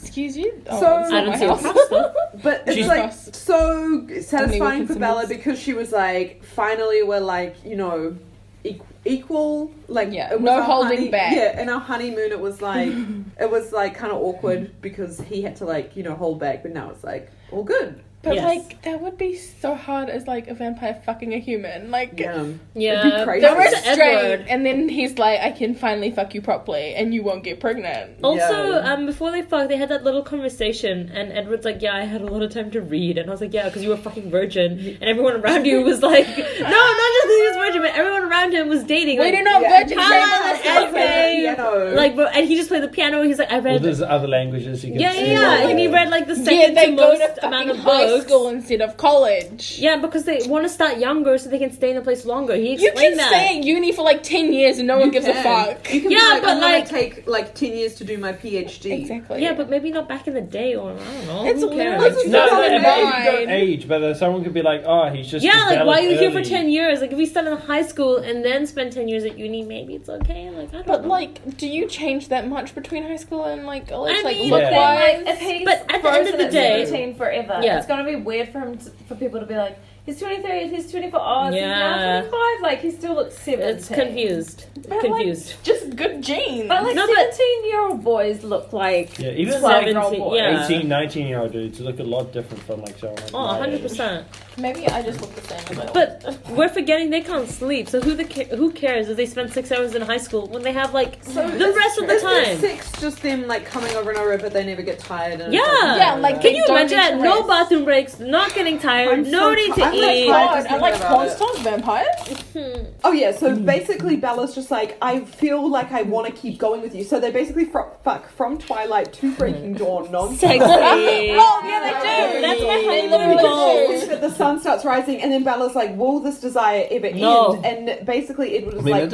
Speaker 5: Excuse you. Oh,
Speaker 1: So-
Speaker 3: I
Speaker 5: it's not
Speaker 3: don't
Speaker 5: my
Speaker 3: see
Speaker 5: house.
Speaker 3: what's up.
Speaker 1: But it's
Speaker 4: She's-
Speaker 1: like so satisfying
Speaker 5: Only
Speaker 1: for
Speaker 5: with
Speaker 1: Bella
Speaker 5: consumers.
Speaker 1: because she was like, finally, we're like, you know, e- equal. Like,
Speaker 5: Yeah,
Speaker 1: it was
Speaker 5: no
Speaker 1: our
Speaker 5: holding
Speaker 1: honey-
Speaker 5: back.
Speaker 1: Yeah, in our honeymoon, it was like, it was like kind of awkward because he had to like, you know, hold back, but now it's like all good.
Speaker 5: But
Speaker 3: Yes.
Speaker 5: like that would be so hard as like a vampire fucking a human. Like
Speaker 1: Yeah. It'd be
Speaker 3: Yeah,
Speaker 1: crazy.
Speaker 5: the
Speaker 1: That was
Speaker 3: Back to
Speaker 5: restraint,
Speaker 3: Edward.
Speaker 5: and then he's like, "I can finally fuck you properly, and you won't get pregnant."
Speaker 3: Also,
Speaker 1: Yeah.
Speaker 3: um, before they fuck, they had that little conversation, and Edward's like, "Yeah, I had a lot of time to read," and I was like, "Yeah, because you were a fucking virgin," and everyone around you was like, "No, not just that he was virgin, but everyone around him was dating."
Speaker 5: We
Speaker 3: like,
Speaker 5: do not
Speaker 1: Yeah.
Speaker 5: virgin
Speaker 3: Come
Speaker 5: babies.
Speaker 3: on, Edward.
Speaker 1: Okay, you know.
Speaker 3: Like, bro, and he just played the piano. He's like, "I
Speaker 4: Well,
Speaker 3: read."
Speaker 4: there's other languages you can
Speaker 3: yeah, yeah,
Speaker 4: see.
Speaker 3: yeah, and he read like the
Speaker 5: Yeah,
Speaker 3: second
Speaker 5: they
Speaker 3: to
Speaker 5: go
Speaker 3: most
Speaker 5: to
Speaker 3: amount
Speaker 5: fucking
Speaker 3: of
Speaker 5: high
Speaker 3: books.
Speaker 5: school instead of college.
Speaker 3: Yeah, because they want to start younger so they can stay in a place longer. He
Speaker 5: you
Speaker 3: explained
Speaker 5: can
Speaker 3: that.
Speaker 5: stay at uni for like ten years and no one gives a
Speaker 1: can.
Speaker 5: fuck.
Speaker 1: You can
Speaker 3: Yeah,
Speaker 1: yeah,
Speaker 3: but,
Speaker 1: but
Speaker 3: like-
Speaker 1: like, I'm gonna take like ten years to do my PhD.
Speaker 5: Exactly.
Speaker 3: yeah, but maybe not back in the day, or I don't know.
Speaker 5: It's
Speaker 3: Who cares?
Speaker 5: literally-
Speaker 4: No,
Speaker 1: It's
Speaker 4: no,
Speaker 1: not
Speaker 4: no,
Speaker 5: mine.
Speaker 4: no, age, but uh, someone could be like, oh, he's just
Speaker 3: yeah, like why are you here for
Speaker 4: developed
Speaker 3: ten
Speaker 4: early.
Speaker 3: years? Like if you start in high school and then spend ten years at uni, maybe it's okay. Like I don't
Speaker 5: But
Speaker 3: know.
Speaker 5: like, do you change that much between high school and like college?
Speaker 3: I
Speaker 5: like
Speaker 3: mean,
Speaker 5: look
Speaker 4: Yeah.
Speaker 5: wise.
Speaker 2: If he's
Speaker 3: But at the end of
Speaker 2: frozen
Speaker 3: the
Speaker 2: at
Speaker 3: day-
Speaker 2: 17 forever,
Speaker 3: Yeah.
Speaker 2: it's gonna be weird for him to, for people to be like, he's 23, he's 24, oh, he's
Speaker 3: Yeah.
Speaker 2: now 25. Like he still looks 17.
Speaker 3: it's confused,
Speaker 5: like-
Speaker 3: confused.
Speaker 5: just good genes.
Speaker 2: But like
Speaker 3: No, but-
Speaker 2: 17 year old boys look like
Speaker 4: Yeah, even
Speaker 2: 12
Speaker 4: like
Speaker 2: year old
Speaker 3: 17,
Speaker 2: boys.
Speaker 3: yeah.
Speaker 4: 18, 19 year old dudes look a lot different from like someone. Like
Speaker 3: Oh,
Speaker 4: my
Speaker 3: 100
Speaker 4: age.
Speaker 3: percent.
Speaker 5: Maybe I just look the same. As I always
Speaker 3: But
Speaker 5: did.
Speaker 3: we're forgetting they can't sleep. So who the ca- who cares if they spend six hours in high school when they have like the rest of the
Speaker 1: Isn't
Speaker 3: time?
Speaker 1: Six, just them like coming over and over, but they never get tired. And
Speaker 3: Yeah.
Speaker 5: yeah, like
Speaker 3: Can you
Speaker 5: don't
Speaker 3: imagine
Speaker 5: need
Speaker 3: that?
Speaker 5: to
Speaker 3: No
Speaker 5: rest.
Speaker 3: bathroom breaks, not getting tired,
Speaker 1: I'm
Speaker 3: no
Speaker 1: so
Speaker 3: need
Speaker 1: ti-
Speaker 3: to
Speaker 1: I'm like,
Speaker 3: eat. Hmm.
Speaker 1: "Oh,
Speaker 5: God,
Speaker 1: just
Speaker 5: I like
Speaker 1: thinking about it.
Speaker 5: constant vampires.
Speaker 1: Oh yeah, so basically Bella's just like, I feel like I want to keep going with you. So they basically fro- fuck from Twilight to Breaking Dawn
Speaker 3: Sexy.
Speaker 1: non-stop.
Speaker 5: Oh yeah,
Speaker 1: they do.
Speaker 3: That's my
Speaker 5: They
Speaker 3: honeymoon
Speaker 5: literally
Speaker 3: goal.
Speaker 5: do.
Speaker 1: But the sun starts rising, and then Bella's like, "Will this desire ever
Speaker 3: No.
Speaker 1: end?" And basically, Edward was like,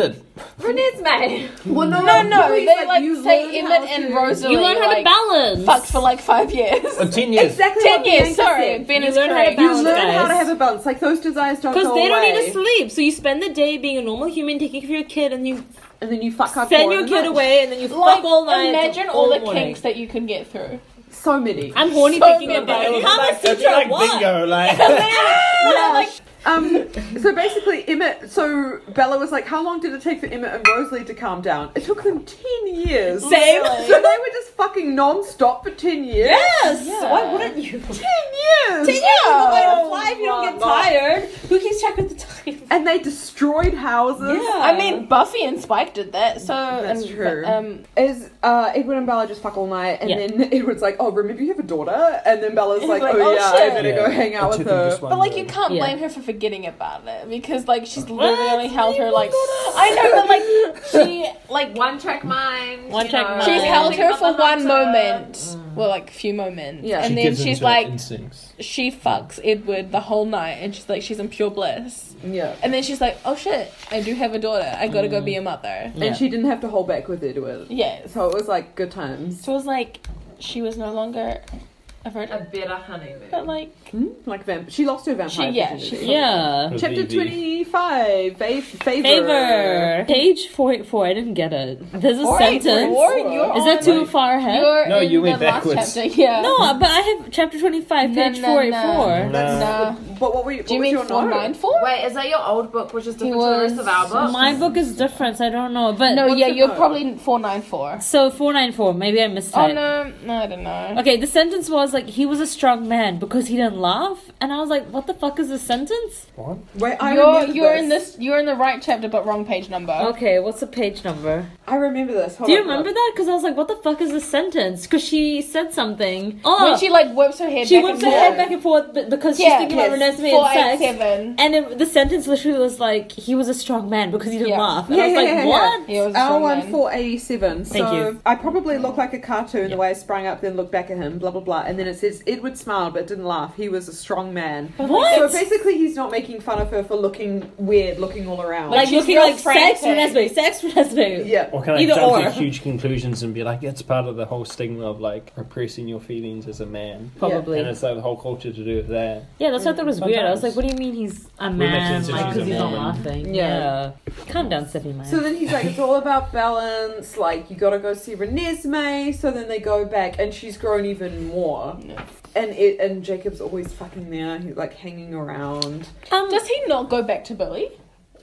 Speaker 2: Renee's mate.
Speaker 1: "Well, no,
Speaker 5: No, no,
Speaker 1: he's
Speaker 5: they like
Speaker 1: you
Speaker 5: say
Speaker 1: learn how
Speaker 5: Emmett and
Speaker 1: to-
Speaker 5: Rosalie.
Speaker 3: You learn how to
Speaker 5: like,
Speaker 3: balance.
Speaker 5: Fucked for like five years.
Speaker 4: Or 10 years.
Speaker 1: Exactly.
Speaker 5: Ten
Speaker 1: what Bianca
Speaker 5: years. Sorry,
Speaker 1: said.
Speaker 5: Ben
Speaker 3: You
Speaker 5: is
Speaker 3: learn how to
Speaker 5: correct.
Speaker 1: You
Speaker 3: balance.
Speaker 1: learn how to
Speaker 3: guys.
Speaker 1: have a balance. Like those desires don't
Speaker 3: Because
Speaker 1: go
Speaker 3: they don't
Speaker 1: away.
Speaker 3: need to sleep, so you spend the day being a normal human, taking care of your kid, and you
Speaker 1: And then you fuck up.
Speaker 3: send your kid away, and then you
Speaker 5: Like,
Speaker 3: fuck all night.
Speaker 5: imagine all the
Speaker 3: morning.
Speaker 5: kinks that you can get through.
Speaker 1: So many.
Speaker 3: I'm horny
Speaker 5: So
Speaker 3: thinking
Speaker 5: many.
Speaker 3: about it.
Speaker 4: It'd be
Speaker 3: How
Speaker 4: like-
Speaker 3: much
Speaker 4: it'd be
Speaker 3: teacher
Speaker 4: like
Speaker 3: what?
Speaker 4: bingo, like.
Speaker 1: Um, so basically, Emmett. So Bella was like, "How long did it take for Emmett and Rosalie to calm down?" It took them ten years.
Speaker 3: Same.
Speaker 1: So they were just fucking non-stop for ten years.
Speaker 3: Yes. Why wouldn't you?
Speaker 1: Ten years.
Speaker 3: Ten years is the way to fly if you
Speaker 1: Oh,
Speaker 3: don't get
Speaker 1: God.
Speaker 3: tired. Who keeps track of the time?
Speaker 1: And they destroyed houses.
Speaker 5: I mean, Buffy and Spike did that, so
Speaker 1: That's
Speaker 5: and-
Speaker 1: true.
Speaker 5: Um,
Speaker 1: Is uh, Edward and Bella just fuck all night, and
Speaker 3: Yeah.
Speaker 1: then Edward's like, "Oh, remember you have a daughter," and then Bella's like,
Speaker 5: like,
Speaker 1: "Oh,
Speaker 5: "Oh,
Speaker 1: yeah,
Speaker 5: shit."
Speaker 1: I better go hang out with her."
Speaker 5: but like, you can't
Speaker 3: Yeah.
Speaker 5: blame her for forgetting about it because like she's
Speaker 3: What?
Speaker 5: literally held her
Speaker 3: Leave
Speaker 5: like I know, but like she like
Speaker 2: One track mind.
Speaker 3: One
Speaker 2: you
Speaker 3: track
Speaker 2: know,
Speaker 3: mind.
Speaker 5: she's
Speaker 2: like,
Speaker 5: held her
Speaker 2: up
Speaker 5: for
Speaker 2: the
Speaker 5: one
Speaker 2: hunter.
Speaker 5: moment, well, like a few moments,
Speaker 1: Yeah.
Speaker 5: and
Speaker 4: She
Speaker 5: then
Speaker 4: gives
Speaker 5: she's
Speaker 4: into her
Speaker 5: like
Speaker 4: instincts.
Speaker 5: she fucks Edward the whole night, and she's like she's in pure bliss,
Speaker 1: Yeah.
Speaker 5: and then she's like, oh shit, I do have a daughter, I gotta go be a mother.
Speaker 3: Yeah.
Speaker 1: and she didn't have to hold back with Edward,
Speaker 5: Yeah, so
Speaker 1: so it was like good times,
Speaker 5: it was like she was no longer a
Speaker 2: A
Speaker 5: virgin,
Speaker 2: better honeymoon.
Speaker 5: but like.
Speaker 1: Hmm? like vamp. She lost her vampire.
Speaker 5: She- yeah,
Speaker 1: virginity.
Speaker 5: she-
Speaker 3: Yeah.
Speaker 1: Chapter
Speaker 4: VV.
Speaker 1: 25, fa- favor.
Speaker 3: Favor. Page 44. I didn't get it. There's a
Speaker 5: Or-
Speaker 3: sentence.
Speaker 5: or you're
Speaker 3: Is that
Speaker 5: on-
Speaker 3: too far ahead?
Speaker 5: You're
Speaker 4: No,
Speaker 5: in
Speaker 4: you
Speaker 5: the
Speaker 4: went
Speaker 5: last
Speaker 4: backwards.
Speaker 5: Chapter. Yeah.
Speaker 3: no, but I have chapter 25,
Speaker 5: No,
Speaker 3: page
Speaker 5: no, no.
Speaker 3: 44.
Speaker 4: No.
Speaker 1: That's
Speaker 5: Nah.
Speaker 1: the- What, what were you? What
Speaker 5: Do you
Speaker 1: was
Speaker 5: mean
Speaker 1: your note?
Speaker 5: 494?
Speaker 2: Wait, is that your old book, which is different to the
Speaker 5: was-
Speaker 2: rest of our books?
Speaker 3: My book is different. so I don't know, but
Speaker 5: No,
Speaker 1: What's
Speaker 5: yeah,
Speaker 1: the
Speaker 5: you're
Speaker 1: note?
Speaker 5: probably 494.
Speaker 3: So four nine four. Maybe I missed
Speaker 5: Oh,
Speaker 3: it.
Speaker 5: no, no, I don't know.
Speaker 3: Okay, the sentence was like he was a strong man because he didn't laugh, and I was like, "What the fuck is this sentence?"
Speaker 4: What?
Speaker 1: Wait, I
Speaker 5: You're,
Speaker 1: remember
Speaker 5: you're in this. Oh. You're in the right chapter, but wrong page number.
Speaker 3: Okay, what's the page number?
Speaker 1: I remember this. Hold
Speaker 3: Do you
Speaker 1: on,
Speaker 3: remember
Speaker 1: look.
Speaker 3: that? Because I was like, "What the fuck is this sentence?" Because she said something. Oh,
Speaker 5: When she like whips her head.
Speaker 3: she
Speaker 5: back
Speaker 3: whips her
Speaker 5: and
Speaker 3: head
Speaker 5: forth.
Speaker 3: back and forth but because
Speaker 5: Yeah,
Speaker 3: she's thinking about
Speaker 1: yes,
Speaker 3: Renesmee and sex.
Speaker 5: 487.
Speaker 3: And it, the sentence literally was like, "He was a strong man because he didn't
Speaker 5: Yeah.
Speaker 3: laugh." And
Speaker 1: Yeah,
Speaker 3: I was
Speaker 1: yeah,
Speaker 3: like,
Speaker 1: yeah, yeah.
Speaker 3: "What?"
Speaker 5: Yeah, it was a
Speaker 1: L
Speaker 5: strong
Speaker 1: one
Speaker 5: man.
Speaker 1: four eighty seven.
Speaker 3: Thank
Speaker 1: So
Speaker 3: you.
Speaker 1: I probably look like a cartoon the way I sprang up, then looked back at him, blah blah blah, and then it says Edward smiled but didn't laugh. He was a strong man.
Speaker 3: What?
Speaker 1: So basically, he's not making fun of her for looking weird, looking all around.
Speaker 3: Like,
Speaker 5: she's
Speaker 3: looking
Speaker 5: real
Speaker 3: like sex
Speaker 5: frantic.
Speaker 3: Renesmee, sex Renesmee.
Speaker 1: yeah,
Speaker 4: Or can I
Speaker 3: Either
Speaker 4: jump
Speaker 3: or.
Speaker 4: to huge conclusions and be like, it's part of the whole stigma of like repressing your feelings as a man.
Speaker 3: Probably.
Speaker 4: And it's like the whole culture to do with that.
Speaker 3: Yeah, that's what I thought was weird. I was like,
Speaker 4: Sometimes.
Speaker 3: what do you mean he's a
Speaker 4: Well, it makes
Speaker 3: man?
Speaker 4: sense if
Speaker 3: Like,
Speaker 4: she's
Speaker 3: because
Speaker 4: a
Speaker 3: he's not
Speaker 4: man.
Speaker 3: laughing.
Speaker 1: Yeah.
Speaker 3: Yeah. Calm down, Sippy man.
Speaker 1: So then he's like, it's all about balance. Like you gotta go see Renesmee. So then they go back, and she's grown even more. And it and Jacob's always fucking there. He's like hanging around.
Speaker 3: um,
Speaker 5: Does he not go back to Billy?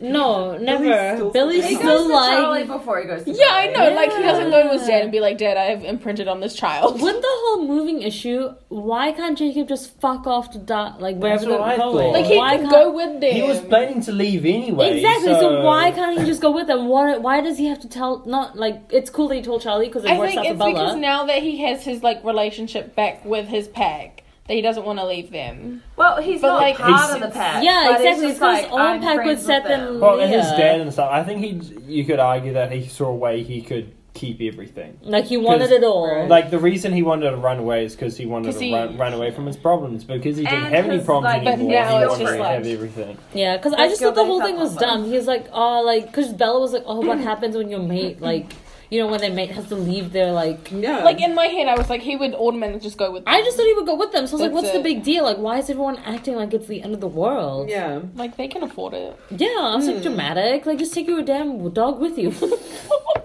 Speaker 3: no,
Speaker 1: Billy's
Speaker 3: never.
Speaker 1: still-
Speaker 3: Billy's
Speaker 1: He
Speaker 3: still,
Speaker 1: goes
Speaker 2: Charlie
Speaker 3: like.
Speaker 2: before he goes. To
Speaker 5: Yeah, I know. Like he doesn't go to his
Speaker 3: Yeah.
Speaker 5: dad and be like, "Dad, I've imprinted on this child."
Speaker 3: With the whole moving issue, why can't Jacob just fuck off to that, like wherever
Speaker 4: That's what I
Speaker 3: they're
Speaker 4: thought.
Speaker 3: going?
Speaker 5: Like he
Speaker 3: why
Speaker 5: can
Speaker 3: can't-
Speaker 5: go with them.
Speaker 4: He was planning to leave anyway.
Speaker 3: Exactly. So,
Speaker 4: So,
Speaker 3: why can't he just go with them? Why? Why does he have to tell? Not like it's cool that he told Charlie because it
Speaker 5: I
Speaker 3: works
Speaker 5: think
Speaker 3: out for
Speaker 5: it's because
Speaker 3: Bella.
Speaker 5: now that he has his like relationship back with his pack, that he doesn't want to leave them.
Speaker 2: Well, he's
Speaker 5: But,
Speaker 2: not
Speaker 5: like,
Speaker 2: part
Speaker 4: he's-
Speaker 2: of the pack.
Speaker 3: Yeah,
Speaker 2: but it's
Speaker 3: exactly.
Speaker 2: just
Speaker 3: It's because
Speaker 2: like,
Speaker 3: his own
Speaker 2: I'm
Speaker 3: pack
Speaker 2: friends
Speaker 3: would
Speaker 2: with
Speaker 3: set
Speaker 2: them.
Speaker 3: them.
Speaker 4: Well, and his
Speaker 3: yeah.
Speaker 4: dad and stuff. I think he, you could argue that he saw a way he could keep everything.
Speaker 3: Like he wanted
Speaker 4: 'Cause-
Speaker 3: it all.
Speaker 4: Like the reason he wanted to run away is because he wanted
Speaker 5: 'Cause
Speaker 4: to
Speaker 5: he-
Speaker 4: run, run away from his problems because he didn't
Speaker 2: And
Speaker 4: have any
Speaker 2: 'cause,
Speaker 4: problems
Speaker 2: like,
Speaker 5: But
Speaker 4: anymore.
Speaker 5: now
Speaker 4: he
Speaker 5: it's
Speaker 4: wanted
Speaker 5: just
Speaker 4: to
Speaker 5: like-
Speaker 4: have everything.
Speaker 3: Yeah, because I
Speaker 2: Like,
Speaker 3: just
Speaker 2: you're
Speaker 3: thought the whole
Speaker 2: based
Speaker 3: thing
Speaker 2: up
Speaker 3: was
Speaker 2: on that.
Speaker 3: dumb. He was like, oh, like, because Bella was like, oh, what happens when your mate, like, you know, when their mate has to leave, they're like.
Speaker 1: Yeah,
Speaker 5: Like in my head, I was like, he would automatically just go with.
Speaker 3: I just thought he would go with them. So I was like,
Speaker 5: That's
Speaker 3: what's
Speaker 5: it.
Speaker 3: the big deal? Like, why is everyone acting like it's the end of the world? Yeah,
Speaker 1: yeah.
Speaker 5: like they can afford it.
Speaker 3: I'm
Speaker 5: Hmm.
Speaker 3: so dramatic. Like, just take your damn dog with you.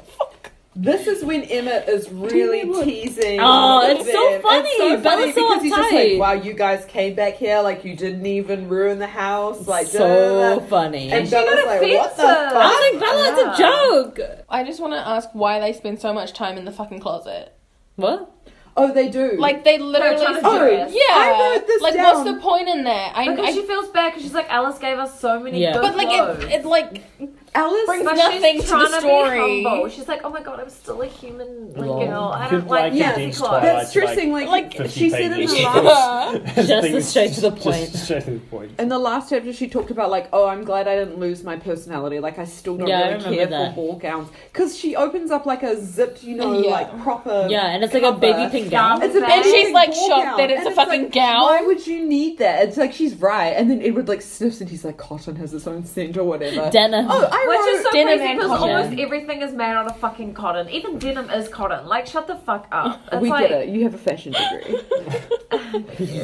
Speaker 1: This is when Emma is really teasing.
Speaker 3: Oh,
Speaker 1: them.
Speaker 3: it's so funny. Bella's so
Speaker 1: because he's just like,
Speaker 3: uptight.
Speaker 1: wow, you guys came back here like you didn't even ruin the house. Like da, da, da,
Speaker 3: so
Speaker 1: da.
Speaker 3: funny.
Speaker 1: And Bella's like, what the
Speaker 2: offensive.
Speaker 3: I
Speaker 1: fuck?
Speaker 3: was like, Bella, it's a joke.
Speaker 5: I just want to ask why they spend so much time in the fucking closet.
Speaker 3: What?
Speaker 1: Oh, they do.
Speaker 5: Like they literally.
Speaker 2: trying to
Speaker 5: spend-
Speaker 2: do it.
Speaker 1: oh,
Speaker 5: yeah.
Speaker 1: I wrote this
Speaker 5: like,
Speaker 1: down.
Speaker 5: what's the point in that? I,
Speaker 2: Because
Speaker 5: I
Speaker 2: she feels bad because she's like Alice gave us so many
Speaker 3: Yeah.
Speaker 2: good
Speaker 5: but like
Speaker 2: clothes.
Speaker 5: it, it like
Speaker 1: Alice
Speaker 5: brings
Speaker 2: But
Speaker 5: nothing
Speaker 2: she's
Speaker 5: to the
Speaker 2: trying
Speaker 5: story.
Speaker 2: Be humble. She's like, oh my god, I'm still a human like,
Speaker 3: Lol.
Speaker 2: girl. I
Speaker 4: Good,
Speaker 2: don't like
Speaker 4: like,
Speaker 2: fancy
Speaker 4: condensed
Speaker 2: clothes.
Speaker 4: twilight.
Speaker 1: That's stressing. Like,
Speaker 5: Like,
Speaker 4: Fifty
Speaker 1: she said in
Speaker 4: pages.
Speaker 1: the last.
Speaker 3: Just
Speaker 4: Thing is
Speaker 3: straight to the
Speaker 4: just
Speaker 3: point.
Speaker 4: straight to the point.
Speaker 1: In the last chapter, she talked about like, oh, I'm glad I didn't lose my personality. Like, I still don't
Speaker 3: Yeah, I
Speaker 1: really
Speaker 3: remember
Speaker 1: care
Speaker 3: that.
Speaker 1: for ball gowns because she opens up like a zipped, you know,
Speaker 5: Yeah.
Speaker 1: like proper.
Speaker 3: Yeah, and it's like a
Speaker 1: cover.
Speaker 3: baby pink gown.
Speaker 1: It's a
Speaker 2: And
Speaker 1: baby
Speaker 2: she's,
Speaker 1: pink
Speaker 5: like,
Speaker 1: ball
Speaker 5: shocked
Speaker 1: gown.
Speaker 5: that it's
Speaker 1: And
Speaker 5: a fucking
Speaker 1: like,
Speaker 5: gown.
Speaker 1: Why would you need that? It's like she's right. And then Edward like sniffs and he's like, cotton has its own scent or whatever.
Speaker 3: Denim.
Speaker 1: oh, I
Speaker 2: Which
Speaker 1: wrote.
Speaker 2: is so
Speaker 5: Denim
Speaker 2: crazy
Speaker 5: and
Speaker 2: because
Speaker 5: cotton.
Speaker 2: almost everything is made out of fucking cotton. Even denim is cotton. Like, shut the fuck up. It's
Speaker 1: we
Speaker 2: like,
Speaker 1: get it. You have a fashion degree. but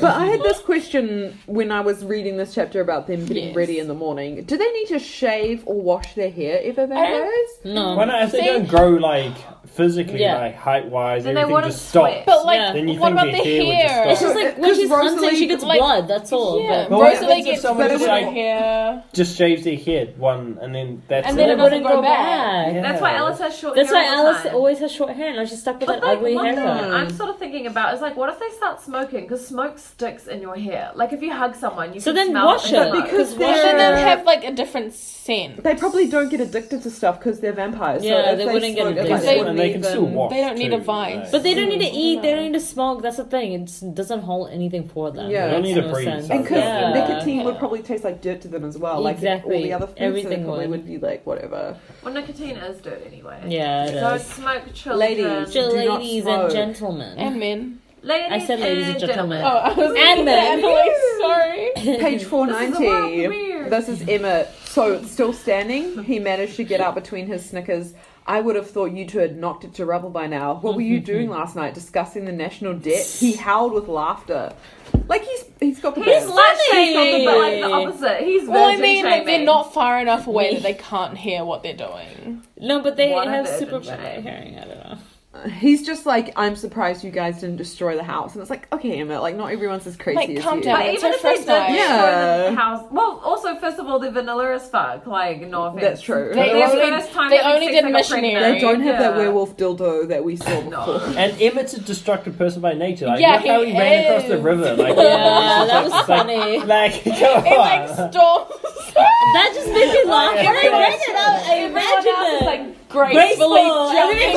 Speaker 1: I had this question when I was reading this chapter about them getting
Speaker 5: Yes.
Speaker 1: ready in the morning. Do they need to shave or wash their hair if they're
Speaker 5: I don't-
Speaker 1: vampires?
Speaker 3: no.
Speaker 4: Why not? If they don't grow like physically,
Speaker 3: Yeah.
Speaker 4: like height wise,
Speaker 2: Then they
Speaker 4: everything
Speaker 2: wouldn't
Speaker 4: just stops.
Speaker 2: sweat.
Speaker 5: But like,
Speaker 3: Yeah.
Speaker 4: Then you
Speaker 5: what
Speaker 4: think
Speaker 5: about
Speaker 4: their
Speaker 5: the
Speaker 4: hair would just
Speaker 5: hair?
Speaker 3: It's just
Speaker 1: So,
Speaker 3: like when she's
Speaker 1: Rosalie-
Speaker 3: hunting, she gets
Speaker 5: like-
Speaker 3: blood. That's all.
Speaker 5: Yeah,
Speaker 3: But
Speaker 4: Well,
Speaker 5: Rosalie
Speaker 4: what if
Speaker 5: gets
Speaker 4: someone
Speaker 5: better
Speaker 1: just,
Speaker 5: with
Speaker 1: like-
Speaker 5: her hair,
Speaker 4: Just shaves their head one, and then that's
Speaker 5: And
Speaker 4: it.
Speaker 5: then it
Speaker 3: it wouldn't
Speaker 5: doesn't
Speaker 3: go
Speaker 5: go back.
Speaker 3: back.
Speaker 2: That's why Alice has short
Speaker 3: That's
Speaker 2: hair.
Speaker 3: why
Speaker 2: all the
Speaker 3: Alice
Speaker 2: time.
Speaker 3: always has short hair, and now she's stuck with
Speaker 2: But
Speaker 3: that
Speaker 2: like,
Speaker 3: ugly
Speaker 2: one thing
Speaker 3: haircut.
Speaker 2: I'm sort of thinking about is like, what if they start smoking? Because smoke sticks in your hair. Like, if you hug someone, you
Speaker 3: So
Speaker 2: can
Speaker 3: then
Speaker 2: smell
Speaker 3: wash
Speaker 2: and
Speaker 3: it.
Speaker 2: smoke.
Speaker 1: Because
Speaker 3: wash
Speaker 1: they're-
Speaker 5: and
Speaker 3: it.
Speaker 5: then have like a different scent.
Speaker 1: They probably don't get addicted to stuff because they're vampires.
Speaker 3: Yeah,
Speaker 1: so if
Speaker 3: they wouldn't get
Speaker 1: smoke, like,
Speaker 3: addicted.
Speaker 5: They-
Speaker 1: wouldn't
Speaker 4: and they can
Speaker 1: even-
Speaker 4: still wash.
Speaker 5: they don't need
Speaker 4: too,
Speaker 5: a vice.
Speaker 4: like.
Speaker 3: But they don't need to eat, they don't need to smoke, that's the thing. It just doesn't hold anything for them.
Speaker 1: Yeah. They don't
Speaker 3: Makes
Speaker 4: need to
Speaker 3: no
Speaker 4: breathe,
Speaker 3: sense.
Speaker 4: so-
Speaker 1: And because
Speaker 4: Yeah.
Speaker 1: nicotine would probably taste like dirt to them as well. Like
Speaker 3: Exactly.
Speaker 1: all the other foods, so they
Speaker 3: Everything
Speaker 1: probably
Speaker 3: would.
Speaker 1: would be like whatever.
Speaker 2: Well, nicotine is dirt anyway.
Speaker 3: Yeah, it
Speaker 2: Don't
Speaker 3: is.
Speaker 2: smoke, children.
Speaker 1: Ladies.
Speaker 3: So
Speaker 1: Do not
Speaker 3: ladies
Speaker 1: smoke.
Speaker 3: and gentlemen.
Speaker 5: And men.
Speaker 2: Ladies
Speaker 3: I said ladies and gentlemen.
Speaker 5: Oh, I was
Speaker 3: And men.
Speaker 5: Like, sorry.
Speaker 1: Page four ninety.
Speaker 2: wild career.
Speaker 1: This is Emma. So it's still standing. He managed to get out between his Snickers. I would have thought you two had knocked it to rubble by now. What were you doing last night? Discussing the national debt? He howled with laughter. Like he's he's got the
Speaker 2: He's
Speaker 1: best.
Speaker 2: slut shaming,
Speaker 3: funny.
Speaker 2: but like the opposite. He's
Speaker 5: Well, I
Speaker 2: virgin
Speaker 5: mean,
Speaker 2: shaming.
Speaker 5: they're not far enough away that they can't hear what they're doing.
Speaker 3: No, but they
Speaker 2: One
Speaker 3: have
Speaker 2: of it
Speaker 3: super
Speaker 2: and
Speaker 3: bad
Speaker 2: shame.
Speaker 3: hearing, I don't know.
Speaker 1: he's just like, I'm surprised you guys didn't destroy the house. And it's like, okay, Emma, like not everyone's as crazy
Speaker 5: Like,
Speaker 1: as
Speaker 5: calm
Speaker 1: you.
Speaker 5: down.
Speaker 2: But
Speaker 5: it's
Speaker 2: even
Speaker 5: her
Speaker 2: if they
Speaker 5: first
Speaker 2: did
Speaker 5: night.
Speaker 2: destroy
Speaker 1: Yeah.
Speaker 2: the house, well, also first of all, they're vanilla as fuck. Like, no offense.
Speaker 1: That's true.
Speaker 2: They,
Speaker 5: They
Speaker 2: only,
Speaker 5: only-
Speaker 2: first time
Speaker 5: they
Speaker 2: having
Speaker 5: only
Speaker 2: sex,
Speaker 5: did
Speaker 2: they got
Speaker 5: missionary.
Speaker 2: pregnant.
Speaker 1: They don't have that
Speaker 2: Yeah.
Speaker 1: werewolf dildo that we saw before.
Speaker 2: No.
Speaker 4: And Emmett's a destructive person by nature. Like,
Speaker 5: Yeah,
Speaker 4: look how he
Speaker 5: he
Speaker 4: ran across
Speaker 5: is.
Speaker 4: the river. Like,
Speaker 3: Yeah, that was
Speaker 4: it's
Speaker 3: funny.
Speaker 4: Like, like come
Speaker 5: It
Speaker 4: on.
Speaker 5: like storms.
Speaker 3: That just made me laugh.
Speaker 4: Yeah.
Speaker 3: I read it out. I
Speaker 2: Everyone else is
Speaker 3: imagined it.
Speaker 2: like great.
Speaker 3: Graceful.
Speaker 5: jumping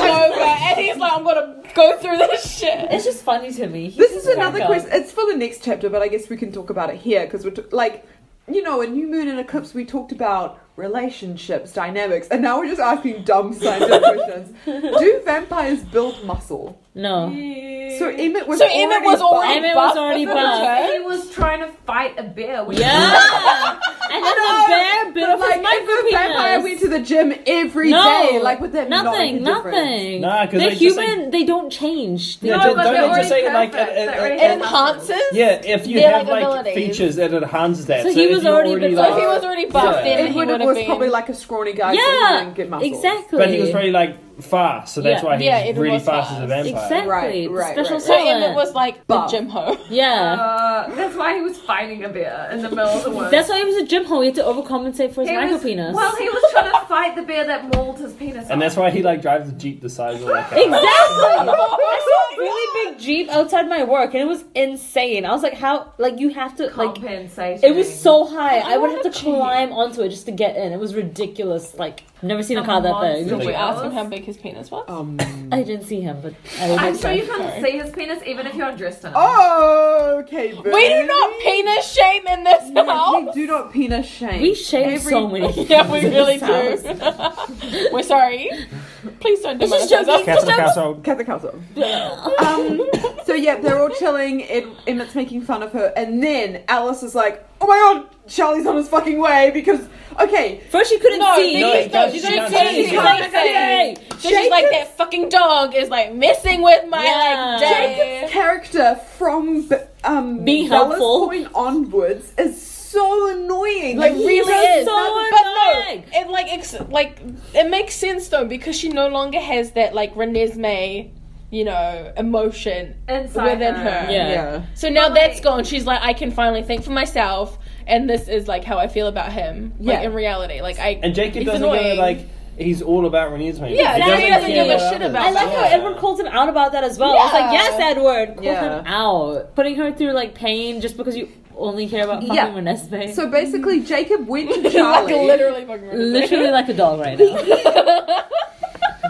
Speaker 5: over, and he's Oh, like, I'm gonna go through this shit.
Speaker 6: It's just funny to me. He
Speaker 1: This
Speaker 6: just
Speaker 1: is another
Speaker 6: woke
Speaker 1: question. It's for the next chapter, but I guess we can talk about it here because we're t- like, you know, in New Moon and Eclipse, we talked about relationships, dynamics, and now we're just asking dumb scientific questions. Do vampires build muscle?
Speaker 3: No.
Speaker 1: So
Speaker 5: Mm.
Speaker 1: Emmett was
Speaker 5: So
Speaker 1: already
Speaker 5: Emmett was already
Speaker 3: Emmett
Speaker 5: buff
Speaker 3: was already
Speaker 5: before the
Speaker 3: buff.
Speaker 5: turn?
Speaker 2: He was trying to fight a bear. Which
Speaker 3: Yeah. and then the bear bit
Speaker 1: But
Speaker 3: off
Speaker 1: like,
Speaker 3: his
Speaker 1: if
Speaker 3: micro
Speaker 1: a vampire
Speaker 3: penis.
Speaker 1: went to the gym every day,
Speaker 3: No.
Speaker 1: like, would that
Speaker 3: Nothing,
Speaker 1: not make a difference?
Speaker 3: nothing.
Speaker 4: Nah, 'cause
Speaker 3: they're
Speaker 4: they just, like-
Speaker 3: human. they don't change. They
Speaker 4: Yeah,
Speaker 2: No,
Speaker 4: don't-
Speaker 2: but
Speaker 4: don't
Speaker 2: they're
Speaker 4: they just
Speaker 2: already
Speaker 4: say, like,
Speaker 2: perfect.
Speaker 4: uh, uh,
Speaker 2: They're already
Speaker 5: It
Speaker 4: And
Speaker 5: enhances.
Speaker 4: Yeah, if you
Speaker 5: Their,
Speaker 4: have
Speaker 5: like,
Speaker 4: like,
Speaker 5: abilities.
Speaker 4: features, it enhances that.
Speaker 3: So he
Speaker 4: if
Speaker 3: was
Speaker 4: you're
Speaker 3: already bit
Speaker 5: So
Speaker 4: like,
Speaker 5: if he was already buff,
Speaker 4: Yeah.
Speaker 5: then
Speaker 1: It
Speaker 5: he
Speaker 1: would have
Speaker 5: would have
Speaker 1: was
Speaker 5: been.
Speaker 1: probably like a scrawny guy. so he
Speaker 3: yeah,
Speaker 1: didn't get muscles.
Speaker 3: exactly.
Speaker 4: but he was really like fast, so that's
Speaker 3: Yeah.
Speaker 4: why he's
Speaker 5: Yeah, it
Speaker 4: really
Speaker 5: was
Speaker 4: fast,
Speaker 5: fast.
Speaker 4: as a vampire.
Speaker 3: exactly
Speaker 1: Right,
Speaker 3: The
Speaker 1: right,
Speaker 3: special
Speaker 1: right,
Speaker 5: so
Speaker 3: talent.
Speaker 5: Emmett was like
Speaker 1: Buff.
Speaker 5: the gym ho.
Speaker 3: yeah.
Speaker 2: Uh, that's why he was fighting a bear in the middle of the woods.
Speaker 3: That's why he was a gym hole. He had to overcompensate for his
Speaker 2: he
Speaker 3: micro
Speaker 2: was,
Speaker 3: penis.
Speaker 2: Well, he was trying to fight the bear that mauled his penis.
Speaker 4: And
Speaker 2: off.
Speaker 4: that's why he like drives a jeep the size of like. A
Speaker 3: Exactly. I saw a really big jeep outside my work, and it was insane. I was like, "How? Like you have to like."
Speaker 2: compensation.
Speaker 3: It was so high. I would
Speaker 2: Oh,
Speaker 3: have to
Speaker 2: jeez.
Speaker 3: climb onto it just to get in. It was ridiculous. Like never seen a,
Speaker 2: A
Speaker 3: car that
Speaker 2: monster.
Speaker 3: big.
Speaker 5: Did you
Speaker 4: Like-
Speaker 5: ask him how big his penis was?
Speaker 1: Um,
Speaker 3: I didn't see him, but I would
Speaker 2: I'm
Speaker 3: have
Speaker 2: sure you
Speaker 3: so.
Speaker 2: can see his penis even if you're undressed in it.
Speaker 1: oh, okay.
Speaker 5: We do not penis shame in this
Speaker 1: We
Speaker 5: house.
Speaker 1: do not penis shame.
Speaker 3: We shame
Speaker 1: Every-
Speaker 3: so many. people
Speaker 5: Yeah, we
Speaker 3: in
Speaker 5: really
Speaker 3: this house.
Speaker 5: do. We're sorry. Please don't
Speaker 3: It's just
Speaker 5: demonetize us.
Speaker 4: Catholic household.
Speaker 1: Catholic household. um, so yeah, they're all chilling. Ed, Emmett's making fun of her, and then Alice is like, "Oh my god, Charlie's on his fucking way because okay,
Speaker 3: First, she couldn't
Speaker 5: No,
Speaker 3: see.
Speaker 4: No,
Speaker 5: Nikki's
Speaker 4: it does.
Speaker 5: not. She's
Speaker 4: She
Speaker 5: not
Speaker 4: can't
Speaker 5: saying
Speaker 4: see.
Speaker 5: she's
Speaker 3: She
Speaker 5: like
Speaker 3: can't
Speaker 5: saying.
Speaker 3: see.
Speaker 5: So she's like that fucking dog is like messing with my
Speaker 3: Yeah.
Speaker 5: like day.
Speaker 1: character from B- um
Speaker 3: Being
Speaker 1: Bella's
Speaker 3: helpful.
Speaker 1: point onwards is so annoying.
Speaker 5: Like
Speaker 1: Like,
Speaker 5: really
Speaker 3: are
Speaker 5: is.
Speaker 3: so
Speaker 5: but no,
Speaker 3: annoying.
Speaker 5: it like ex- like it makes sense though because she no longer has that like renesmee, you know, emotion
Speaker 2: Inside
Speaker 5: within her.
Speaker 3: Yeah.
Speaker 5: So now
Speaker 2: But,
Speaker 5: that's
Speaker 2: like-
Speaker 5: gone. She's like, I can finally think for myself, and this is like how I feel about him. Like
Speaker 1: Yeah.
Speaker 5: in reality, like I
Speaker 4: And Jacob
Speaker 5: He's
Speaker 4: doesn't go
Speaker 5: annoying.
Speaker 4: like he's all about Renesmee.
Speaker 5: Yeah,
Speaker 4: He
Speaker 5: now he
Speaker 3: doesn't give a
Speaker 5: shit about
Speaker 3: I like how
Speaker 4: Yeah.
Speaker 3: Edward calls him out about that as well. I was like,
Speaker 5: Yeah.
Speaker 3: yes, Edward, call
Speaker 1: Yeah.
Speaker 3: him out. Putting her through like pain just because you only care about fucking
Speaker 1: Yeah.
Speaker 3: Renesmee.
Speaker 1: So basically, Jacob went to
Speaker 5: like
Speaker 1: Charlie.
Speaker 5: literally fucking
Speaker 3: literally like a dog right now.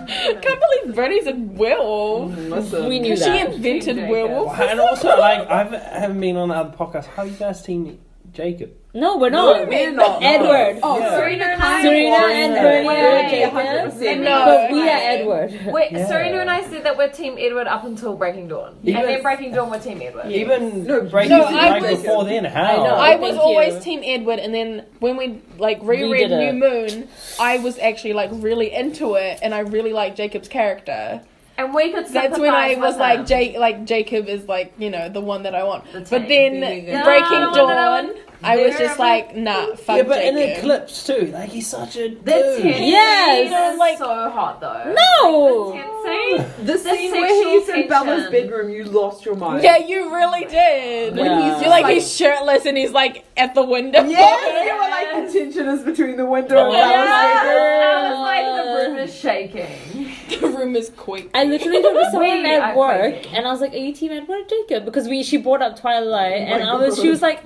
Speaker 5: Can't believe Bernie's a werewolf.
Speaker 1: Listen.
Speaker 3: We knew
Speaker 5: She
Speaker 3: that.
Speaker 5: invented
Speaker 2: Jacob.
Speaker 5: werewolf.
Speaker 4: And also, like, I haven't, I haven't been on the other podcast. How you guys seen Jacob?
Speaker 3: No, we're not.
Speaker 1: We're not.
Speaker 3: Edward.
Speaker 1: Oh,
Speaker 4: Yeah.
Speaker 1: Serena
Speaker 2: Serena and
Speaker 1: Kyle.
Speaker 2: I-
Speaker 3: Serena and
Speaker 1: Yeah.
Speaker 3: Bernie
Speaker 2: Yeah.
Speaker 3: are Jacob.
Speaker 1: 100%.
Speaker 5: No.
Speaker 3: But we are
Speaker 5: Right.
Speaker 3: Edward.
Speaker 2: Wait,
Speaker 4: Yeah.
Speaker 2: Serena and I said that we're Team Edward up until Breaking Dawn,
Speaker 4: Yes.
Speaker 2: and then Breaking Dawn we're Team Edward.
Speaker 4: Even
Speaker 1: No,
Speaker 4: breaking
Speaker 5: no,
Speaker 4: through,
Speaker 5: I
Speaker 4: like,
Speaker 5: was-
Speaker 4: before then, how?
Speaker 3: I know.
Speaker 5: I
Speaker 3: Oh, Thank
Speaker 5: was
Speaker 3: you.
Speaker 5: always Team Edward, and then when we like reread
Speaker 3: did it.
Speaker 5: New Moon, I was actually like really into it, and I really liked Jacob's character.
Speaker 2: And we could.
Speaker 5: That's when I
Speaker 2: sympathize
Speaker 5: was
Speaker 2: with
Speaker 5: like,
Speaker 2: him.
Speaker 5: Jake, like Jacob is like you know the one that I want.
Speaker 2: The tank.
Speaker 5: but then
Speaker 1: Yeah.
Speaker 5: Breaking
Speaker 2: No, I don't want that
Speaker 5: Dawn, I was just like, nah, fuck
Speaker 4: yeah, but in
Speaker 5: Jacob.
Speaker 4: Eclipse too, like he's such a
Speaker 2: That's
Speaker 4: dude.
Speaker 2: him.
Speaker 3: Yes.
Speaker 2: He's
Speaker 5: Like-
Speaker 2: so hot though.
Speaker 3: No.
Speaker 2: Like, the
Speaker 1: The scene where
Speaker 2: sexual
Speaker 1: he's in
Speaker 2: tension.
Speaker 1: Bella's bedroom, you lost your mind.
Speaker 5: yeah, you really did.
Speaker 3: When he's
Speaker 5: You're
Speaker 3: just
Speaker 5: like,
Speaker 1: like-
Speaker 5: he's shirtless and he's like at the window.
Speaker 1: Yes, you were like the tension is between the window and
Speaker 3: Yeah.
Speaker 1: Bella's bedroom.
Speaker 2: I was like, the room is shaking.
Speaker 5: the room is quake.
Speaker 3: I literally talked to someone
Speaker 2: We
Speaker 3: at
Speaker 2: are
Speaker 3: work,
Speaker 2: crazy.
Speaker 3: and I was like, "Are you Team Edward or Jacob?" Because we she brought up Twilight,
Speaker 1: Oh my
Speaker 3: and I was she
Speaker 1: God.
Speaker 3: was like,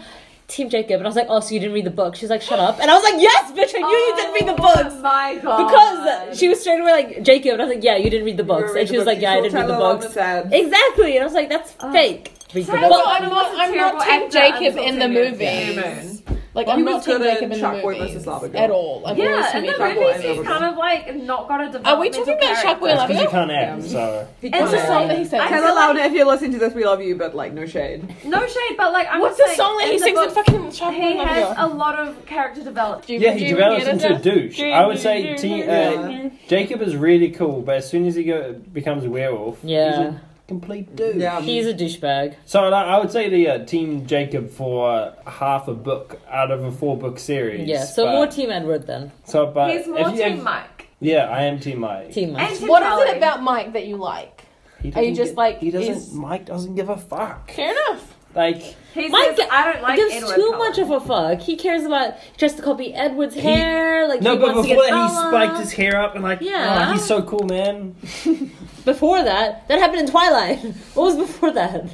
Speaker 3: "Team Jacob," and I was like, "Oh, so you didn't read the book?" She's like, "Shut up," and I was like, "Yes, bitch, I knew you didn't read the books."
Speaker 2: Oh my god.
Speaker 3: Because she was straight away like Jacob, and I was like, "Yeah, you didn't read the books," and she was like, "Yeah, I didn't read the books."
Speaker 1: books.
Speaker 3: Exactly, and I was like, "That's fake." Read the
Speaker 2: Sorry,
Speaker 5: No,
Speaker 3: book.
Speaker 5: but I'm not. I'm not Team Jacob in the
Speaker 2: movie.
Speaker 5: movies. Like I'm
Speaker 1: He
Speaker 5: not
Speaker 1: was
Speaker 5: Team
Speaker 1: good in
Speaker 5: Jacob in the
Speaker 1: Shark Boy versus
Speaker 5: movies
Speaker 1: Lava Girl.
Speaker 5: at all. I'm always
Speaker 2: Yeah,
Speaker 5: Team
Speaker 2: in the
Speaker 5: Jacob.
Speaker 1: Boy
Speaker 2: movies
Speaker 1: and
Speaker 2: he's
Speaker 1: Lava
Speaker 2: kind of like not got a
Speaker 5: Are we talking about
Speaker 2: developmental
Speaker 5: Chuck
Speaker 2: character.
Speaker 5: Wheeler?
Speaker 4: Because you can't act,
Speaker 1: Yeah.
Speaker 4: so.
Speaker 5: It's the
Speaker 2: Yeah.
Speaker 5: song that he sang.
Speaker 2: I
Speaker 1: Tell
Speaker 2: feel like-
Speaker 1: Alana if you're listening to this, we love you, but like no shade.
Speaker 2: No shade, but like I'm
Speaker 5: What's the
Speaker 2: just saying,
Speaker 5: song that he
Speaker 2: in the
Speaker 5: sings in
Speaker 2: book,
Speaker 5: fucking Shark Boy
Speaker 2: He
Speaker 5: and Lava
Speaker 2: has
Speaker 5: Girl?
Speaker 2: a lot of character development.
Speaker 4: Yeah, he develops into a douche. I would say
Speaker 5: Team.
Speaker 4: T,
Speaker 1: Yeah.
Speaker 4: uh, Jacob is really cool, but as soon as he go, becomes a werewolf, he's
Speaker 3: Yeah.
Speaker 4: a complete dude.
Speaker 1: Yeah,
Speaker 3: He's a douchebag.
Speaker 4: So like, I would say the uh, Team Jacob for half a book out of a four book series.
Speaker 3: Yeah, so
Speaker 4: but,
Speaker 3: more Team Edward then.
Speaker 4: So, but
Speaker 2: He's more
Speaker 4: if you
Speaker 2: Team
Speaker 4: have-
Speaker 2: Mike.
Speaker 4: Yeah, I am Team Mike.
Speaker 3: Team
Speaker 2: And Tim
Speaker 5: What
Speaker 2: Kelly.
Speaker 5: is it about Mike that you like?
Speaker 4: He
Speaker 5: Are you
Speaker 4: doesn't
Speaker 5: just
Speaker 4: gi-
Speaker 5: like,
Speaker 4: he doesn't?
Speaker 5: is-
Speaker 4: Mike doesn't give a fuck.
Speaker 5: Fair enough.
Speaker 4: Like
Speaker 2: He's
Speaker 3: Mike
Speaker 2: just, I don't like
Speaker 3: gives
Speaker 2: Edward
Speaker 3: too
Speaker 2: Cullen.
Speaker 3: much of a fuck. He cares about he tries to copy Edward's hair. Like
Speaker 4: no,
Speaker 3: he
Speaker 4: but
Speaker 3: wants
Speaker 4: before
Speaker 3: to get
Speaker 4: that, he
Speaker 3: Ella.
Speaker 4: spiked his hair up and like,
Speaker 3: Yeah.
Speaker 4: "Oh, he's so cool, man.
Speaker 3: Before that, that happened in Twilight. What was before that?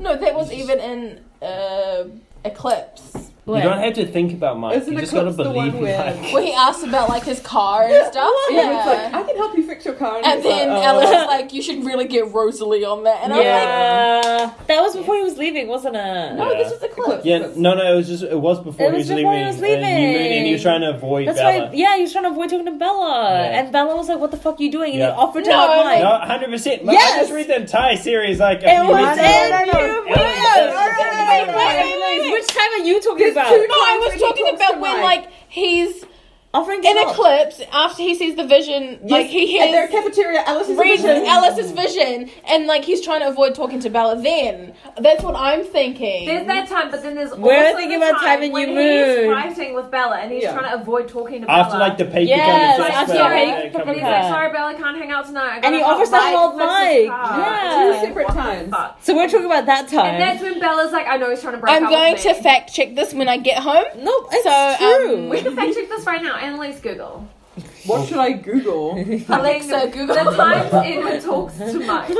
Speaker 5: No, that was even in uh, Eclipse.
Speaker 3: Where?
Speaker 4: You don't have to think about Mike.
Speaker 1: Isn't
Speaker 4: you just gotta
Speaker 1: Eclipse the
Speaker 4: believe
Speaker 1: one
Speaker 4: in
Speaker 1: where-
Speaker 4: Mike.
Speaker 5: Where he asked about like his car and stuff.
Speaker 1: Yeah, it's like I can help you fix your car. he's
Speaker 5: and then
Speaker 1: like, oh.
Speaker 5: Ella was like, "You should really get Rosalie on that." And
Speaker 3: yeah, that was before he was leaving, wasn't it?
Speaker 5: I'm like, "No, this was Eclipse."
Speaker 4: Yeah, no, no, it was just it was before
Speaker 3: It
Speaker 4: he
Speaker 3: was
Speaker 4: was
Speaker 3: before
Speaker 4: leaving, uh,
Speaker 3: he was
Speaker 4: And, you moved, and he was trying to avoid
Speaker 3: That's
Speaker 4: Bella.
Speaker 3: why, yeah, he was trying to avoid talking to Bella,
Speaker 4: Yeah.
Speaker 3: and Bella was like, "What the fuck are you doing?" And
Speaker 4: Yeah.
Speaker 3: he offered to
Speaker 5: No,
Speaker 3: help Mike.
Speaker 4: No, hundred percent. I
Speaker 3: Yes!
Speaker 4: just read the entire series like a
Speaker 3: It
Speaker 4: few
Speaker 3: was
Speaker 4: weeks
Speaker 3: in
Speaker 4: ago.
Speaker 3: New
Speaker 5: Wait, wait, wait, wait.
Speaker 3: Which time are you talking
Speaker 1: There's
Speaker 3: about?
Speaker 1: two-
Speaker 5: No, Oh, I was
Speaker 1: He
Speaker 5: talking
Speaker 1: talks
Speaker 5: about
Speaker 1: to
Speaker 5: when
Speaker 1: Mike.
Speaker 5: like he's
Speaker 3: Offering to
Speaker 5: in
Speaker 3: help.
Speaker 5: Eclipse after he sees the vision, like he
Speaker 1: at their
Speaker 5: hears
Speaker 1: cafeteria. Alice is a
Speaker 5: reading
Speaker 1: vision.
Speaker 5: Alice's vision, and like he's trying to avoid talking to Bella. Then that's what I'm thinking.
Speaker 2: There's that time, but then there's also
Speaker 3: We're thinking
Speaker 2: the
Speaker 3: about
Speaker 2: time
Speaker 3: time when
Speaker 2: when
Speaker 3: you
Speaker 2: he's
Speaker 3: moved.
Speaker 2: fighting with Bella and he's
Speaker 1: Yeah.
Speaker 2: trying to avoid talking to
Speaker 4: After
Speaker 2: Bella.
Speaker 4: like the paper
Speaker 3: Yes,
Speaker 4: comes
Speaker 2: after
Speaker 4: back,
Speaker 2: the
Speaker 4: yeah,
Speaker 3: paper
Speaker 4: come
Speaker 2: and he's
Speaker 4: back.
Speaker 2: like, sorry, Bella can't hang out tonight. I
Speaker 3: And he
Speaker 2: gotta
Speaker 3: offers
Speaker 2: help
Speaker 3: to help
Speaker 2: fix his
Speaker 3: Mike.
Speaker 2: car."
Speaker 3: Yeah.
Speaker 1: Two separate
Speaker 2: What the
Speaker 1: times.
Speaker 2: fuck?
Speaker 3: So we're talking about that time.
Speaker 2: And that's when Bella's like, I know he's trying to break
Speaker 5: I'm
Speaker 2: up
Speaker 5: going
Speaker 2: with
Speaker 5: to
Speaker 2: me.
Speaker 5: fact check this when I get home.
Speaker 3: no, it's
Speaker 5: So,
Speaker 3: true.
Speaker 2: We can fact check this right now. Annalise Google.
Speaker 4: Oh.
Speaker 1: What should I Google?
Speaker 5: Alexa, Google.
Speaker 2: The times Edward talks to Mike.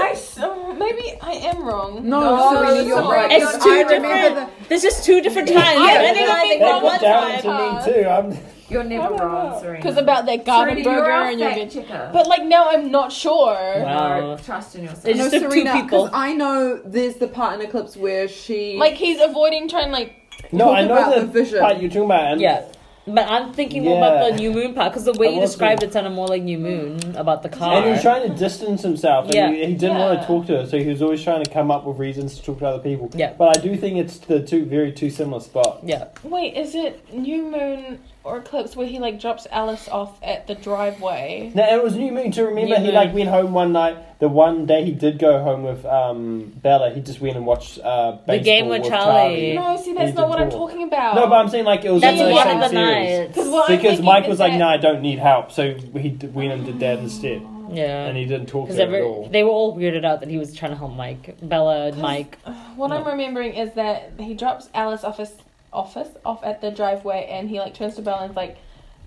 Speaker 5: I s- uh, maybe I am wrong.
Speaker 1: No,
Speaker 2: Serena, you're right.
Speaker 3: it's
Speaker 2: I
Speaker 3: two
Speaker 2: remember
Speaker 3: different. There's just two different times.
Speaker 5: I
Speaker 3: You're
Speaker 5: remember
Speaker 3: analyzing
Speaker 5: being
Speaker 3: that
Speaker 5: wrong
Speaker 4: They
Speaker 5: one
Speaker 4: put down
Speaker 5: time.
Speaker 4: to me too. I'm
Speaker 2: You're never wrong, Serena.
Speaker 5: Because about that garden
Speaker 2: Serena,
Speaker 5: burger
Speaker 2: you're our
Speaker 5: and your
Speaker 2: fact
Speaker 5: veg-
Speaker 2: checker.
Speaker 5: But like now I'm not sure.
Speaker 3: Wow.
Speaker 2: No, trust in yourself.
Speaker 3: It's
Speaker 1: No,
Speaker 3: just took two
Speaker 1: Serena,
Speaker 3: people.
Speaker 1: because I know there's the part in Eclipse where she
Speaker 5: Like he's avoiding trying like
Speaker 4: no, I
Speaker 1: Talking about
Speaker 4: know
Speaker 1: the
Speaker 4: the
Speaker 1: vision.
Speaker 4: part you're talking about. and-
Speaker 3: Yeah. But I'm thinking more about
Speaker 4: Yeah.
Speaker 3: the new moon part because the way
Speaker 4: I
Speaker 3: you
Speaker 4: was
Speaker 3: described it sounded more like new moon about the car.
Speaker 4: And he was trying to distance himself, and
Speaker 3: Yeah.
Speaker 4: he, he didn't want
Speaker 5: Yeah.
Speaker 4: to talk to her, so he was always trying to come up with reasons to talk to other people.
Speaker 3: Yeah.
Speaker 4: But I do think it's the two very two similar spots.
Speaker 3: yeah,
Speaker 5: wait, is it new moon or eclipse where he like drops Alice off at the driveway?
Speaker 4: No, it was New Moon to remember.
Speaker 3: New
Speaker 4: he
Speaker 3: Moon.
Speaker 4: like went home one night. The one day he did go home with um, Bella, he just went and watched uh,
Speaker 3: The game
Speaker 4: baseball
Speaker 3: with Charlie.
Speaker 5: No, see that's
Speaker 4: He's
Speaker 5: not
Speaker 4: a
Speaker 5: what I'm
Speaker 4: dwarf.
Speaker 5: talking about.
Speaker 4: No, but I'm saying like it was
Speaker 3: that's
Speaker 4: in the
Speaker 3: one
Speaker 4: same
Speaker 3: of the
Speaker 4: series.
Speaker 3: nights.
Speaker 5: because what I'm
Speaker 4: Because
Speaker 5: thinking
Speaker 4: Mike
Speaker 5: is
Speaker 4: was like,
Speaker 5: that-
Speaker 4: "No, I don't need help," so he d- went and did that instead, and
Speaker 3: yeah,
Speaker 4: he didn't talk to
Speaker 3: because
Speaker 4: her at all.
Speaker 3: they were all weirded out that he was trying to help Mike, Bella, Mike.
Speaker 5: What
Speaker 3: No.
Speaker 5: I'm remembering is that he drops Alice off his office off at the driveway, and he like turns to Bella and's like,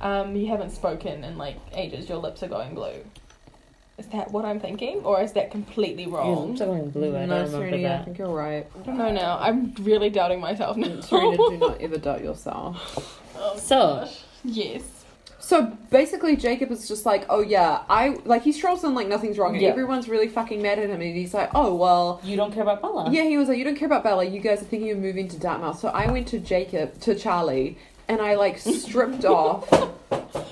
Speaker 5: um, "You haven't spoken in like ages. Your lips are going blue." Is that what I'm thinking, or is that completely
Speaker 3: Your
Speaker 5: wrong?
Speaker 3: lips are going blue. I
Speaker 1: no,
Speaker 3: don't remember
Speaker 1: Serena, I
Speaker 3: that.
Speaker 1: think you're right.
Speaker 2: Oh,
Speaker 5: I don't know now. I'm really doubting myself now.
Speaker 1: Serena, do not ever doubt yourself.
Speaker 3: Oh, So
Speaker 5: yes.
Speaker 1: So basically, Jacob is just like, oh yeah, I like he strolls in like nothing's wrong, and
Speaker 3: Yeah.
Speaker 1: everyone's really fucking mad at him, and he's like, oh well,
Speaker 3: you don't care about Bella.
Speaker 1: Yeah, he was like, "You don't care about Bella. You guys are thinking of moving to Dartmouth." So I went to Jacob to Charlie, and I like stripped off.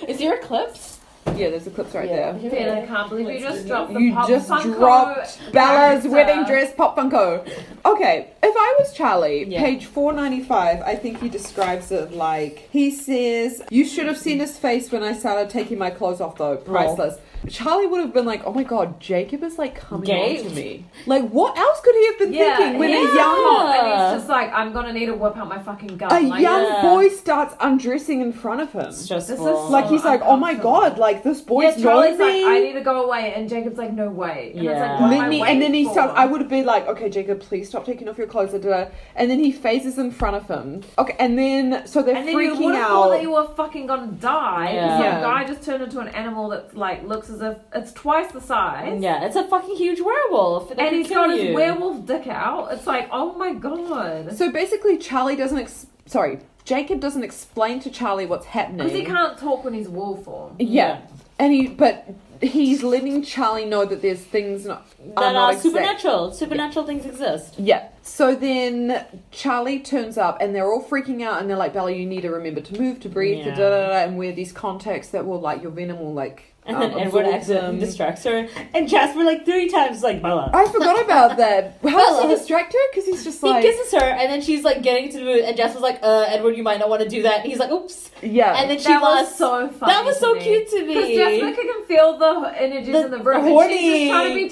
Speaker 5: Is there eclipse?
Speaker 1: Yeah, there's the clips right there.
Speaker 2: Ben, I can't believe you just dropped the
Speaker 1: You
Speaker 2: pop
Speaker 1: just
Speaker 2: Funko
Speaker 1: dropped Bella's
Speaker 2: character.
Speaker 1: wedding dress pop Funko. Okay, if I was Charlie,
Speaker 3: Yeah.
Speaker 1: page 495, I think he describes it like he says, You should have seen his face when I started taking my clothes off,
Speaker 2: Oh.
Speaker 1: though. Priceless. Charlie would have been like, Oh my god, Jacob is like coming on
Speaker 3: Gaped.
Speaker 1: to me. Like, what else could he have been
Speaker 2: Yeah,
Speaker 1: thinking when
Speaker 2: yeah.
Speaker 1: a young
Speaker 2: And he's just like, I'm gonna need to whip out my fucking gun.
Speaker 1: a
Speaker 2: like,
Speaker 1: young
Speaker 3: Yeah.
Speaker 1: boy starts undressing in front of him.
Speaker 3: It's just
Speaker 2: This is
Speaker 1: Like he's like, oh my
Speaker 2: uncomfortable.
Speaker 1: god, like this
Speaker 2: Yeah,
Speaker 1: boy's knowing
Speaker 2: Charlie's like,
Speaker 1: me.
Speaker 2: I need to go away, and Jacob's like, no way. And
Speaker 3: Yeah.
Speaker 2: it's like, what am I
Speaker 1: Let me, and then he
Speaker 2: waiting
Speaker 1: starts.
Speaker 2: for?
Speaker 1: I would be like, okay, Jacob, please stop taking off your clothes. da, da, da. And then he phases in front of him. Okay, and then so they're
Speaker 2: And then you would
Speaker 1: freaking
Speaker 2: have thought that
Speaker 1: out.
Speaker 2: you were fucking gonna die.
Speaker 3: Yeah.
Speaker 2: Yeah. Some
Speaker 1: Yeah.
Speaker 2: guy just turned into an animal that like looks as if it's twice the size.
Speaker 3: yeah, it's a fucking huge werewolf, that
Speaker 2: And
Speaker 3: can
Speaker 2: he's
Speaker 3: kill
Speaker 2: got his
Speaker 3: you.
Speaker 2: werewolf dick out. It's like, oh my god.
Speaker 1: So basically, Charlie doesn't. Ex- sorry, Jacob doesn't explain to Charlie what's happening.
Speaker 2: Because he can't talk when he's wolf form.
Speaker 1: Yeah. and he but he's letting Charlie know that there's things not
Speaker 3: that
Speaker 1: not
Speaker 3: are
Speaker 1: exact.
Speaker 3: supernatural. Supernatural things exist.
Speaker 1: Yeah. So then Charlie turns up and they're all freaking out and they're like, Bella, you need to remember to move, to breathe, to
Speaker 3: Yeah.
Speaker 1: da da da, and wear these contacts that will, like, your venom will, like,
Speaker 3: And
Speaker 1: um,
Speaker 3: then Edward
Speaker 1: absorb
Speaker 3: accidentally
Speaker 1: them.
Speaker 3: distracts her, and Jasper like three times is like Bella.
Speaker 1: I forgot about that. How does he
Speaker 3: Bella.
Speaker 1: distract her? Because he's just
Speaker 3: He
Speaker 1: like,
Speaker 3: kisses her, and then she's like getting to the mood, and Jasper's like, "Uh, Edward, you might not want to do that." And he's like, "Oops,"
Speaker 1: yeah.
Speaker 3: and then she
Speaker 2: that was
Speaker 3: lost.
Speaker 2: so funny.
Speaker 3: that was so
Speaker 2: to me.
Speaker 3: cute to
Speaker 2: Because
Speaker 3: me.
Speaker 2: Jessica can feel the energies
Speaker 3: The
Speaker 2: in the room. And she's
Speaker 3: horny.
Speaker 2: just trying to be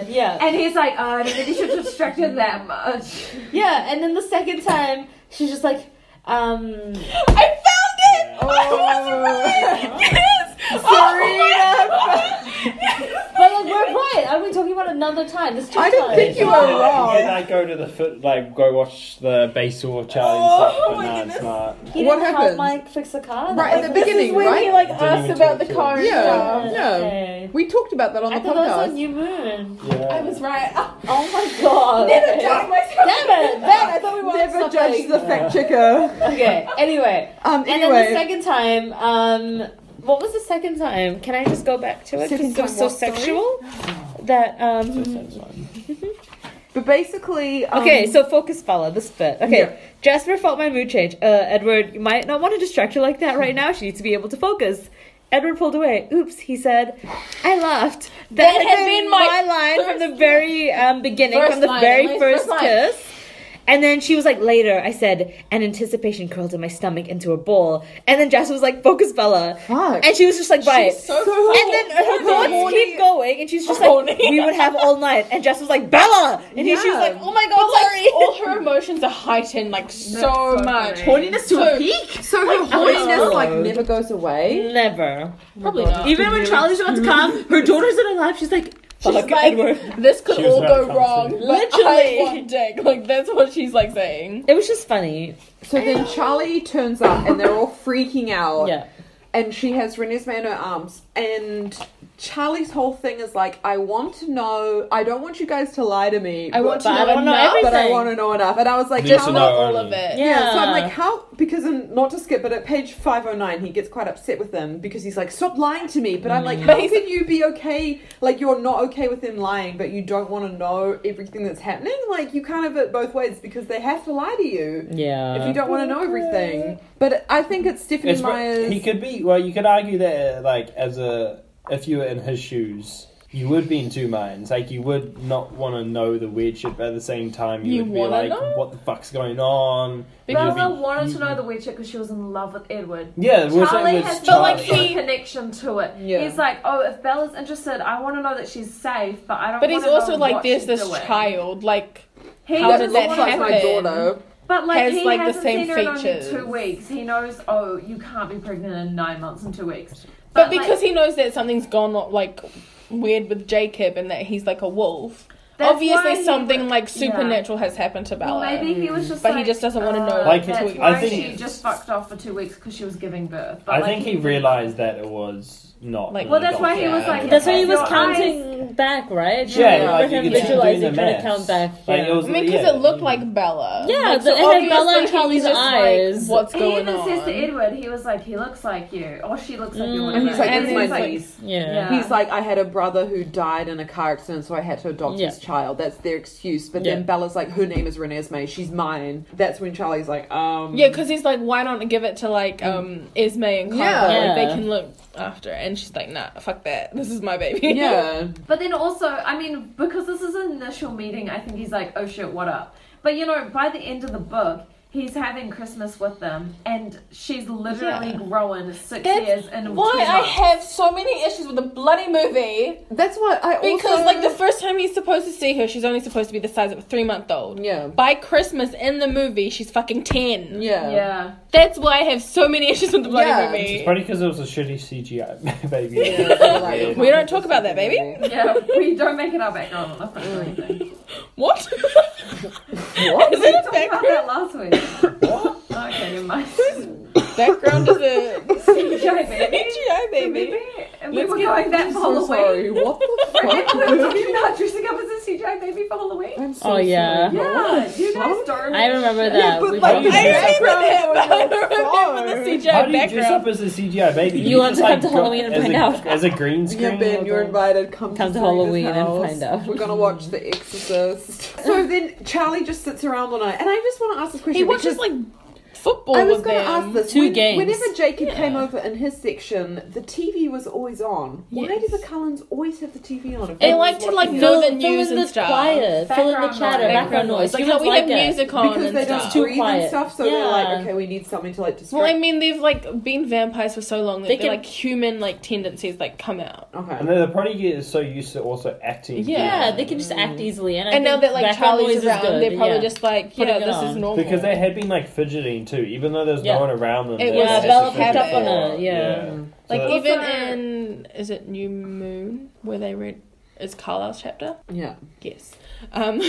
Speaker 2: distracted.
Speaker 3: Yeah.
Speaker 2: And he's like, oh, I don't think you should distract her that much.
Speaker 3: yeah, and then the second time she's just like, um,
Speaker 5: I found it. Oh,
Speaker 3: But like we're right. Are we talking about another time? This two
Speaker 1: I didn't
Speaker 3: times.
Speaker 1: think you were wrong.
Speaker 4: Then I go to the foot, like go watch the Basil challenge
Speaker 5: Oh,
Speaker 4: stuff, but
Speaker 5: my
Speaker 4: no,
Speaker 5: goodness.
Speaker 4: it's not.
Speaker 3: He didn't
Speaker 1: What
Speaker 3: help
Speaker 1: happened?
Speaker 3: Mike fix the car.
Speaker 1: Right at
Speaker 3: That
Speaker 1: the
Speaker 3: was-
Speaker 5: This
Speaker 1: beginning,
Speaker 5: is when he
Speaker 1: right?
Speaker 5: like
Speaker 4: Didn't
Speaker 5: asked
Speaker 4: even
Speaker 5: about the
Speaker 4: talk to
Speaker 5: car and
Speaker 1: him.
Speaker 5: stuff.
Speaker 1: Yeah. no.
Speaker 3: Okay.
Speaker 1: We talked about that on
Speaker 3: I
Speaker 1: the
Speaker 3: thought that was on
Speaker 1: podcast.
Speaker 3: New Moon.
Speaker 4: Yeah.
Speaker 5: I was right. Oh,
Speaker 3: Oh my god.
Speaker 5: never judge myself.
Speaker 3: Damn it! Ben, I thought we wanted
Speaker 1: Never judge
Speaker 3: something.
Speaker 1: the fact checker.
Speaker 3: Okay. Anyway.
Speaker 1: Um,
Speaker 3: And then the
Speaker 1: anyway,
Speaker 3: second time, um, what was the second time? Can I just go back to it because
Speaker 1: Second
Speaker 3: it was so
Speaker 1: time what, sorry?
Speaker 3: sexual? That
Speaker 4: Just
Speaker 3: um.
Speaker 4: had fun.
Speaker 1: but basically, um,
Speaker 3: Okay, so focus, fella. This bit. Okay,
Speaker 1: Yeah.
Speaker 3: Jasper felt my mood change. Uh, Edward, you might not want to distract her like that right now. She needs to be able to focus. Edward pulled away. Oops, he said. I laughed. That, had, been, my, line from the very um, beginning,
Speaker 5: First
Speaker 3: from the
Speaker 5: line,
Speaker 3: very
Speaker 5: only
Speaker 3: first,
Speaker 5: first line.
Speaker 3: kiss. And then she was like, later, I said, and anticipation curled in my stomach into a ball. And then Jasper was like, focus, Bella.
Speaker 1: fuck.
Speaker 3: And she was just like, right.
Speaker 1: so
Speaker 3: And then her thoughts keep going, and she's just like,
Speaker 5: Horny.
Speaker 3: we would have all night. And Jess was like, Bella! And he, she was
Speaker 1: Yeah.
Speaker 3: like, oh my god, sorry.
Speaker 5: All her emotions are heightened like so, much.
Speaker 1: horniness
Speaker 5: to a
Speaker 1: peak. So her horniness like never goes away.
Speaker 3: Never.
Speaker 5: Probably not.
Speaker 3: Even when Charlie's about to come, her daughter's in her life, she's like, fuck
Speaker 5: She's like,
Speaker 3: Edward.
Speaker 5: this could
Speaker 4: She was
Speaker 5: all
Speaker 4: very
Speaker 5: go wrong.
Speaker 4: confident.
Speaker 5: but
Speaker 3: Literally.
Speaker 5: I want dick. Like that's what she's like saying.
Speaker 3: It was just funny.
Speaker 1: So then Charlie turns up and they're all freaking out.
Speaker 3: Yeah.
Speaker 1: and she has Renesmee in her arms. And Charlie's whole thing is like, I want to know. I don't want you guys to lie to me.
Speaker 5: I
Speaker 1: but-
Speaker 5: want to
Speaker 3: But I
Speaker 5: know
Speaker 3: don't know
Speaker 5: enough,
Speaker 1: but I
Speaker 3: everything.
Speaker 1: want to know enough. And I was like,
Speaker 4: Need
Speaker 1: how
Speaker 4: to
Speaker 1: long-
Speaker 4: know.
Speaker 5: not all
Speaker 4: only.
Speaker 5: of it.
Speaker 1: Yeah. so I'm like, how? Because in, not to skip, but at page 509, he gets quite upset with them because he's like, stop lying to me. But I'm like, how can you be okay? Like, you're not okay with them lying, but you don't want to know everything that's happening? Like, you can't have it both ways because they have to lie to you
Speaker 3: yeah.
Speaker 1: if you don't want to know everything. But I think it's Stephanie
Speaker 4: It's,
Speaker 1: Meyer's.
Speaker 4: he could be. Well, you could argue that, uh, like, as a if you were in his shoes, you would be in two minds. Like, you would not want to know the weird shit, but at the same time, you,
Speaker 5: You
Speaker 4: would be
Speaker 5: wanna
Speaker 4: like,
Speaker 5: know?
Speaker 4: "What the fuck's going on?" You'd
Speaker 2: Bella
Speaker 4: be-
Speaker 2: wanted to
Speaker 4: you-
Speaker 2: know the weird chick because she was in love with Edward.
Speaker 4: Yeah, was
Speaker 2: Charlie
Speaker 4: it was
Speaker 2: has
Speaker 4: Charlie.
Speaker 2: no like no connection to it.
Speaker 1: Yeah.
Speaker 2: He's like, oh, if Bella's interested, I want to know that she's safe, but I don't.
Speaker 5: But he's
Speaker 2: wanna
Speaker 5: also
Speaker 2: know
Speaker 5: like,
Speaker 2: what
Speaker 5: there's
Speaker 2: she's
Speaker 5: this
Speaker 2: doing.
Speaker 5: child. Like
Speaker 2: He
Speaker 5: How
Speaker 2: doesn't
Speaker 5: did that
Speaker 2: want
Speaker 1: like
Speaker 2: to-
Speaker 1: my
Speaker 5: happen?
Speaker 1: daughter.
Speaker 2: But like
Speaker 5: Has,
Speaker 2: he
Speaker 5: like, the
Speaker 2: hasn't
Speaker 5: same
Speaker 2: seen her
Speaker 5: features.
Speaker 2: in only two weeks. He knows, oh, you can't be pregnant in nine months and two weeks.
Speaker 5: But
Speaker 2: like,
Speaker 5: because he knows that something's gone like weird with Jacob and that he's like a wolf,
Speaker 2: that's why
Speaker 5: obviously
Speaker 2: he
Speaker 5: something
Speaker 2: was-
Speaker 5: like
Speaker 2: yeah.
Speaker 5: supernatural has happened to Bella.
Speaker 2: Well, maybe he was just.
Speaker 5: But he
Speaker 2: like,
Speaker 5: just doesn't wanna
Speaker 2: uh,
Speaker 5: know
Speaker 4: Like,
Speaker 2: that's
Speaker 4: I
Speaker 2: why
Speaker 4: think-
Speaker 2: she just fucked off for two weeks because she was giving birth. But
Speaker 4: I
Speaker 2: like,
Speaker 4: think he realized that it was not.
Speaker 5: Like-
Speaker 4: an
Speaker 2: Well, that's why
Speaker 4: adult
Speaker 2: he was
Speaker 4: film.
Speaker 2: like.
Speaker 3: That's why he was
Speaker 2: your
Speaker 3: counting back, right?
Speaker 4: Yeah,
Speaker 1: Yeah.
Speaker 4: like,
Speaker 3: for him
Speaker 4: you could see him doing the
Speaker 3: visualizing trying to
Speaker 4: maths.
Speaker 3: count back.
Speaker 4: Like,
Speaker 3: yeah.
Speaker 4: it was,
Speaker 5: I mean, because
Speaker 4: yeah, mm-hmm.
Speaker 5: it looked
Speaker 4: you-
Speaker 5: like Bella.
Speaker 3: Yeah,
Speaker 5: Like,
Speaker 3: the- it had
Speaker 5: obviously
Speaker 3: Bella in
Speaker 5: he's
Speaker 3: Charlie's
Speaker 5: just
Speaker 3: eyes.
Speaker 5: Like, What's
Speaker 2: He
Speaker 5: going
Speaker 2: even
Speaker 5: on?
Speaker 2: says to Edward, he was like, he looks like you, or she looks like you.
Speaker 3: Mm.
Speaker 2: whatever.
Speaker 1: And he's like,
Speaker 5: And
Speaker 1: it's my
Speaker 5: he's like-
Speaker 1: niece.
Speaker 3: yeah.
Speaker 1: He's like, I had a brother who died in a car accident, so I had to adopt
Speaker 3: Yeah.
Speaker 1: his child. That's their excuse. But
Speaker 3: Yeah.
Speaker 1: then Bella's like, her name is Renesmee. She's mine. That's when Charlie's like, um.
Speaker 5: Yeah, because he's like, why don't I give it to like um Esme and Carla?
Speaker 1: Yeah.
Speaker 5: Like, they
Speaker 3: Mm. Yeah.
Speaker 5: can look after it. And she's like, nah, fuck that. This is my baby.
Speaker 1: Yeah.
Speaker 2: But then also, I mean, because this is an initial meeting, I think he's like, oh shit, what up? But you know, by the end of the book, he's having Christmas with them, and she's literally
Speaker 5: Yeah.
Speaker 2: grown six
Speaker 5: That's
Speaker 2: years in
Speaker 5: Why
Speaker 2: two
Speaker 5: I
Speaker 2: months.
Speaker 5: have so many issues with the bloody movie
Speaker 1: That's what I also.
Speaker 5: because like the first time he's supposed to see her, she's only supposed to be the size of a three month old.
Speaker 1: Yeah.
Speaker 5: By Christmas in the movie, she's fucking ten.
Speaker 1: Yeah.
Speaker 2: yeah.
Speaker 5: That's why I have so many issues with the bloody
Speaker 1: Yeah.
Speaker 4: It's
Speaker 5: movie.
Speaker 4: probably because it was a shitty CGI baby.
Speaker 1: Yeah, so, like,
Speaker 5: We don't talk about that, baby.
Speaker 2: Yeah, we don't make it our background on the phone or anything.
Speaker 5: What?
Speaker 1: What?
Speaker 5: Is it a
Speaker 2: Talked about
Speaker 5: background?
Speaker 2: that last week. okay, never mind.
Speaker 5: background is a
Speaker 2: CGI baby.
Speaker 5: CGI baby.
Speaker 2: And we
Speaker 5: Let's
Speaker 2: were
Speaker 5: get-
Speaker 2: going that
Speaker 1: I'm
Speaker 2: for
Speaker 1: so
Speaker 2: Halloween.
Speaker 1: sorry. What the
Speaker 2: Remember we
Speaker 1: fuck?
Speaker 2: were talking about dressing up as a CGI baby for Halloween?
Speaker 1: I'm so
Speaker 3: Oh, yeah.
Speaker 1: sorry.
Speaker 2: Yeah, you guys don't
Speaker 3: I remember that.
Speaker 1: Yeah, but
Speaker 3: We
Speaker 1: like,
Speaker 4: don't
Speaker 1: the
Speaker 4: do that.
Speaker 1: background
Speaker 5: I don't
Speaker 1: on
Speaker 5: remember
Speaker 1: your phone.
Speaker 5: the CGI
Speaker 4: How do you dress
Speaker 5: background.
Speaker 4: up as a CGI baby?
Speaker 3: You want
Speaker 4: just,
Speaker 3: to come to
Speaker 4: go-
Speaker 3: Halloween and
Speaker 4: as
Speaker 3: find
Speaker 4: a,
Speaker 3: out.
Speaker 4: As a green screen?
Speaker 1: Yeah, Ben, you're invited. Come,
Speaker 3: Come
Speaker 1: Serena's
Speaker 3: to Halloween and
Speaker 1: house.
Speaker 3: find out.
Speaker 1: We're gonna watch The Exorcist. So then Charlie just sits around all night, and I just want to ask this question.
Speaker 5: He watches
Speaker 1: because-
Speaker 5: like football.
Speaker 1: I was
Speaker 5: with
Speaker 1: going to
Speaker 5: them.
Speaker 1: ask this.
Speaker 3: Two
Speaker 1: When-
Speaker 3: games.
Speaker 1: Whenever Jacob
Speaker 5: Yeah.
Speaker 1: came over in his section, the TV was always on. Why
Speaker 5: Yes.
Speaker 1: do the Cullens always have the TV on? if
Speaker 5: They
Speaker 1: no
Speaker 5: like
Speaker 1: one's
Speaker 5: to, like,
Speaker 1: watching
Speaker 5: fill
Speaker 1: it?
Speaker 5: the
Speaker 3: fill
Speaker 5: news
Speaker 3: in
Speaker 5: and
Speaker 3: the
Speaker 5: stuff.
Speaker 3: quiet, fill in the
Speaker 2: Background
Speaker 3: chatter,
Speaker 2: noise.
Speaker 3: background noise.
Speaker 5: Like
Speaker 3: Humans
Speaker 5: how we
Speaker 3: like
Speaker 5: have
Speaker 3: it.
Speaker 5: music on
Speaker 1: because
Speaker 5: and
Speaker 1: they
Speaker 5: stuff.
Speaker 1: don't
Speaker 3: Too
Speaker 1: breathe
Speaker 3: quiet.
Speaker 1: and stuff. So
Speaker 3: Yeah.
Speaker 1: they're like, okay, we need something to like distract.
Speaker 5: Well, I mean, they've like been vampires for so long that
Speaker 3: They
Speaker 5: their
Speaker 3: can-
Speaker 5: like human like tendencies like come out,
Speaker 1: okay.
Speaker 4: And then the probably get so used to also acting.
Speaker 5: Yeah.
Speaker 3: Yeah, they can just act easily, and, I
Speaker 5: and now
Speaker 3: think
Speaker 5: that like
Speaker 3: background
Speaker 5: Charlie's
Speaker 3: noise is
Speaker 5: around,
Speaker 3: good,
Speaker 5: they're probably
Speaker 3: yeah.
Speaker 5: just like,
Speaker 3: Putting
Speaker 5: yeah,
Speaker 3: it
Speaker 5: this is
Speaker 3: on.
Speaker 5: normal.
Speaker 4: Because they had been like fidgeting too, even though there's
Speaker 7: Yeah.
Speaker 4: no one around them.
Speaker 7: It
Speaker 4: they're
Speaker 7: was-
Speaker 4: just
Speaker 3: Bella
Speaker 4: looking
Speaker 7: picked up
Speaker 4: for
Speaker 7: on
Speaker 4: it.
Speaker 3: it, yeah.
Speaker 1: Mm.
Speaker 5: Like
Speaker 4: So-
Speaker 5: even
Speaker 2: Also-
Speaker 5: in is it New Moon where they read is Carlisle's chapter?
Speaker 1: Yeah.
Speaker 5: Yes. Um,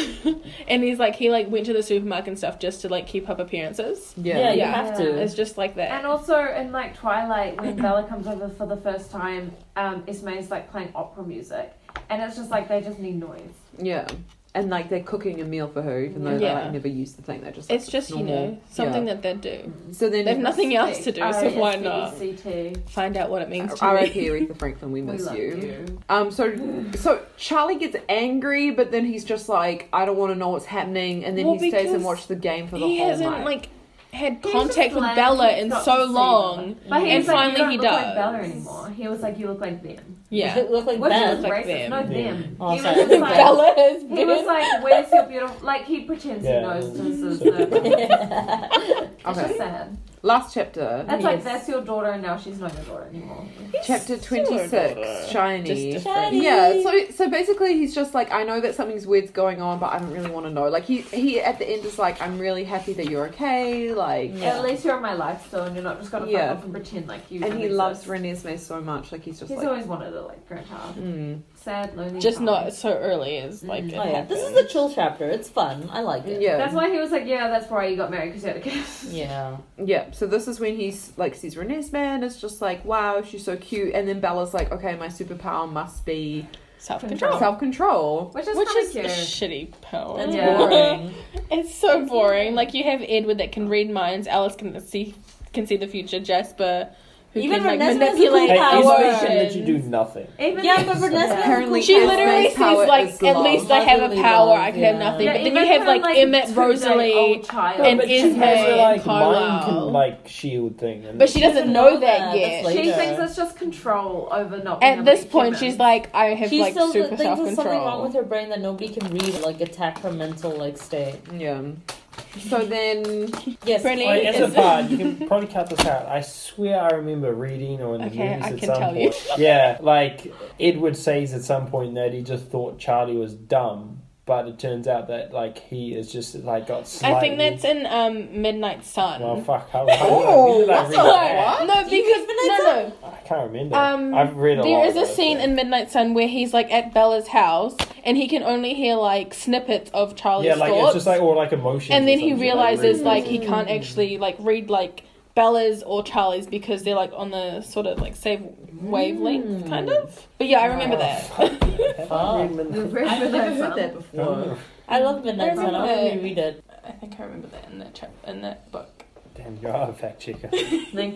Speaker 5: and he's like he like went to the supermarket and stuff just to like keep up appearances.
Speaker 1: Yeah.
Speaker 7: Yeah, you
Speaker 5: Yeah.
Speaker 7: have to.
Speaker 5: It's just like that.
Speaker 2: And also in like Twilight, when Bella comes over for the first time, um, Ismay's like playing opera music, and it's just like they just need noise.
Speaker 1: Yeah. And like they're cooking a meal for her, even though they
Speaker 5: Yeah.
Speaker 1: like never use the thing. They're just like,
Speaker 5: it's just you
Speaker 1: normal.
Speaker 5: know something that they do.
Speaker 1: Yeah. So then
Speaker 5: They have nothing else to do,
Speaker 2: Uh,
Speaker 5: so why not
Speaker 2: RSVPCT.
Speaker 5: find out what it means to
Speaker 1: R.I.P.
Speaker 5: you?
Speaker 1: Aretha Franklin, we
Speaker 2: We
Speaker 1: miss
Speaker 2: love
Speaker 1: you. Um. So, so Charlie gets angry, but then he's just like, I don't want to know what's happening, and then
Speaker 5: Well,
Speaker 1: he stays and
Speaker 5: because
Speaker 1: watches the game for the
Speaker 5: He
Speaker 1: whole
Speaker 5: hasn't
Speaker 1: night.
Speaker 5: like had
Speaker 2: He's
Speaker 5: contact
Speaker 2: just
Speaker 5: with
Speaker 2: bland.
Speaker 5: Bella
Speaker 2: He's
Speaker 5: in
Speaker 2: got
Speaker 5: so
Speaker 2: to see
Speaker 5: long.
Speaker 2: Bella. But he
Speaker 5: And
Speaker 2: was like,
Speaker 5: finally
Speaker 2: you
Speaker 5: he
Speaker 2: don't look
Speaker 5: does.
Speaker 2: Like Bella anymore. He was like, you look like them.
Speaker 7: Does
Speaker 5: Yeah.
Speaker 7: it look like
Speaker 2: Which
Speaker 7: that?
Speaker 2: is
Speaker 5: Like
Speaker 2: racist.
Speaker 5: them.
Speaker 2: No,
Speaker 4: Yeah.
Speaker 2: them.
Speaker 7: Oh,
Speaker 2: he
Speaker 7: sorry.
Speaker 2: was just like,
Speaker 5: Bella has
Speaker 2: He was
Speaker 5: been.
Speaker 2: like, where's your beautiful... Like, he pretends
Speaker 4: Yeah.
Speaker 2: he knows this is the... It's
Speaker 1: Okay.
Speaker 2: just sad.
Speaker 1: Last chapter,
Speaker 2: That's like, that's your daughter, and now she's not your daughter anymore.
Speaker 1: chapter twenty six, shiny.
Speaker 5: Just
Speaker 7: Shiny.
Speaker 1: Yeah, so so basically he's just like I know that something's weird's going on, but I don't really want to know. Like he he at the end is like I'm really happy that you're okay, like
Speaker 2: At least you're in my life still, and you're not just gonna
Speaker 1: Yeah.
Speaker 2: fuck off and pretend like you.
Speaker 1: and he
Speaker 2: exist.
Speaker 1: loves Renesmee so much, like he's just
Speaker 2: He's
Speaker 1: like
Speaker 2: always wanted a like grandpa.
Speaker 1: mm.
Speaker 2: Sad, lonely.
Speaker 5: just
Speaker 2: child.
Speaker 5: not so early as like it
Speaker 7: Oh, yeah. This is
Speaker 5: happened.
Speaker 7: the chill chapter. It's fun. I like it.
Speaker 1: yeah.
Speaker 2: That's why he was like, yeah, that's why you got married because you had a kid.
Speaker 7: Yeah.
Speaker 1: Yeah, so this is when he's like sees Renesmee and it's just like, wow, she's so cute. And then Bella's like, okay, my superpower must be
Speaker 5: self
Speaker 2: Control.
Speaker 5: control.
Speaker 1: self control.
Speaker 2: Which is
Speaker 5: Which
Speaker 2: kind of
Speaker 5: is a
Speaker 2: cute.
Speaker 5: shitty power.
Speaker 7: That's
Speaker 2: Yeah.
Speaker 7: boring.
Speaker 5: It's so boring. Like you have Edward that can read minds, Alice can see can see the future, Jasper who
Speaker 7: Even
Speaker 5: can like
Speaker 7: Renesmee's
Speaker 5: manipulate
Speaker 7: Hey,
Speaker 4: Hey,
Speaker 7: Power.
Speaker 4: Isabel
Speaker 7: Isabel
Speaker 4: said that
Speaker 5: emotions.
Speaker 4: you do nothing.
Speaker 2: Even
Speaker 7: Yeah,
Speaker 2: though-
Speaker 7: but Vanessa-
Speaker 1: Apparently,
Speaker 5: she
Speaker 1: Esmee's
Speaker 5: literally
Speaker 1: power
Speaker 5: says like,
Speaker 1: is
Speaker 5: at
Speaker 1: love."
Speaker 5: least I have a
Speaker 7: Motherly
Speaker 5: power,
Speaker 7: love,
Speaker 5: I can have
Speaker 7: yeah.
Speaker 5: nothing.
Speaker 2: Yeah,
Speaker 5: but then
Speaker 2: even
Speaker 5: you have
Speaker 2: kinda
Speaker 5: like, Emmett,
Speaker 2: two, like,
Speaker 5: Rosalie,
Speaker 2: old child.
Speaker 5: and
Speaker 4: but she
Speaker 5: Esme
Speaker 4: has her, like
Speaker 5: and Carlisle.
Speaker 4: mind can like shield thing. And
Speaker 5: but she doesn't know that
Speaker 7: That's
Speaker 5: yet.
Speaker 7: like-
Speaker 2: She
Speaker 7: later.
Speaker 2: thinks it's just control over not. being
Speaker 5: At
Speaker 2: able
Speaker 5: this
Speaker 2: to be
Speaker 5: point,
Speaker 2: human.
Speaker 5: she's like, I have
Speaker 7: She
Speaker 5: like
Speaker 7: still th-
Speaker 5: super
Speaker 7: thinks
Speaker 5: self
Speaker 7: there's something wrong
Speaker 5: control.
Speaker 7: with her brain that nobody can read, like attack her mental like state.
Speaker 1: Yeah. So then,
Speaker 7: Yes.
Speaker 5: Brilliant.
Speaker 4: Wait, as a
Speaker 5: Is-
Speaker 4: pod, you can probably cut this out. I swear I remember reading or in the
Speaker 5: Okay,
Speaker 4: news
Speaker 5: I
Speaker 4: at
Speaker 5: can
Speaker 4: some
Speaker 5: tell you.
Speaker 4: point. Yeah, like Edward says at some point that he just thought Charlie was dumb, but it turns out that like he is just like got slightly.
Speaker 5: I think that's in um, Midnight Sun.
Speaker 4: Well,
Speaker 5: No,
Speaker 4: fuck. How, how oh, did I read that?
Speaker 5: because no, no.
Speaker 4: I can't remember.
Speaker 5: Um,
Speaker 4: I've read a lot.
Speaker 5: There is
Speaker 4: of
Speaker 5: a
Speaker 4: it,
Speaker 5: scene
Speaker 4: but-
Speaker 5: in Midnight Sun where he's like at Bella's house and he can only hear like snippets of Charlie's
Speaker 4: yeah, like
Speaker 5: thoughts.
Speaker 4: it's just like or like emotions.
Speaker 5: and
Speaker 4: or
Speaker 5: then he
Speaker 4: some shit,
Speaker 5: realizes
Speaker 4: really-
Speaker 5: like he can't actually like read like Bella's or Charlie's because they're like on the sort of like same wavelength
Speaker 1: Hmm.
Speaker 5: kind of. But yeah, I remember that.
Speaker 4: Have I read Midnight-
Speaker 2: You've read
Speaker 7: I've
Speaker 2: the
Speaker 7: never
Speaker 2: Renaissance.
Speaker 4: Oh,
Speaker 7: I love Midnight Sun. I'll
Speaker 5: Remember-
Speaker 7: probably read it.
Speaker 5: I think I remember that in that chapter in that book.
Speaker 4: Damn, you are a fact checker.
Speaker 2: Thank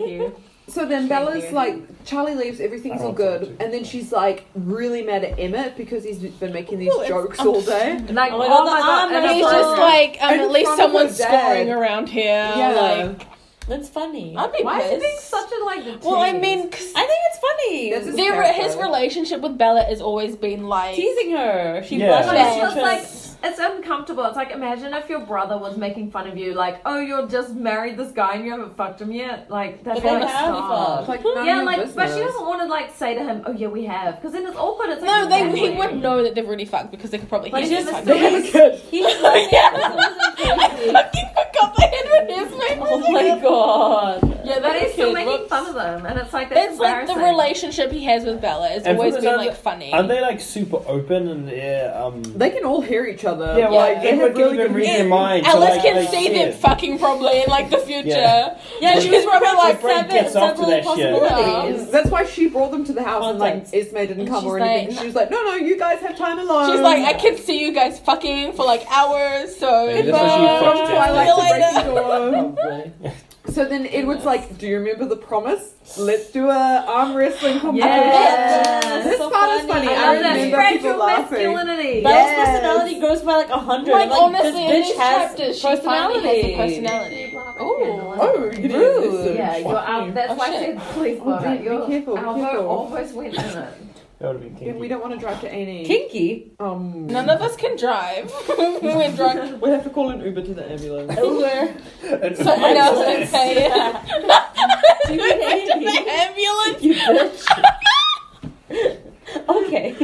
Speaker 2: you.
Speaker 1: so then Bella's like, Charlie leaves, everything's
Speaker 4: I
Speaker 1: all
Speaker 4: want that
Speaker 1: good,
Speaker 4: too.
Speaker 1: and then she's like really mad at Emmett because he's been making these
Speaker 5: Ooh, it's
Speaker 1: jokes all day.
Speaker 2: Like,
Speaker 7: Oh my God, the arm
Speaker 2: and
Speaker 7: raise
Speaker 5: He's
Speaker 2: it's
Speaker 5: just like, um,
Speaker 1: And
Speaker 5: at least
Speaker 1: front of her
Speaker 5: someone's
Speaker 1: dad.
Speaker 5: scoring around here.
Speaker 1: Yeah.
Speaker 5: Like,
Speaker 7: That's funny.
Speaker 5: I'd be
Speaker 2: why is he
Speaker 5: pissed.
Speaker 2: being such a like?
Speaker 5: well, I
Speaker 2: tease?
Speaker 5: mean, 'cause
Speaker 7: I think it's funny.
Speaker 1: That's a-
Speaker 5: Their,
Speaker 1: character.
Speaker 5: his relationship with Bella has always been like
Speaker 7: teasing her. She
Speaker 4: Yeah.
Speaker 7: brushes
Speaker 2: But it's
Speaker 7: brushed
Speaker 2: just
Speaker 7: her
Speaker 2: like
Speaker 7: interest.
Speaker 2: it's uncomfortable. It's like imagine if your brother was making fun of you, like, oh, you're just married this guy and you haven't fucked him yet. Like that's
Speaker 7: But they
Speaker 2: like
Speaker 7: have
Speaker 2: stop.
Speaker 1: It's like,
Speaker 2: Yeah, like, but she doesn't want to like say to him, oh yeah, we have, because then it's awkward. It's
Speaker 5: no,
Speaker 2: like
Speaker 5: they
Speaker 2: exactly.
Speaker 5: he would know that they've already fucked because they could probably
Speaker 2: But
Speaker 5: hear
Speaker 2: he's just-
Speaker 5: this time.
Speaker 7: He was like, yeah.
Speaker 5: I forgot the Edward Esme.
Speaker 7: Oh my god.
Speaker 2: Yeah, but he's still
Speaker 5: kid
Speaker 2: making
Speaker 5: looks-
Speaker 2: fun of them, and it's like that's
Speaker 5: That's like the
Speaker 2: embarrassing.
Speaker 5: relationship he has with Bella. It's
Speaker 4: And
Speaker 5: always
Speaker 4: from
Speaker 5: been
Speaker 4: another-
Speaker 5: like funny.
Speaker 4: Aren't they like super open and yeah? Um,
Speaker 1: They can all hear each other.
Speaker 4: yeah, well, like
Speaker 5: Yeah.
Speaker 4: they
Speaker 1: Edward
Speaker 4: have really
Speaker 1: can
Speaker 4: good read their
Speaker 1: read.
Speaker 4: mind. so,
Speaker 5: Alice
Speaker 4: like,
Speaker 5: can
Speaker 4: they
Speaker 5: see
Speaker 4: shit.
Speaker 5: them fucking probably in like the future.
Speaker 4: Yeah.
Speaker 7: Yeah, she was probably
Speaker 4: Her
Speaker 7: like
Speaker 4: brain
Speaker 7: seven,
Speaker 4: gets off to
Speaker 7: several
Speaker 4: that shit.
Speaker 7: possibilities.
Speaker 1: Um, That's why she brought them to the house and like
Speaker 7: Context.
Speaker 1: Esme didn't
Speaker 5: And
Speaker 1: come or
Speaker 5: she's
Speaker 1: anything.
Speaker 5: like-
Speaker 1: she was like, no, no, you guys have time alone.
Speaker 5: She's like, I can see you guys fucking for like hours, so
Speaker 4: Maybe that's why she
Speaker 5: goodbye.
Speaker 4: fucked
Speaker 5: See
Speaker 2: Oh,
Speaker 4: it.
Speaker 5: you
Speaker 1: I like
Speaker 5: later.
Speaker 1: to break the door. So then Edward's like, "Do you remember the promise? Let's do a arm wrestling competition."
Speaker 2: Yes.
Speaker 1: This
Speaker 7: So
Speaker 1: part is
Speaker 7: funny.
Speaker 1: funny.
Speaker 2: I
Speaker 1: I,
Speaker 2: love that.
Speaker 1: remember
Speaker 2: Spread
Speaker 1: people
Speaker 2: your
Speaker 1: laughing.
Speaker 2: masculinity.
Speaker 1: Yeah.
Speaker 7: Bella's
Speaker 1: Yes.
Speaker 7: personality grows by like a hundred.
Speaker 5: Like,
Speaker 7: Like,
Speaker 5: honestly, in
Speaker 7: this
Speaker 5: these
Speaker 7: bitch has
Speaker 5: chapters, she finally
Speaker 7: personality.
Speaker 5: has a personality. Ooh.
Speaker 1: Oh, you didn't listen.
Speaker 2: Yeah, you're out. That's
Speaker 5: Oh,
Speaker 2: why
Speaker 5: shit.
Speaker 2: I said please
Speaker 1: Oh,
Speaker 2: Laura,
Speaker 1: be
Speaker 2: your
Speaker 1: careful, be
Speaker 2: elbow
Speaker 1: careful.
Speaker 2: almost went in it.
Speaker 4: That would have been
Speaker 1: Again, we
Speaker 4: kinky.
Speaker 1: don't want to drive to any.
Speaker 7: Kinky.
Speaker 1: Um,
Speaker 5: None of us can drive. We're drunk.
Speaker 1: We'll have to call an Uber to the ambulance.
Speaker 5: Someone else can pay it.
Speaker 7: Kinky.
Speaker 5: The ambulance.
Speaker 7: You bitch. okay.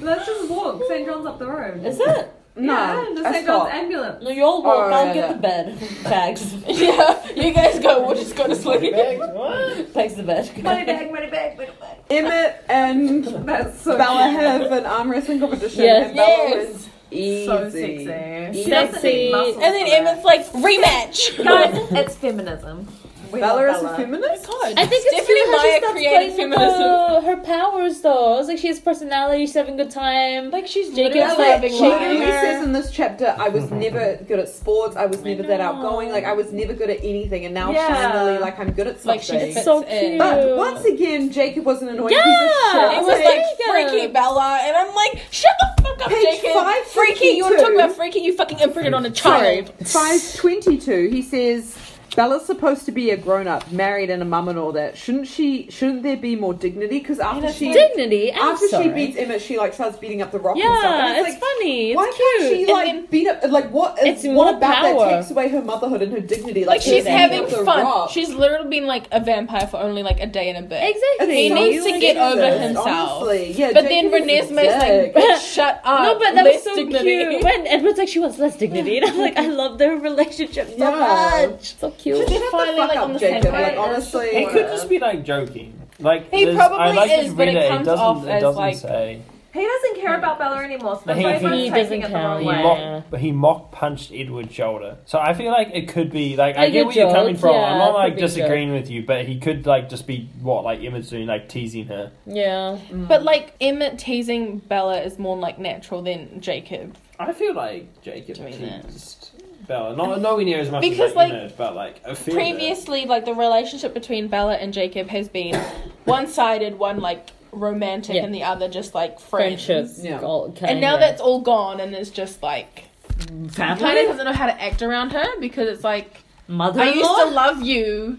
Speaker 2: Let's just walk. St. John's up the road.
Speaker 7: Is it?
Speaker 1: no,
Speaker 2: Yeah, just St. John's
Speaker 1: stop.
Speaker 2: ambulance.
Speaker 7: No, you all walk.
Speaker 1: Oh,
Speaker 7: I'll
Speaker 1: yeah,
Speaker 7: get
Speaker 1: yeah.
Speaker 7: the bed bags.
Speaker 5: yeah, you guys go. We'll just go to sleep.
Speaker 4: What?
Speaker 7: bags the bed.
Speaker 2: Money bag, money bag, money bag.
Speaker 1: Emmett and
Speaker 2: That's so
Speaker 1: Bella have an arm wrestling competition.
Speaker 7: Yes.
Speaker 1: and Bella
Speaker 5: Yes.
Speaker 1: Easy.
Speaker 5: So sexy.
Speaker 2: She doesn't need muscles
Speaker 5: And then
Speaker 2: for that.
Speaker 5: Emma's like rematch.
Speaker 2: Guys, it's feminism. We love
Speaker 1: Bella is a feminist.
Speaker 3: I think it's
Speaker 5: Stephenie
Speaker 3: cute how
Speaker 5: Meyer
Speaker 3: she starts
Speaker 5: created
Speaker 3: playing with
Speaker 5: feminism.
Speaker 3: her, her powers though. It's like she has personality, she's having a good time.
Speaker 6: Like she's
Speaker 3: Jacob's
Speaker 6: Jacob's
Speaker 1: Bella,
Speaker 6: having
Speaker 1: she
Speaker 6: like
Speaker 1: literally says in this chapter, I was never good at sports. I was never that outgoing. Like I was never good at anything, and now
Speaker 2: Yeah.
Speaker 1: finally, like I'm good at something.
Speaker 5: Like she fits
Speaker 3: so
Speaker 5: in.
Speaker 3: cute.
Speaker 1: But once again, Jacob was an annoying
Speaker 5: It
Speaker 1: piece of
Speaker 5: was
Speaker 1: shit.
Speaker 5: like freaky Bella, and I'm like, shut the fuck up,
Speaker 1: Page
Speaker 5: Jacob.
Speaker 1: 552.
Speaker 5: freaky, you were talking about freaky. You fucking imprinted on a child.
Speaker 1: 522, he says, Bella's supposed to be a grown up, married and a mum and all that. Shouldn't she, shouldn't there be more dignity? Because after she,
Speaker 3: Dignity. I'm
Speaker 1: after
Speaker 3: sorry.
Speaker 1: she beats Emmett, she like starts beating up the rock and stuff.
Speaker 3: yeah,
Speaker 1: And
Speaker 3: it's
Speaker 1: it's like,
Speaker 3: funny. It's
Speaker 1: why
Speaker 3: cute.
Speaker 1: can't she like beat up, like what, is,
Speaker 3: It's
Speaker 1: what
Speaker 3: more
Speaker 1: about
Speaker 3: power.
Speaker 1: that takes away her motherhood and her dignity?
Speaker 5: Like she's
Speaker 1: beating
Speaker 5: having
Speaker 1: up the
Speaker 5: fun.
Speaker 1: rock.
Speaker 5: She's literally been like a vampire for only like a day and a bit.
Speaker 3: exactly.
Speaker 5: He
Speaker 1: It's so
Speaker 5: needs to get over
Speaker 1: sexist,
Speaker 5: himself.
Speaker 1: Honestly. Yeah,
Speaker 5: But
Speaker 1: Jacob
Speaker 5: then
Speaker 1: is a
Speaker 5: Renesmee's like,
Speaker 1: dick.
Speaker 5: "Bitch, shut up.
Speaker 3: No, but that was
Speaker 5: less
Speaker 3: so
Speaker 5: dignity."
Speaker 3: cute. When Edward's like, she wants less dignity, and I'm like, I love their relationship so
Speaker 1: Yeah.
Speaker 3: much. So
Speaker 1: Just shut
Speaker 3: cute.
Speaker 1: the
Speaker 5: finally,
Speaker 1: fuck
Speaker 5: like,
Speaker 1: up,
Speaker 5: on the same
Speaker 1: Jacob. Like
Speaker 5: page.
Speaker 1: honestly,
Speaker 4: It could just be like joking. Like
Speaker 5: He
Speaker 4: there's-
Speaker 5: probably
Speaker 4: I like
Speaker 5: is,
Speaker 4: this
Speaker 5: but it
Speaker 4: reader,
Speaker 5: comes
Speaker 4: doesn't,
Speaker 5: off
Speaker 4: it
Speaker 5: as,
Speaker 4: doesn't
Speaker 5: like-
Speaker 4: say.
Speaker 2: He doesn't care about Bella anymore, so that's
Speaker 4: He-
Speaker 2: why
Speaker 4: he
Speaker 2: everyone's taking it
Speaker 7: doesn't
Speaker 2: the wrong
Speaker 4: He
Speaker 7: care.
Speaker 2: way.
Speaker 7: Yeah.
Speaker 4: mock, but he mock punched Edward's shoulder. So I feel like it could be like I,
Speaker 7: Like
Speaker 4: get
Speaker 7: a
Speaker 4: where you're coming
Speaker 7: joke,
Speaker 4: from.
Speaker 7: yeah,
Speaker 4: I'm not
Speaker 7: it could
Speaker 4: like
Speaker 7: be a
Speaker 4: disagreeing with you, but he could like just be what like Emma's doing, like teasing her.
Speaker 7: Yeah.
Speaker 5: But like Emmett teasing Bella is more like natural than Jacob.
Speaker 4: I feel like Jacob
Speaker 5: Doing that.
Speaker 4: teased Bella, not nowhere near as much
Speaker 5: Because,
Speaker 4: as like,
Speaker 5: like,
Speaker 4: Emma, but like a fair bit.
Speaker 5: Previously, like the relationship between Bella and Jacob has been one sided, one like romantic,
Speaker 7: Yeah.
Speaker 5: and the other just like friends.
Speaker 7: Friendship.
Speaker 1: Yeah.
Speaker 7: all- kinda.
Speaker 5: And now that's all gone, and it's just like kind of
Speaker 7: family,
Speaker 5: doesn't know how to act around her because it's like I used to
Speaker 7: mother-in-law,
Speaker 5: love you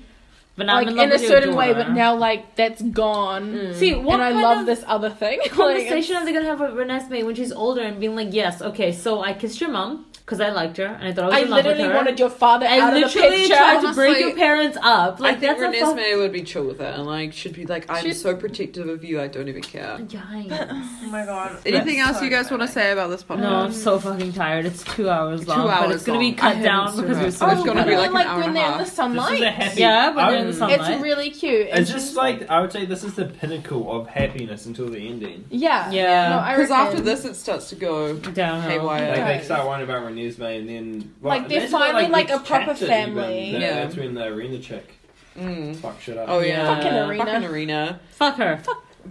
Speaker 7: but now
Speaker 5: like
Speaker 7: I'm
Speaker 5: in,
Speaker 7: love
Speaker 5: a
Speaker 7: with your
Speaker 5: certain way, but
Speaker 7: daughter.
Speaker 5: now like that's gone.
Speaker 2: See, what
Speaker 5: and I
Speaker 2: kind
Speaker 5: love
Speaker 2: of
Speaker 5: this other thing. Like,
Speaker 7: conversation are they gonna have with Renesmee when she's older and being like, yes, okay, so I kissed your mom because I liked her and I thought I was
Speaker 5: I
Speaker 7: in love with
Speaker 5: literally
Speaker 7: her.
Speaker 5: wanted your father
Speaker 7: I
Speaker 5: out of the
Speaker 7: literally
Speaker 5: picture.
Speaker 7: tried to break
Speaker 1: honestly.
Speaker 7: your parents up. Like
Speaker 1: I think
Speaker 7: that's a fuck-
Speaker 1: Renesmee would be chill with it and like should be like, I'm
Speaker 5: She's-
Speaker 1: so protective of you, I don't even care.
Speaker 7: Yikes.
Speaker 2: Oh my god.
Speaker 1: Anything else you guys want to say about this podcast?
Speaker 7: No, I'm so fucking tired. It's two hours
Speaker 1: Two
Speaker 7: long, but
Speaker 1: hours
Speaker 7: it's gonna
Speaker 1: long.
Speaker 7: be
Speaker 1: I
Speaker 7: cut
Speaker 1: haven't
Speaker 7: down
Speaker 1: seen
Speaker 7: because
Speaker 1: it.
Speaker 7: we're so
Speaker 1: Oh, it's gonna
Speaker 7: cut
Speaker 1: be
Speaker 5: and
Speaker 7: out.
Speaker 1: like
Speaker 5: then,
Speaker 1: an hour
Speaker 5: when
Speaker 1: and a
Speaker 5: they're in the
Speaker 1: half.
Speaker 4: This
Speaker 5: sunlight.
Speaker 4: is a happy.
Speaker 7: yeah, but they're in the
Speaker 4: I'm-
Speaker 7: sunlight.
Speaker 5: It's really cute.
Speaker 4: It's just like I would say this is the pinnacle of happiness until the ending.
Speaker 5: yeah,
Speaker 7: Yeah.
Speaker 5: No, I
Speaker 1: Because after
Speaker 5: reckon.
Speaker 1: this, it starts to go
Speaker 7: downhill.
Speaker 4: Like
Speaker 1: haywire.
Speaker 5: Right.
Speaker 4: they start whining about Renesmee and then
Speaker 5: Like,
Speaker 4: and
Speaker 5: they're
Speaker 4: that's not,
Speaker 5: finally, like,
Speaker 4: next
Speaker 5: a proper
Speaker 4: chapter
Speaker 5: family.
Speaker 4: Even. That-
Speaker 1: Yeah.
Speaker 4: That's when the arena chick
Speaker 1: Mm.
Speaker 4: fuck shit up.
Speaker 1: Oh yeah,
Speaker 7: Fucking
Speaker 5: arena.
Speaker 1: Fucking arena.
Speaker 7: Fuck her.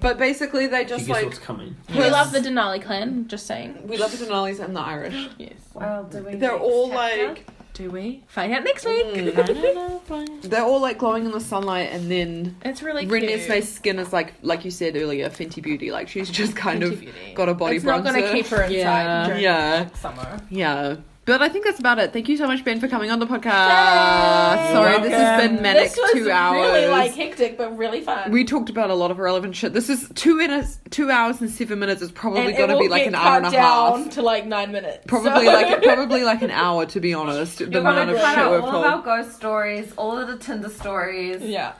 Speaker 1: But basically, they
Speaker 4: She
Speaker 1: just
Speaker 4: guess
Speaker 1: like
Speaker 4: what's coming.
Speaker 5: we love the Denali clan. Just saying.
Speaker 1: we love the Denali's and the Irish.
Speaker 5: Yes.
Speaker 2: Well, do we
Speaker 1: They're
Speaker 2: next
Speaker 1: all
Speaker 2: chapter?
Speaker 1: like
Speaker 5: Do we find out next week?
Speaker 1: mm, they're all like glowing in the sunlight, and then
Speaker 5: It's really cute.
Speaker 1: Renesmee's skin is like like you said earlier, Fenty Beauty. Like she's just kind of got a body
Speaker 5: It's
Speaker 1: bronzer.
Speaker 5: not gonna keep her inside
Speaker 7: Yeah.
Speaker 5: during
Speaker 1: yeah,
Speaker 5: summer.
Speaker 1: yeah. But I think that's about it. Thank you so much, Ben, for coming on the podcast.
Speaker 5: Yay.
Speaker 1: Sorry, this has been manic
Speaker 5: this was
Speaker 1: two hours.
Speaker 5: really like hectic, but really fun.
Speaker 1: we talked about a lot of relevant shit. This is two minutes, two hours and seven minutes. It's probably
Speaker 5: and
Speaker 1: going to
Speaker 5: it will
Speaker 1: be like
Speaker 5: get
Speaker 1: an hour and a
Speaker 5: cut down
Speaker 1: half.
Speaker 5: to like nine minutes.
Speaker 1: Probably
Speaker 5: So-
Speaker 1: like probably like an hour, to be honest. The
Speaker 2: You're gonna
Speaker 1: amount of
Speaker 2: cut
Speaker 1: shit
Speaker 2: out
Speaker 1: we've
Speaker 2: all of our
Speaker 1: pulled.
Speaker 2: ghost stories, all of the Tinder stories,
Speaker 5: yeah,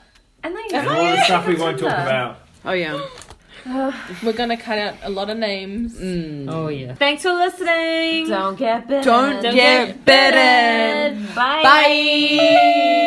Speaker 2: and then
Speaker 4: And all the stuff we won't talk about.
Speaker 1: Oh yeah.
Speaker 5: we're gonna cut out a lot of names.
Speaker 1: Mm.
Speaker 7: Oh yeah.
Speaker 2: Thanks for listening.
Speaker 7: Don't get bit.
Speaker 1: Don't, get, bitten.
Speaker 7: Bye.
Speaker 1: Bye.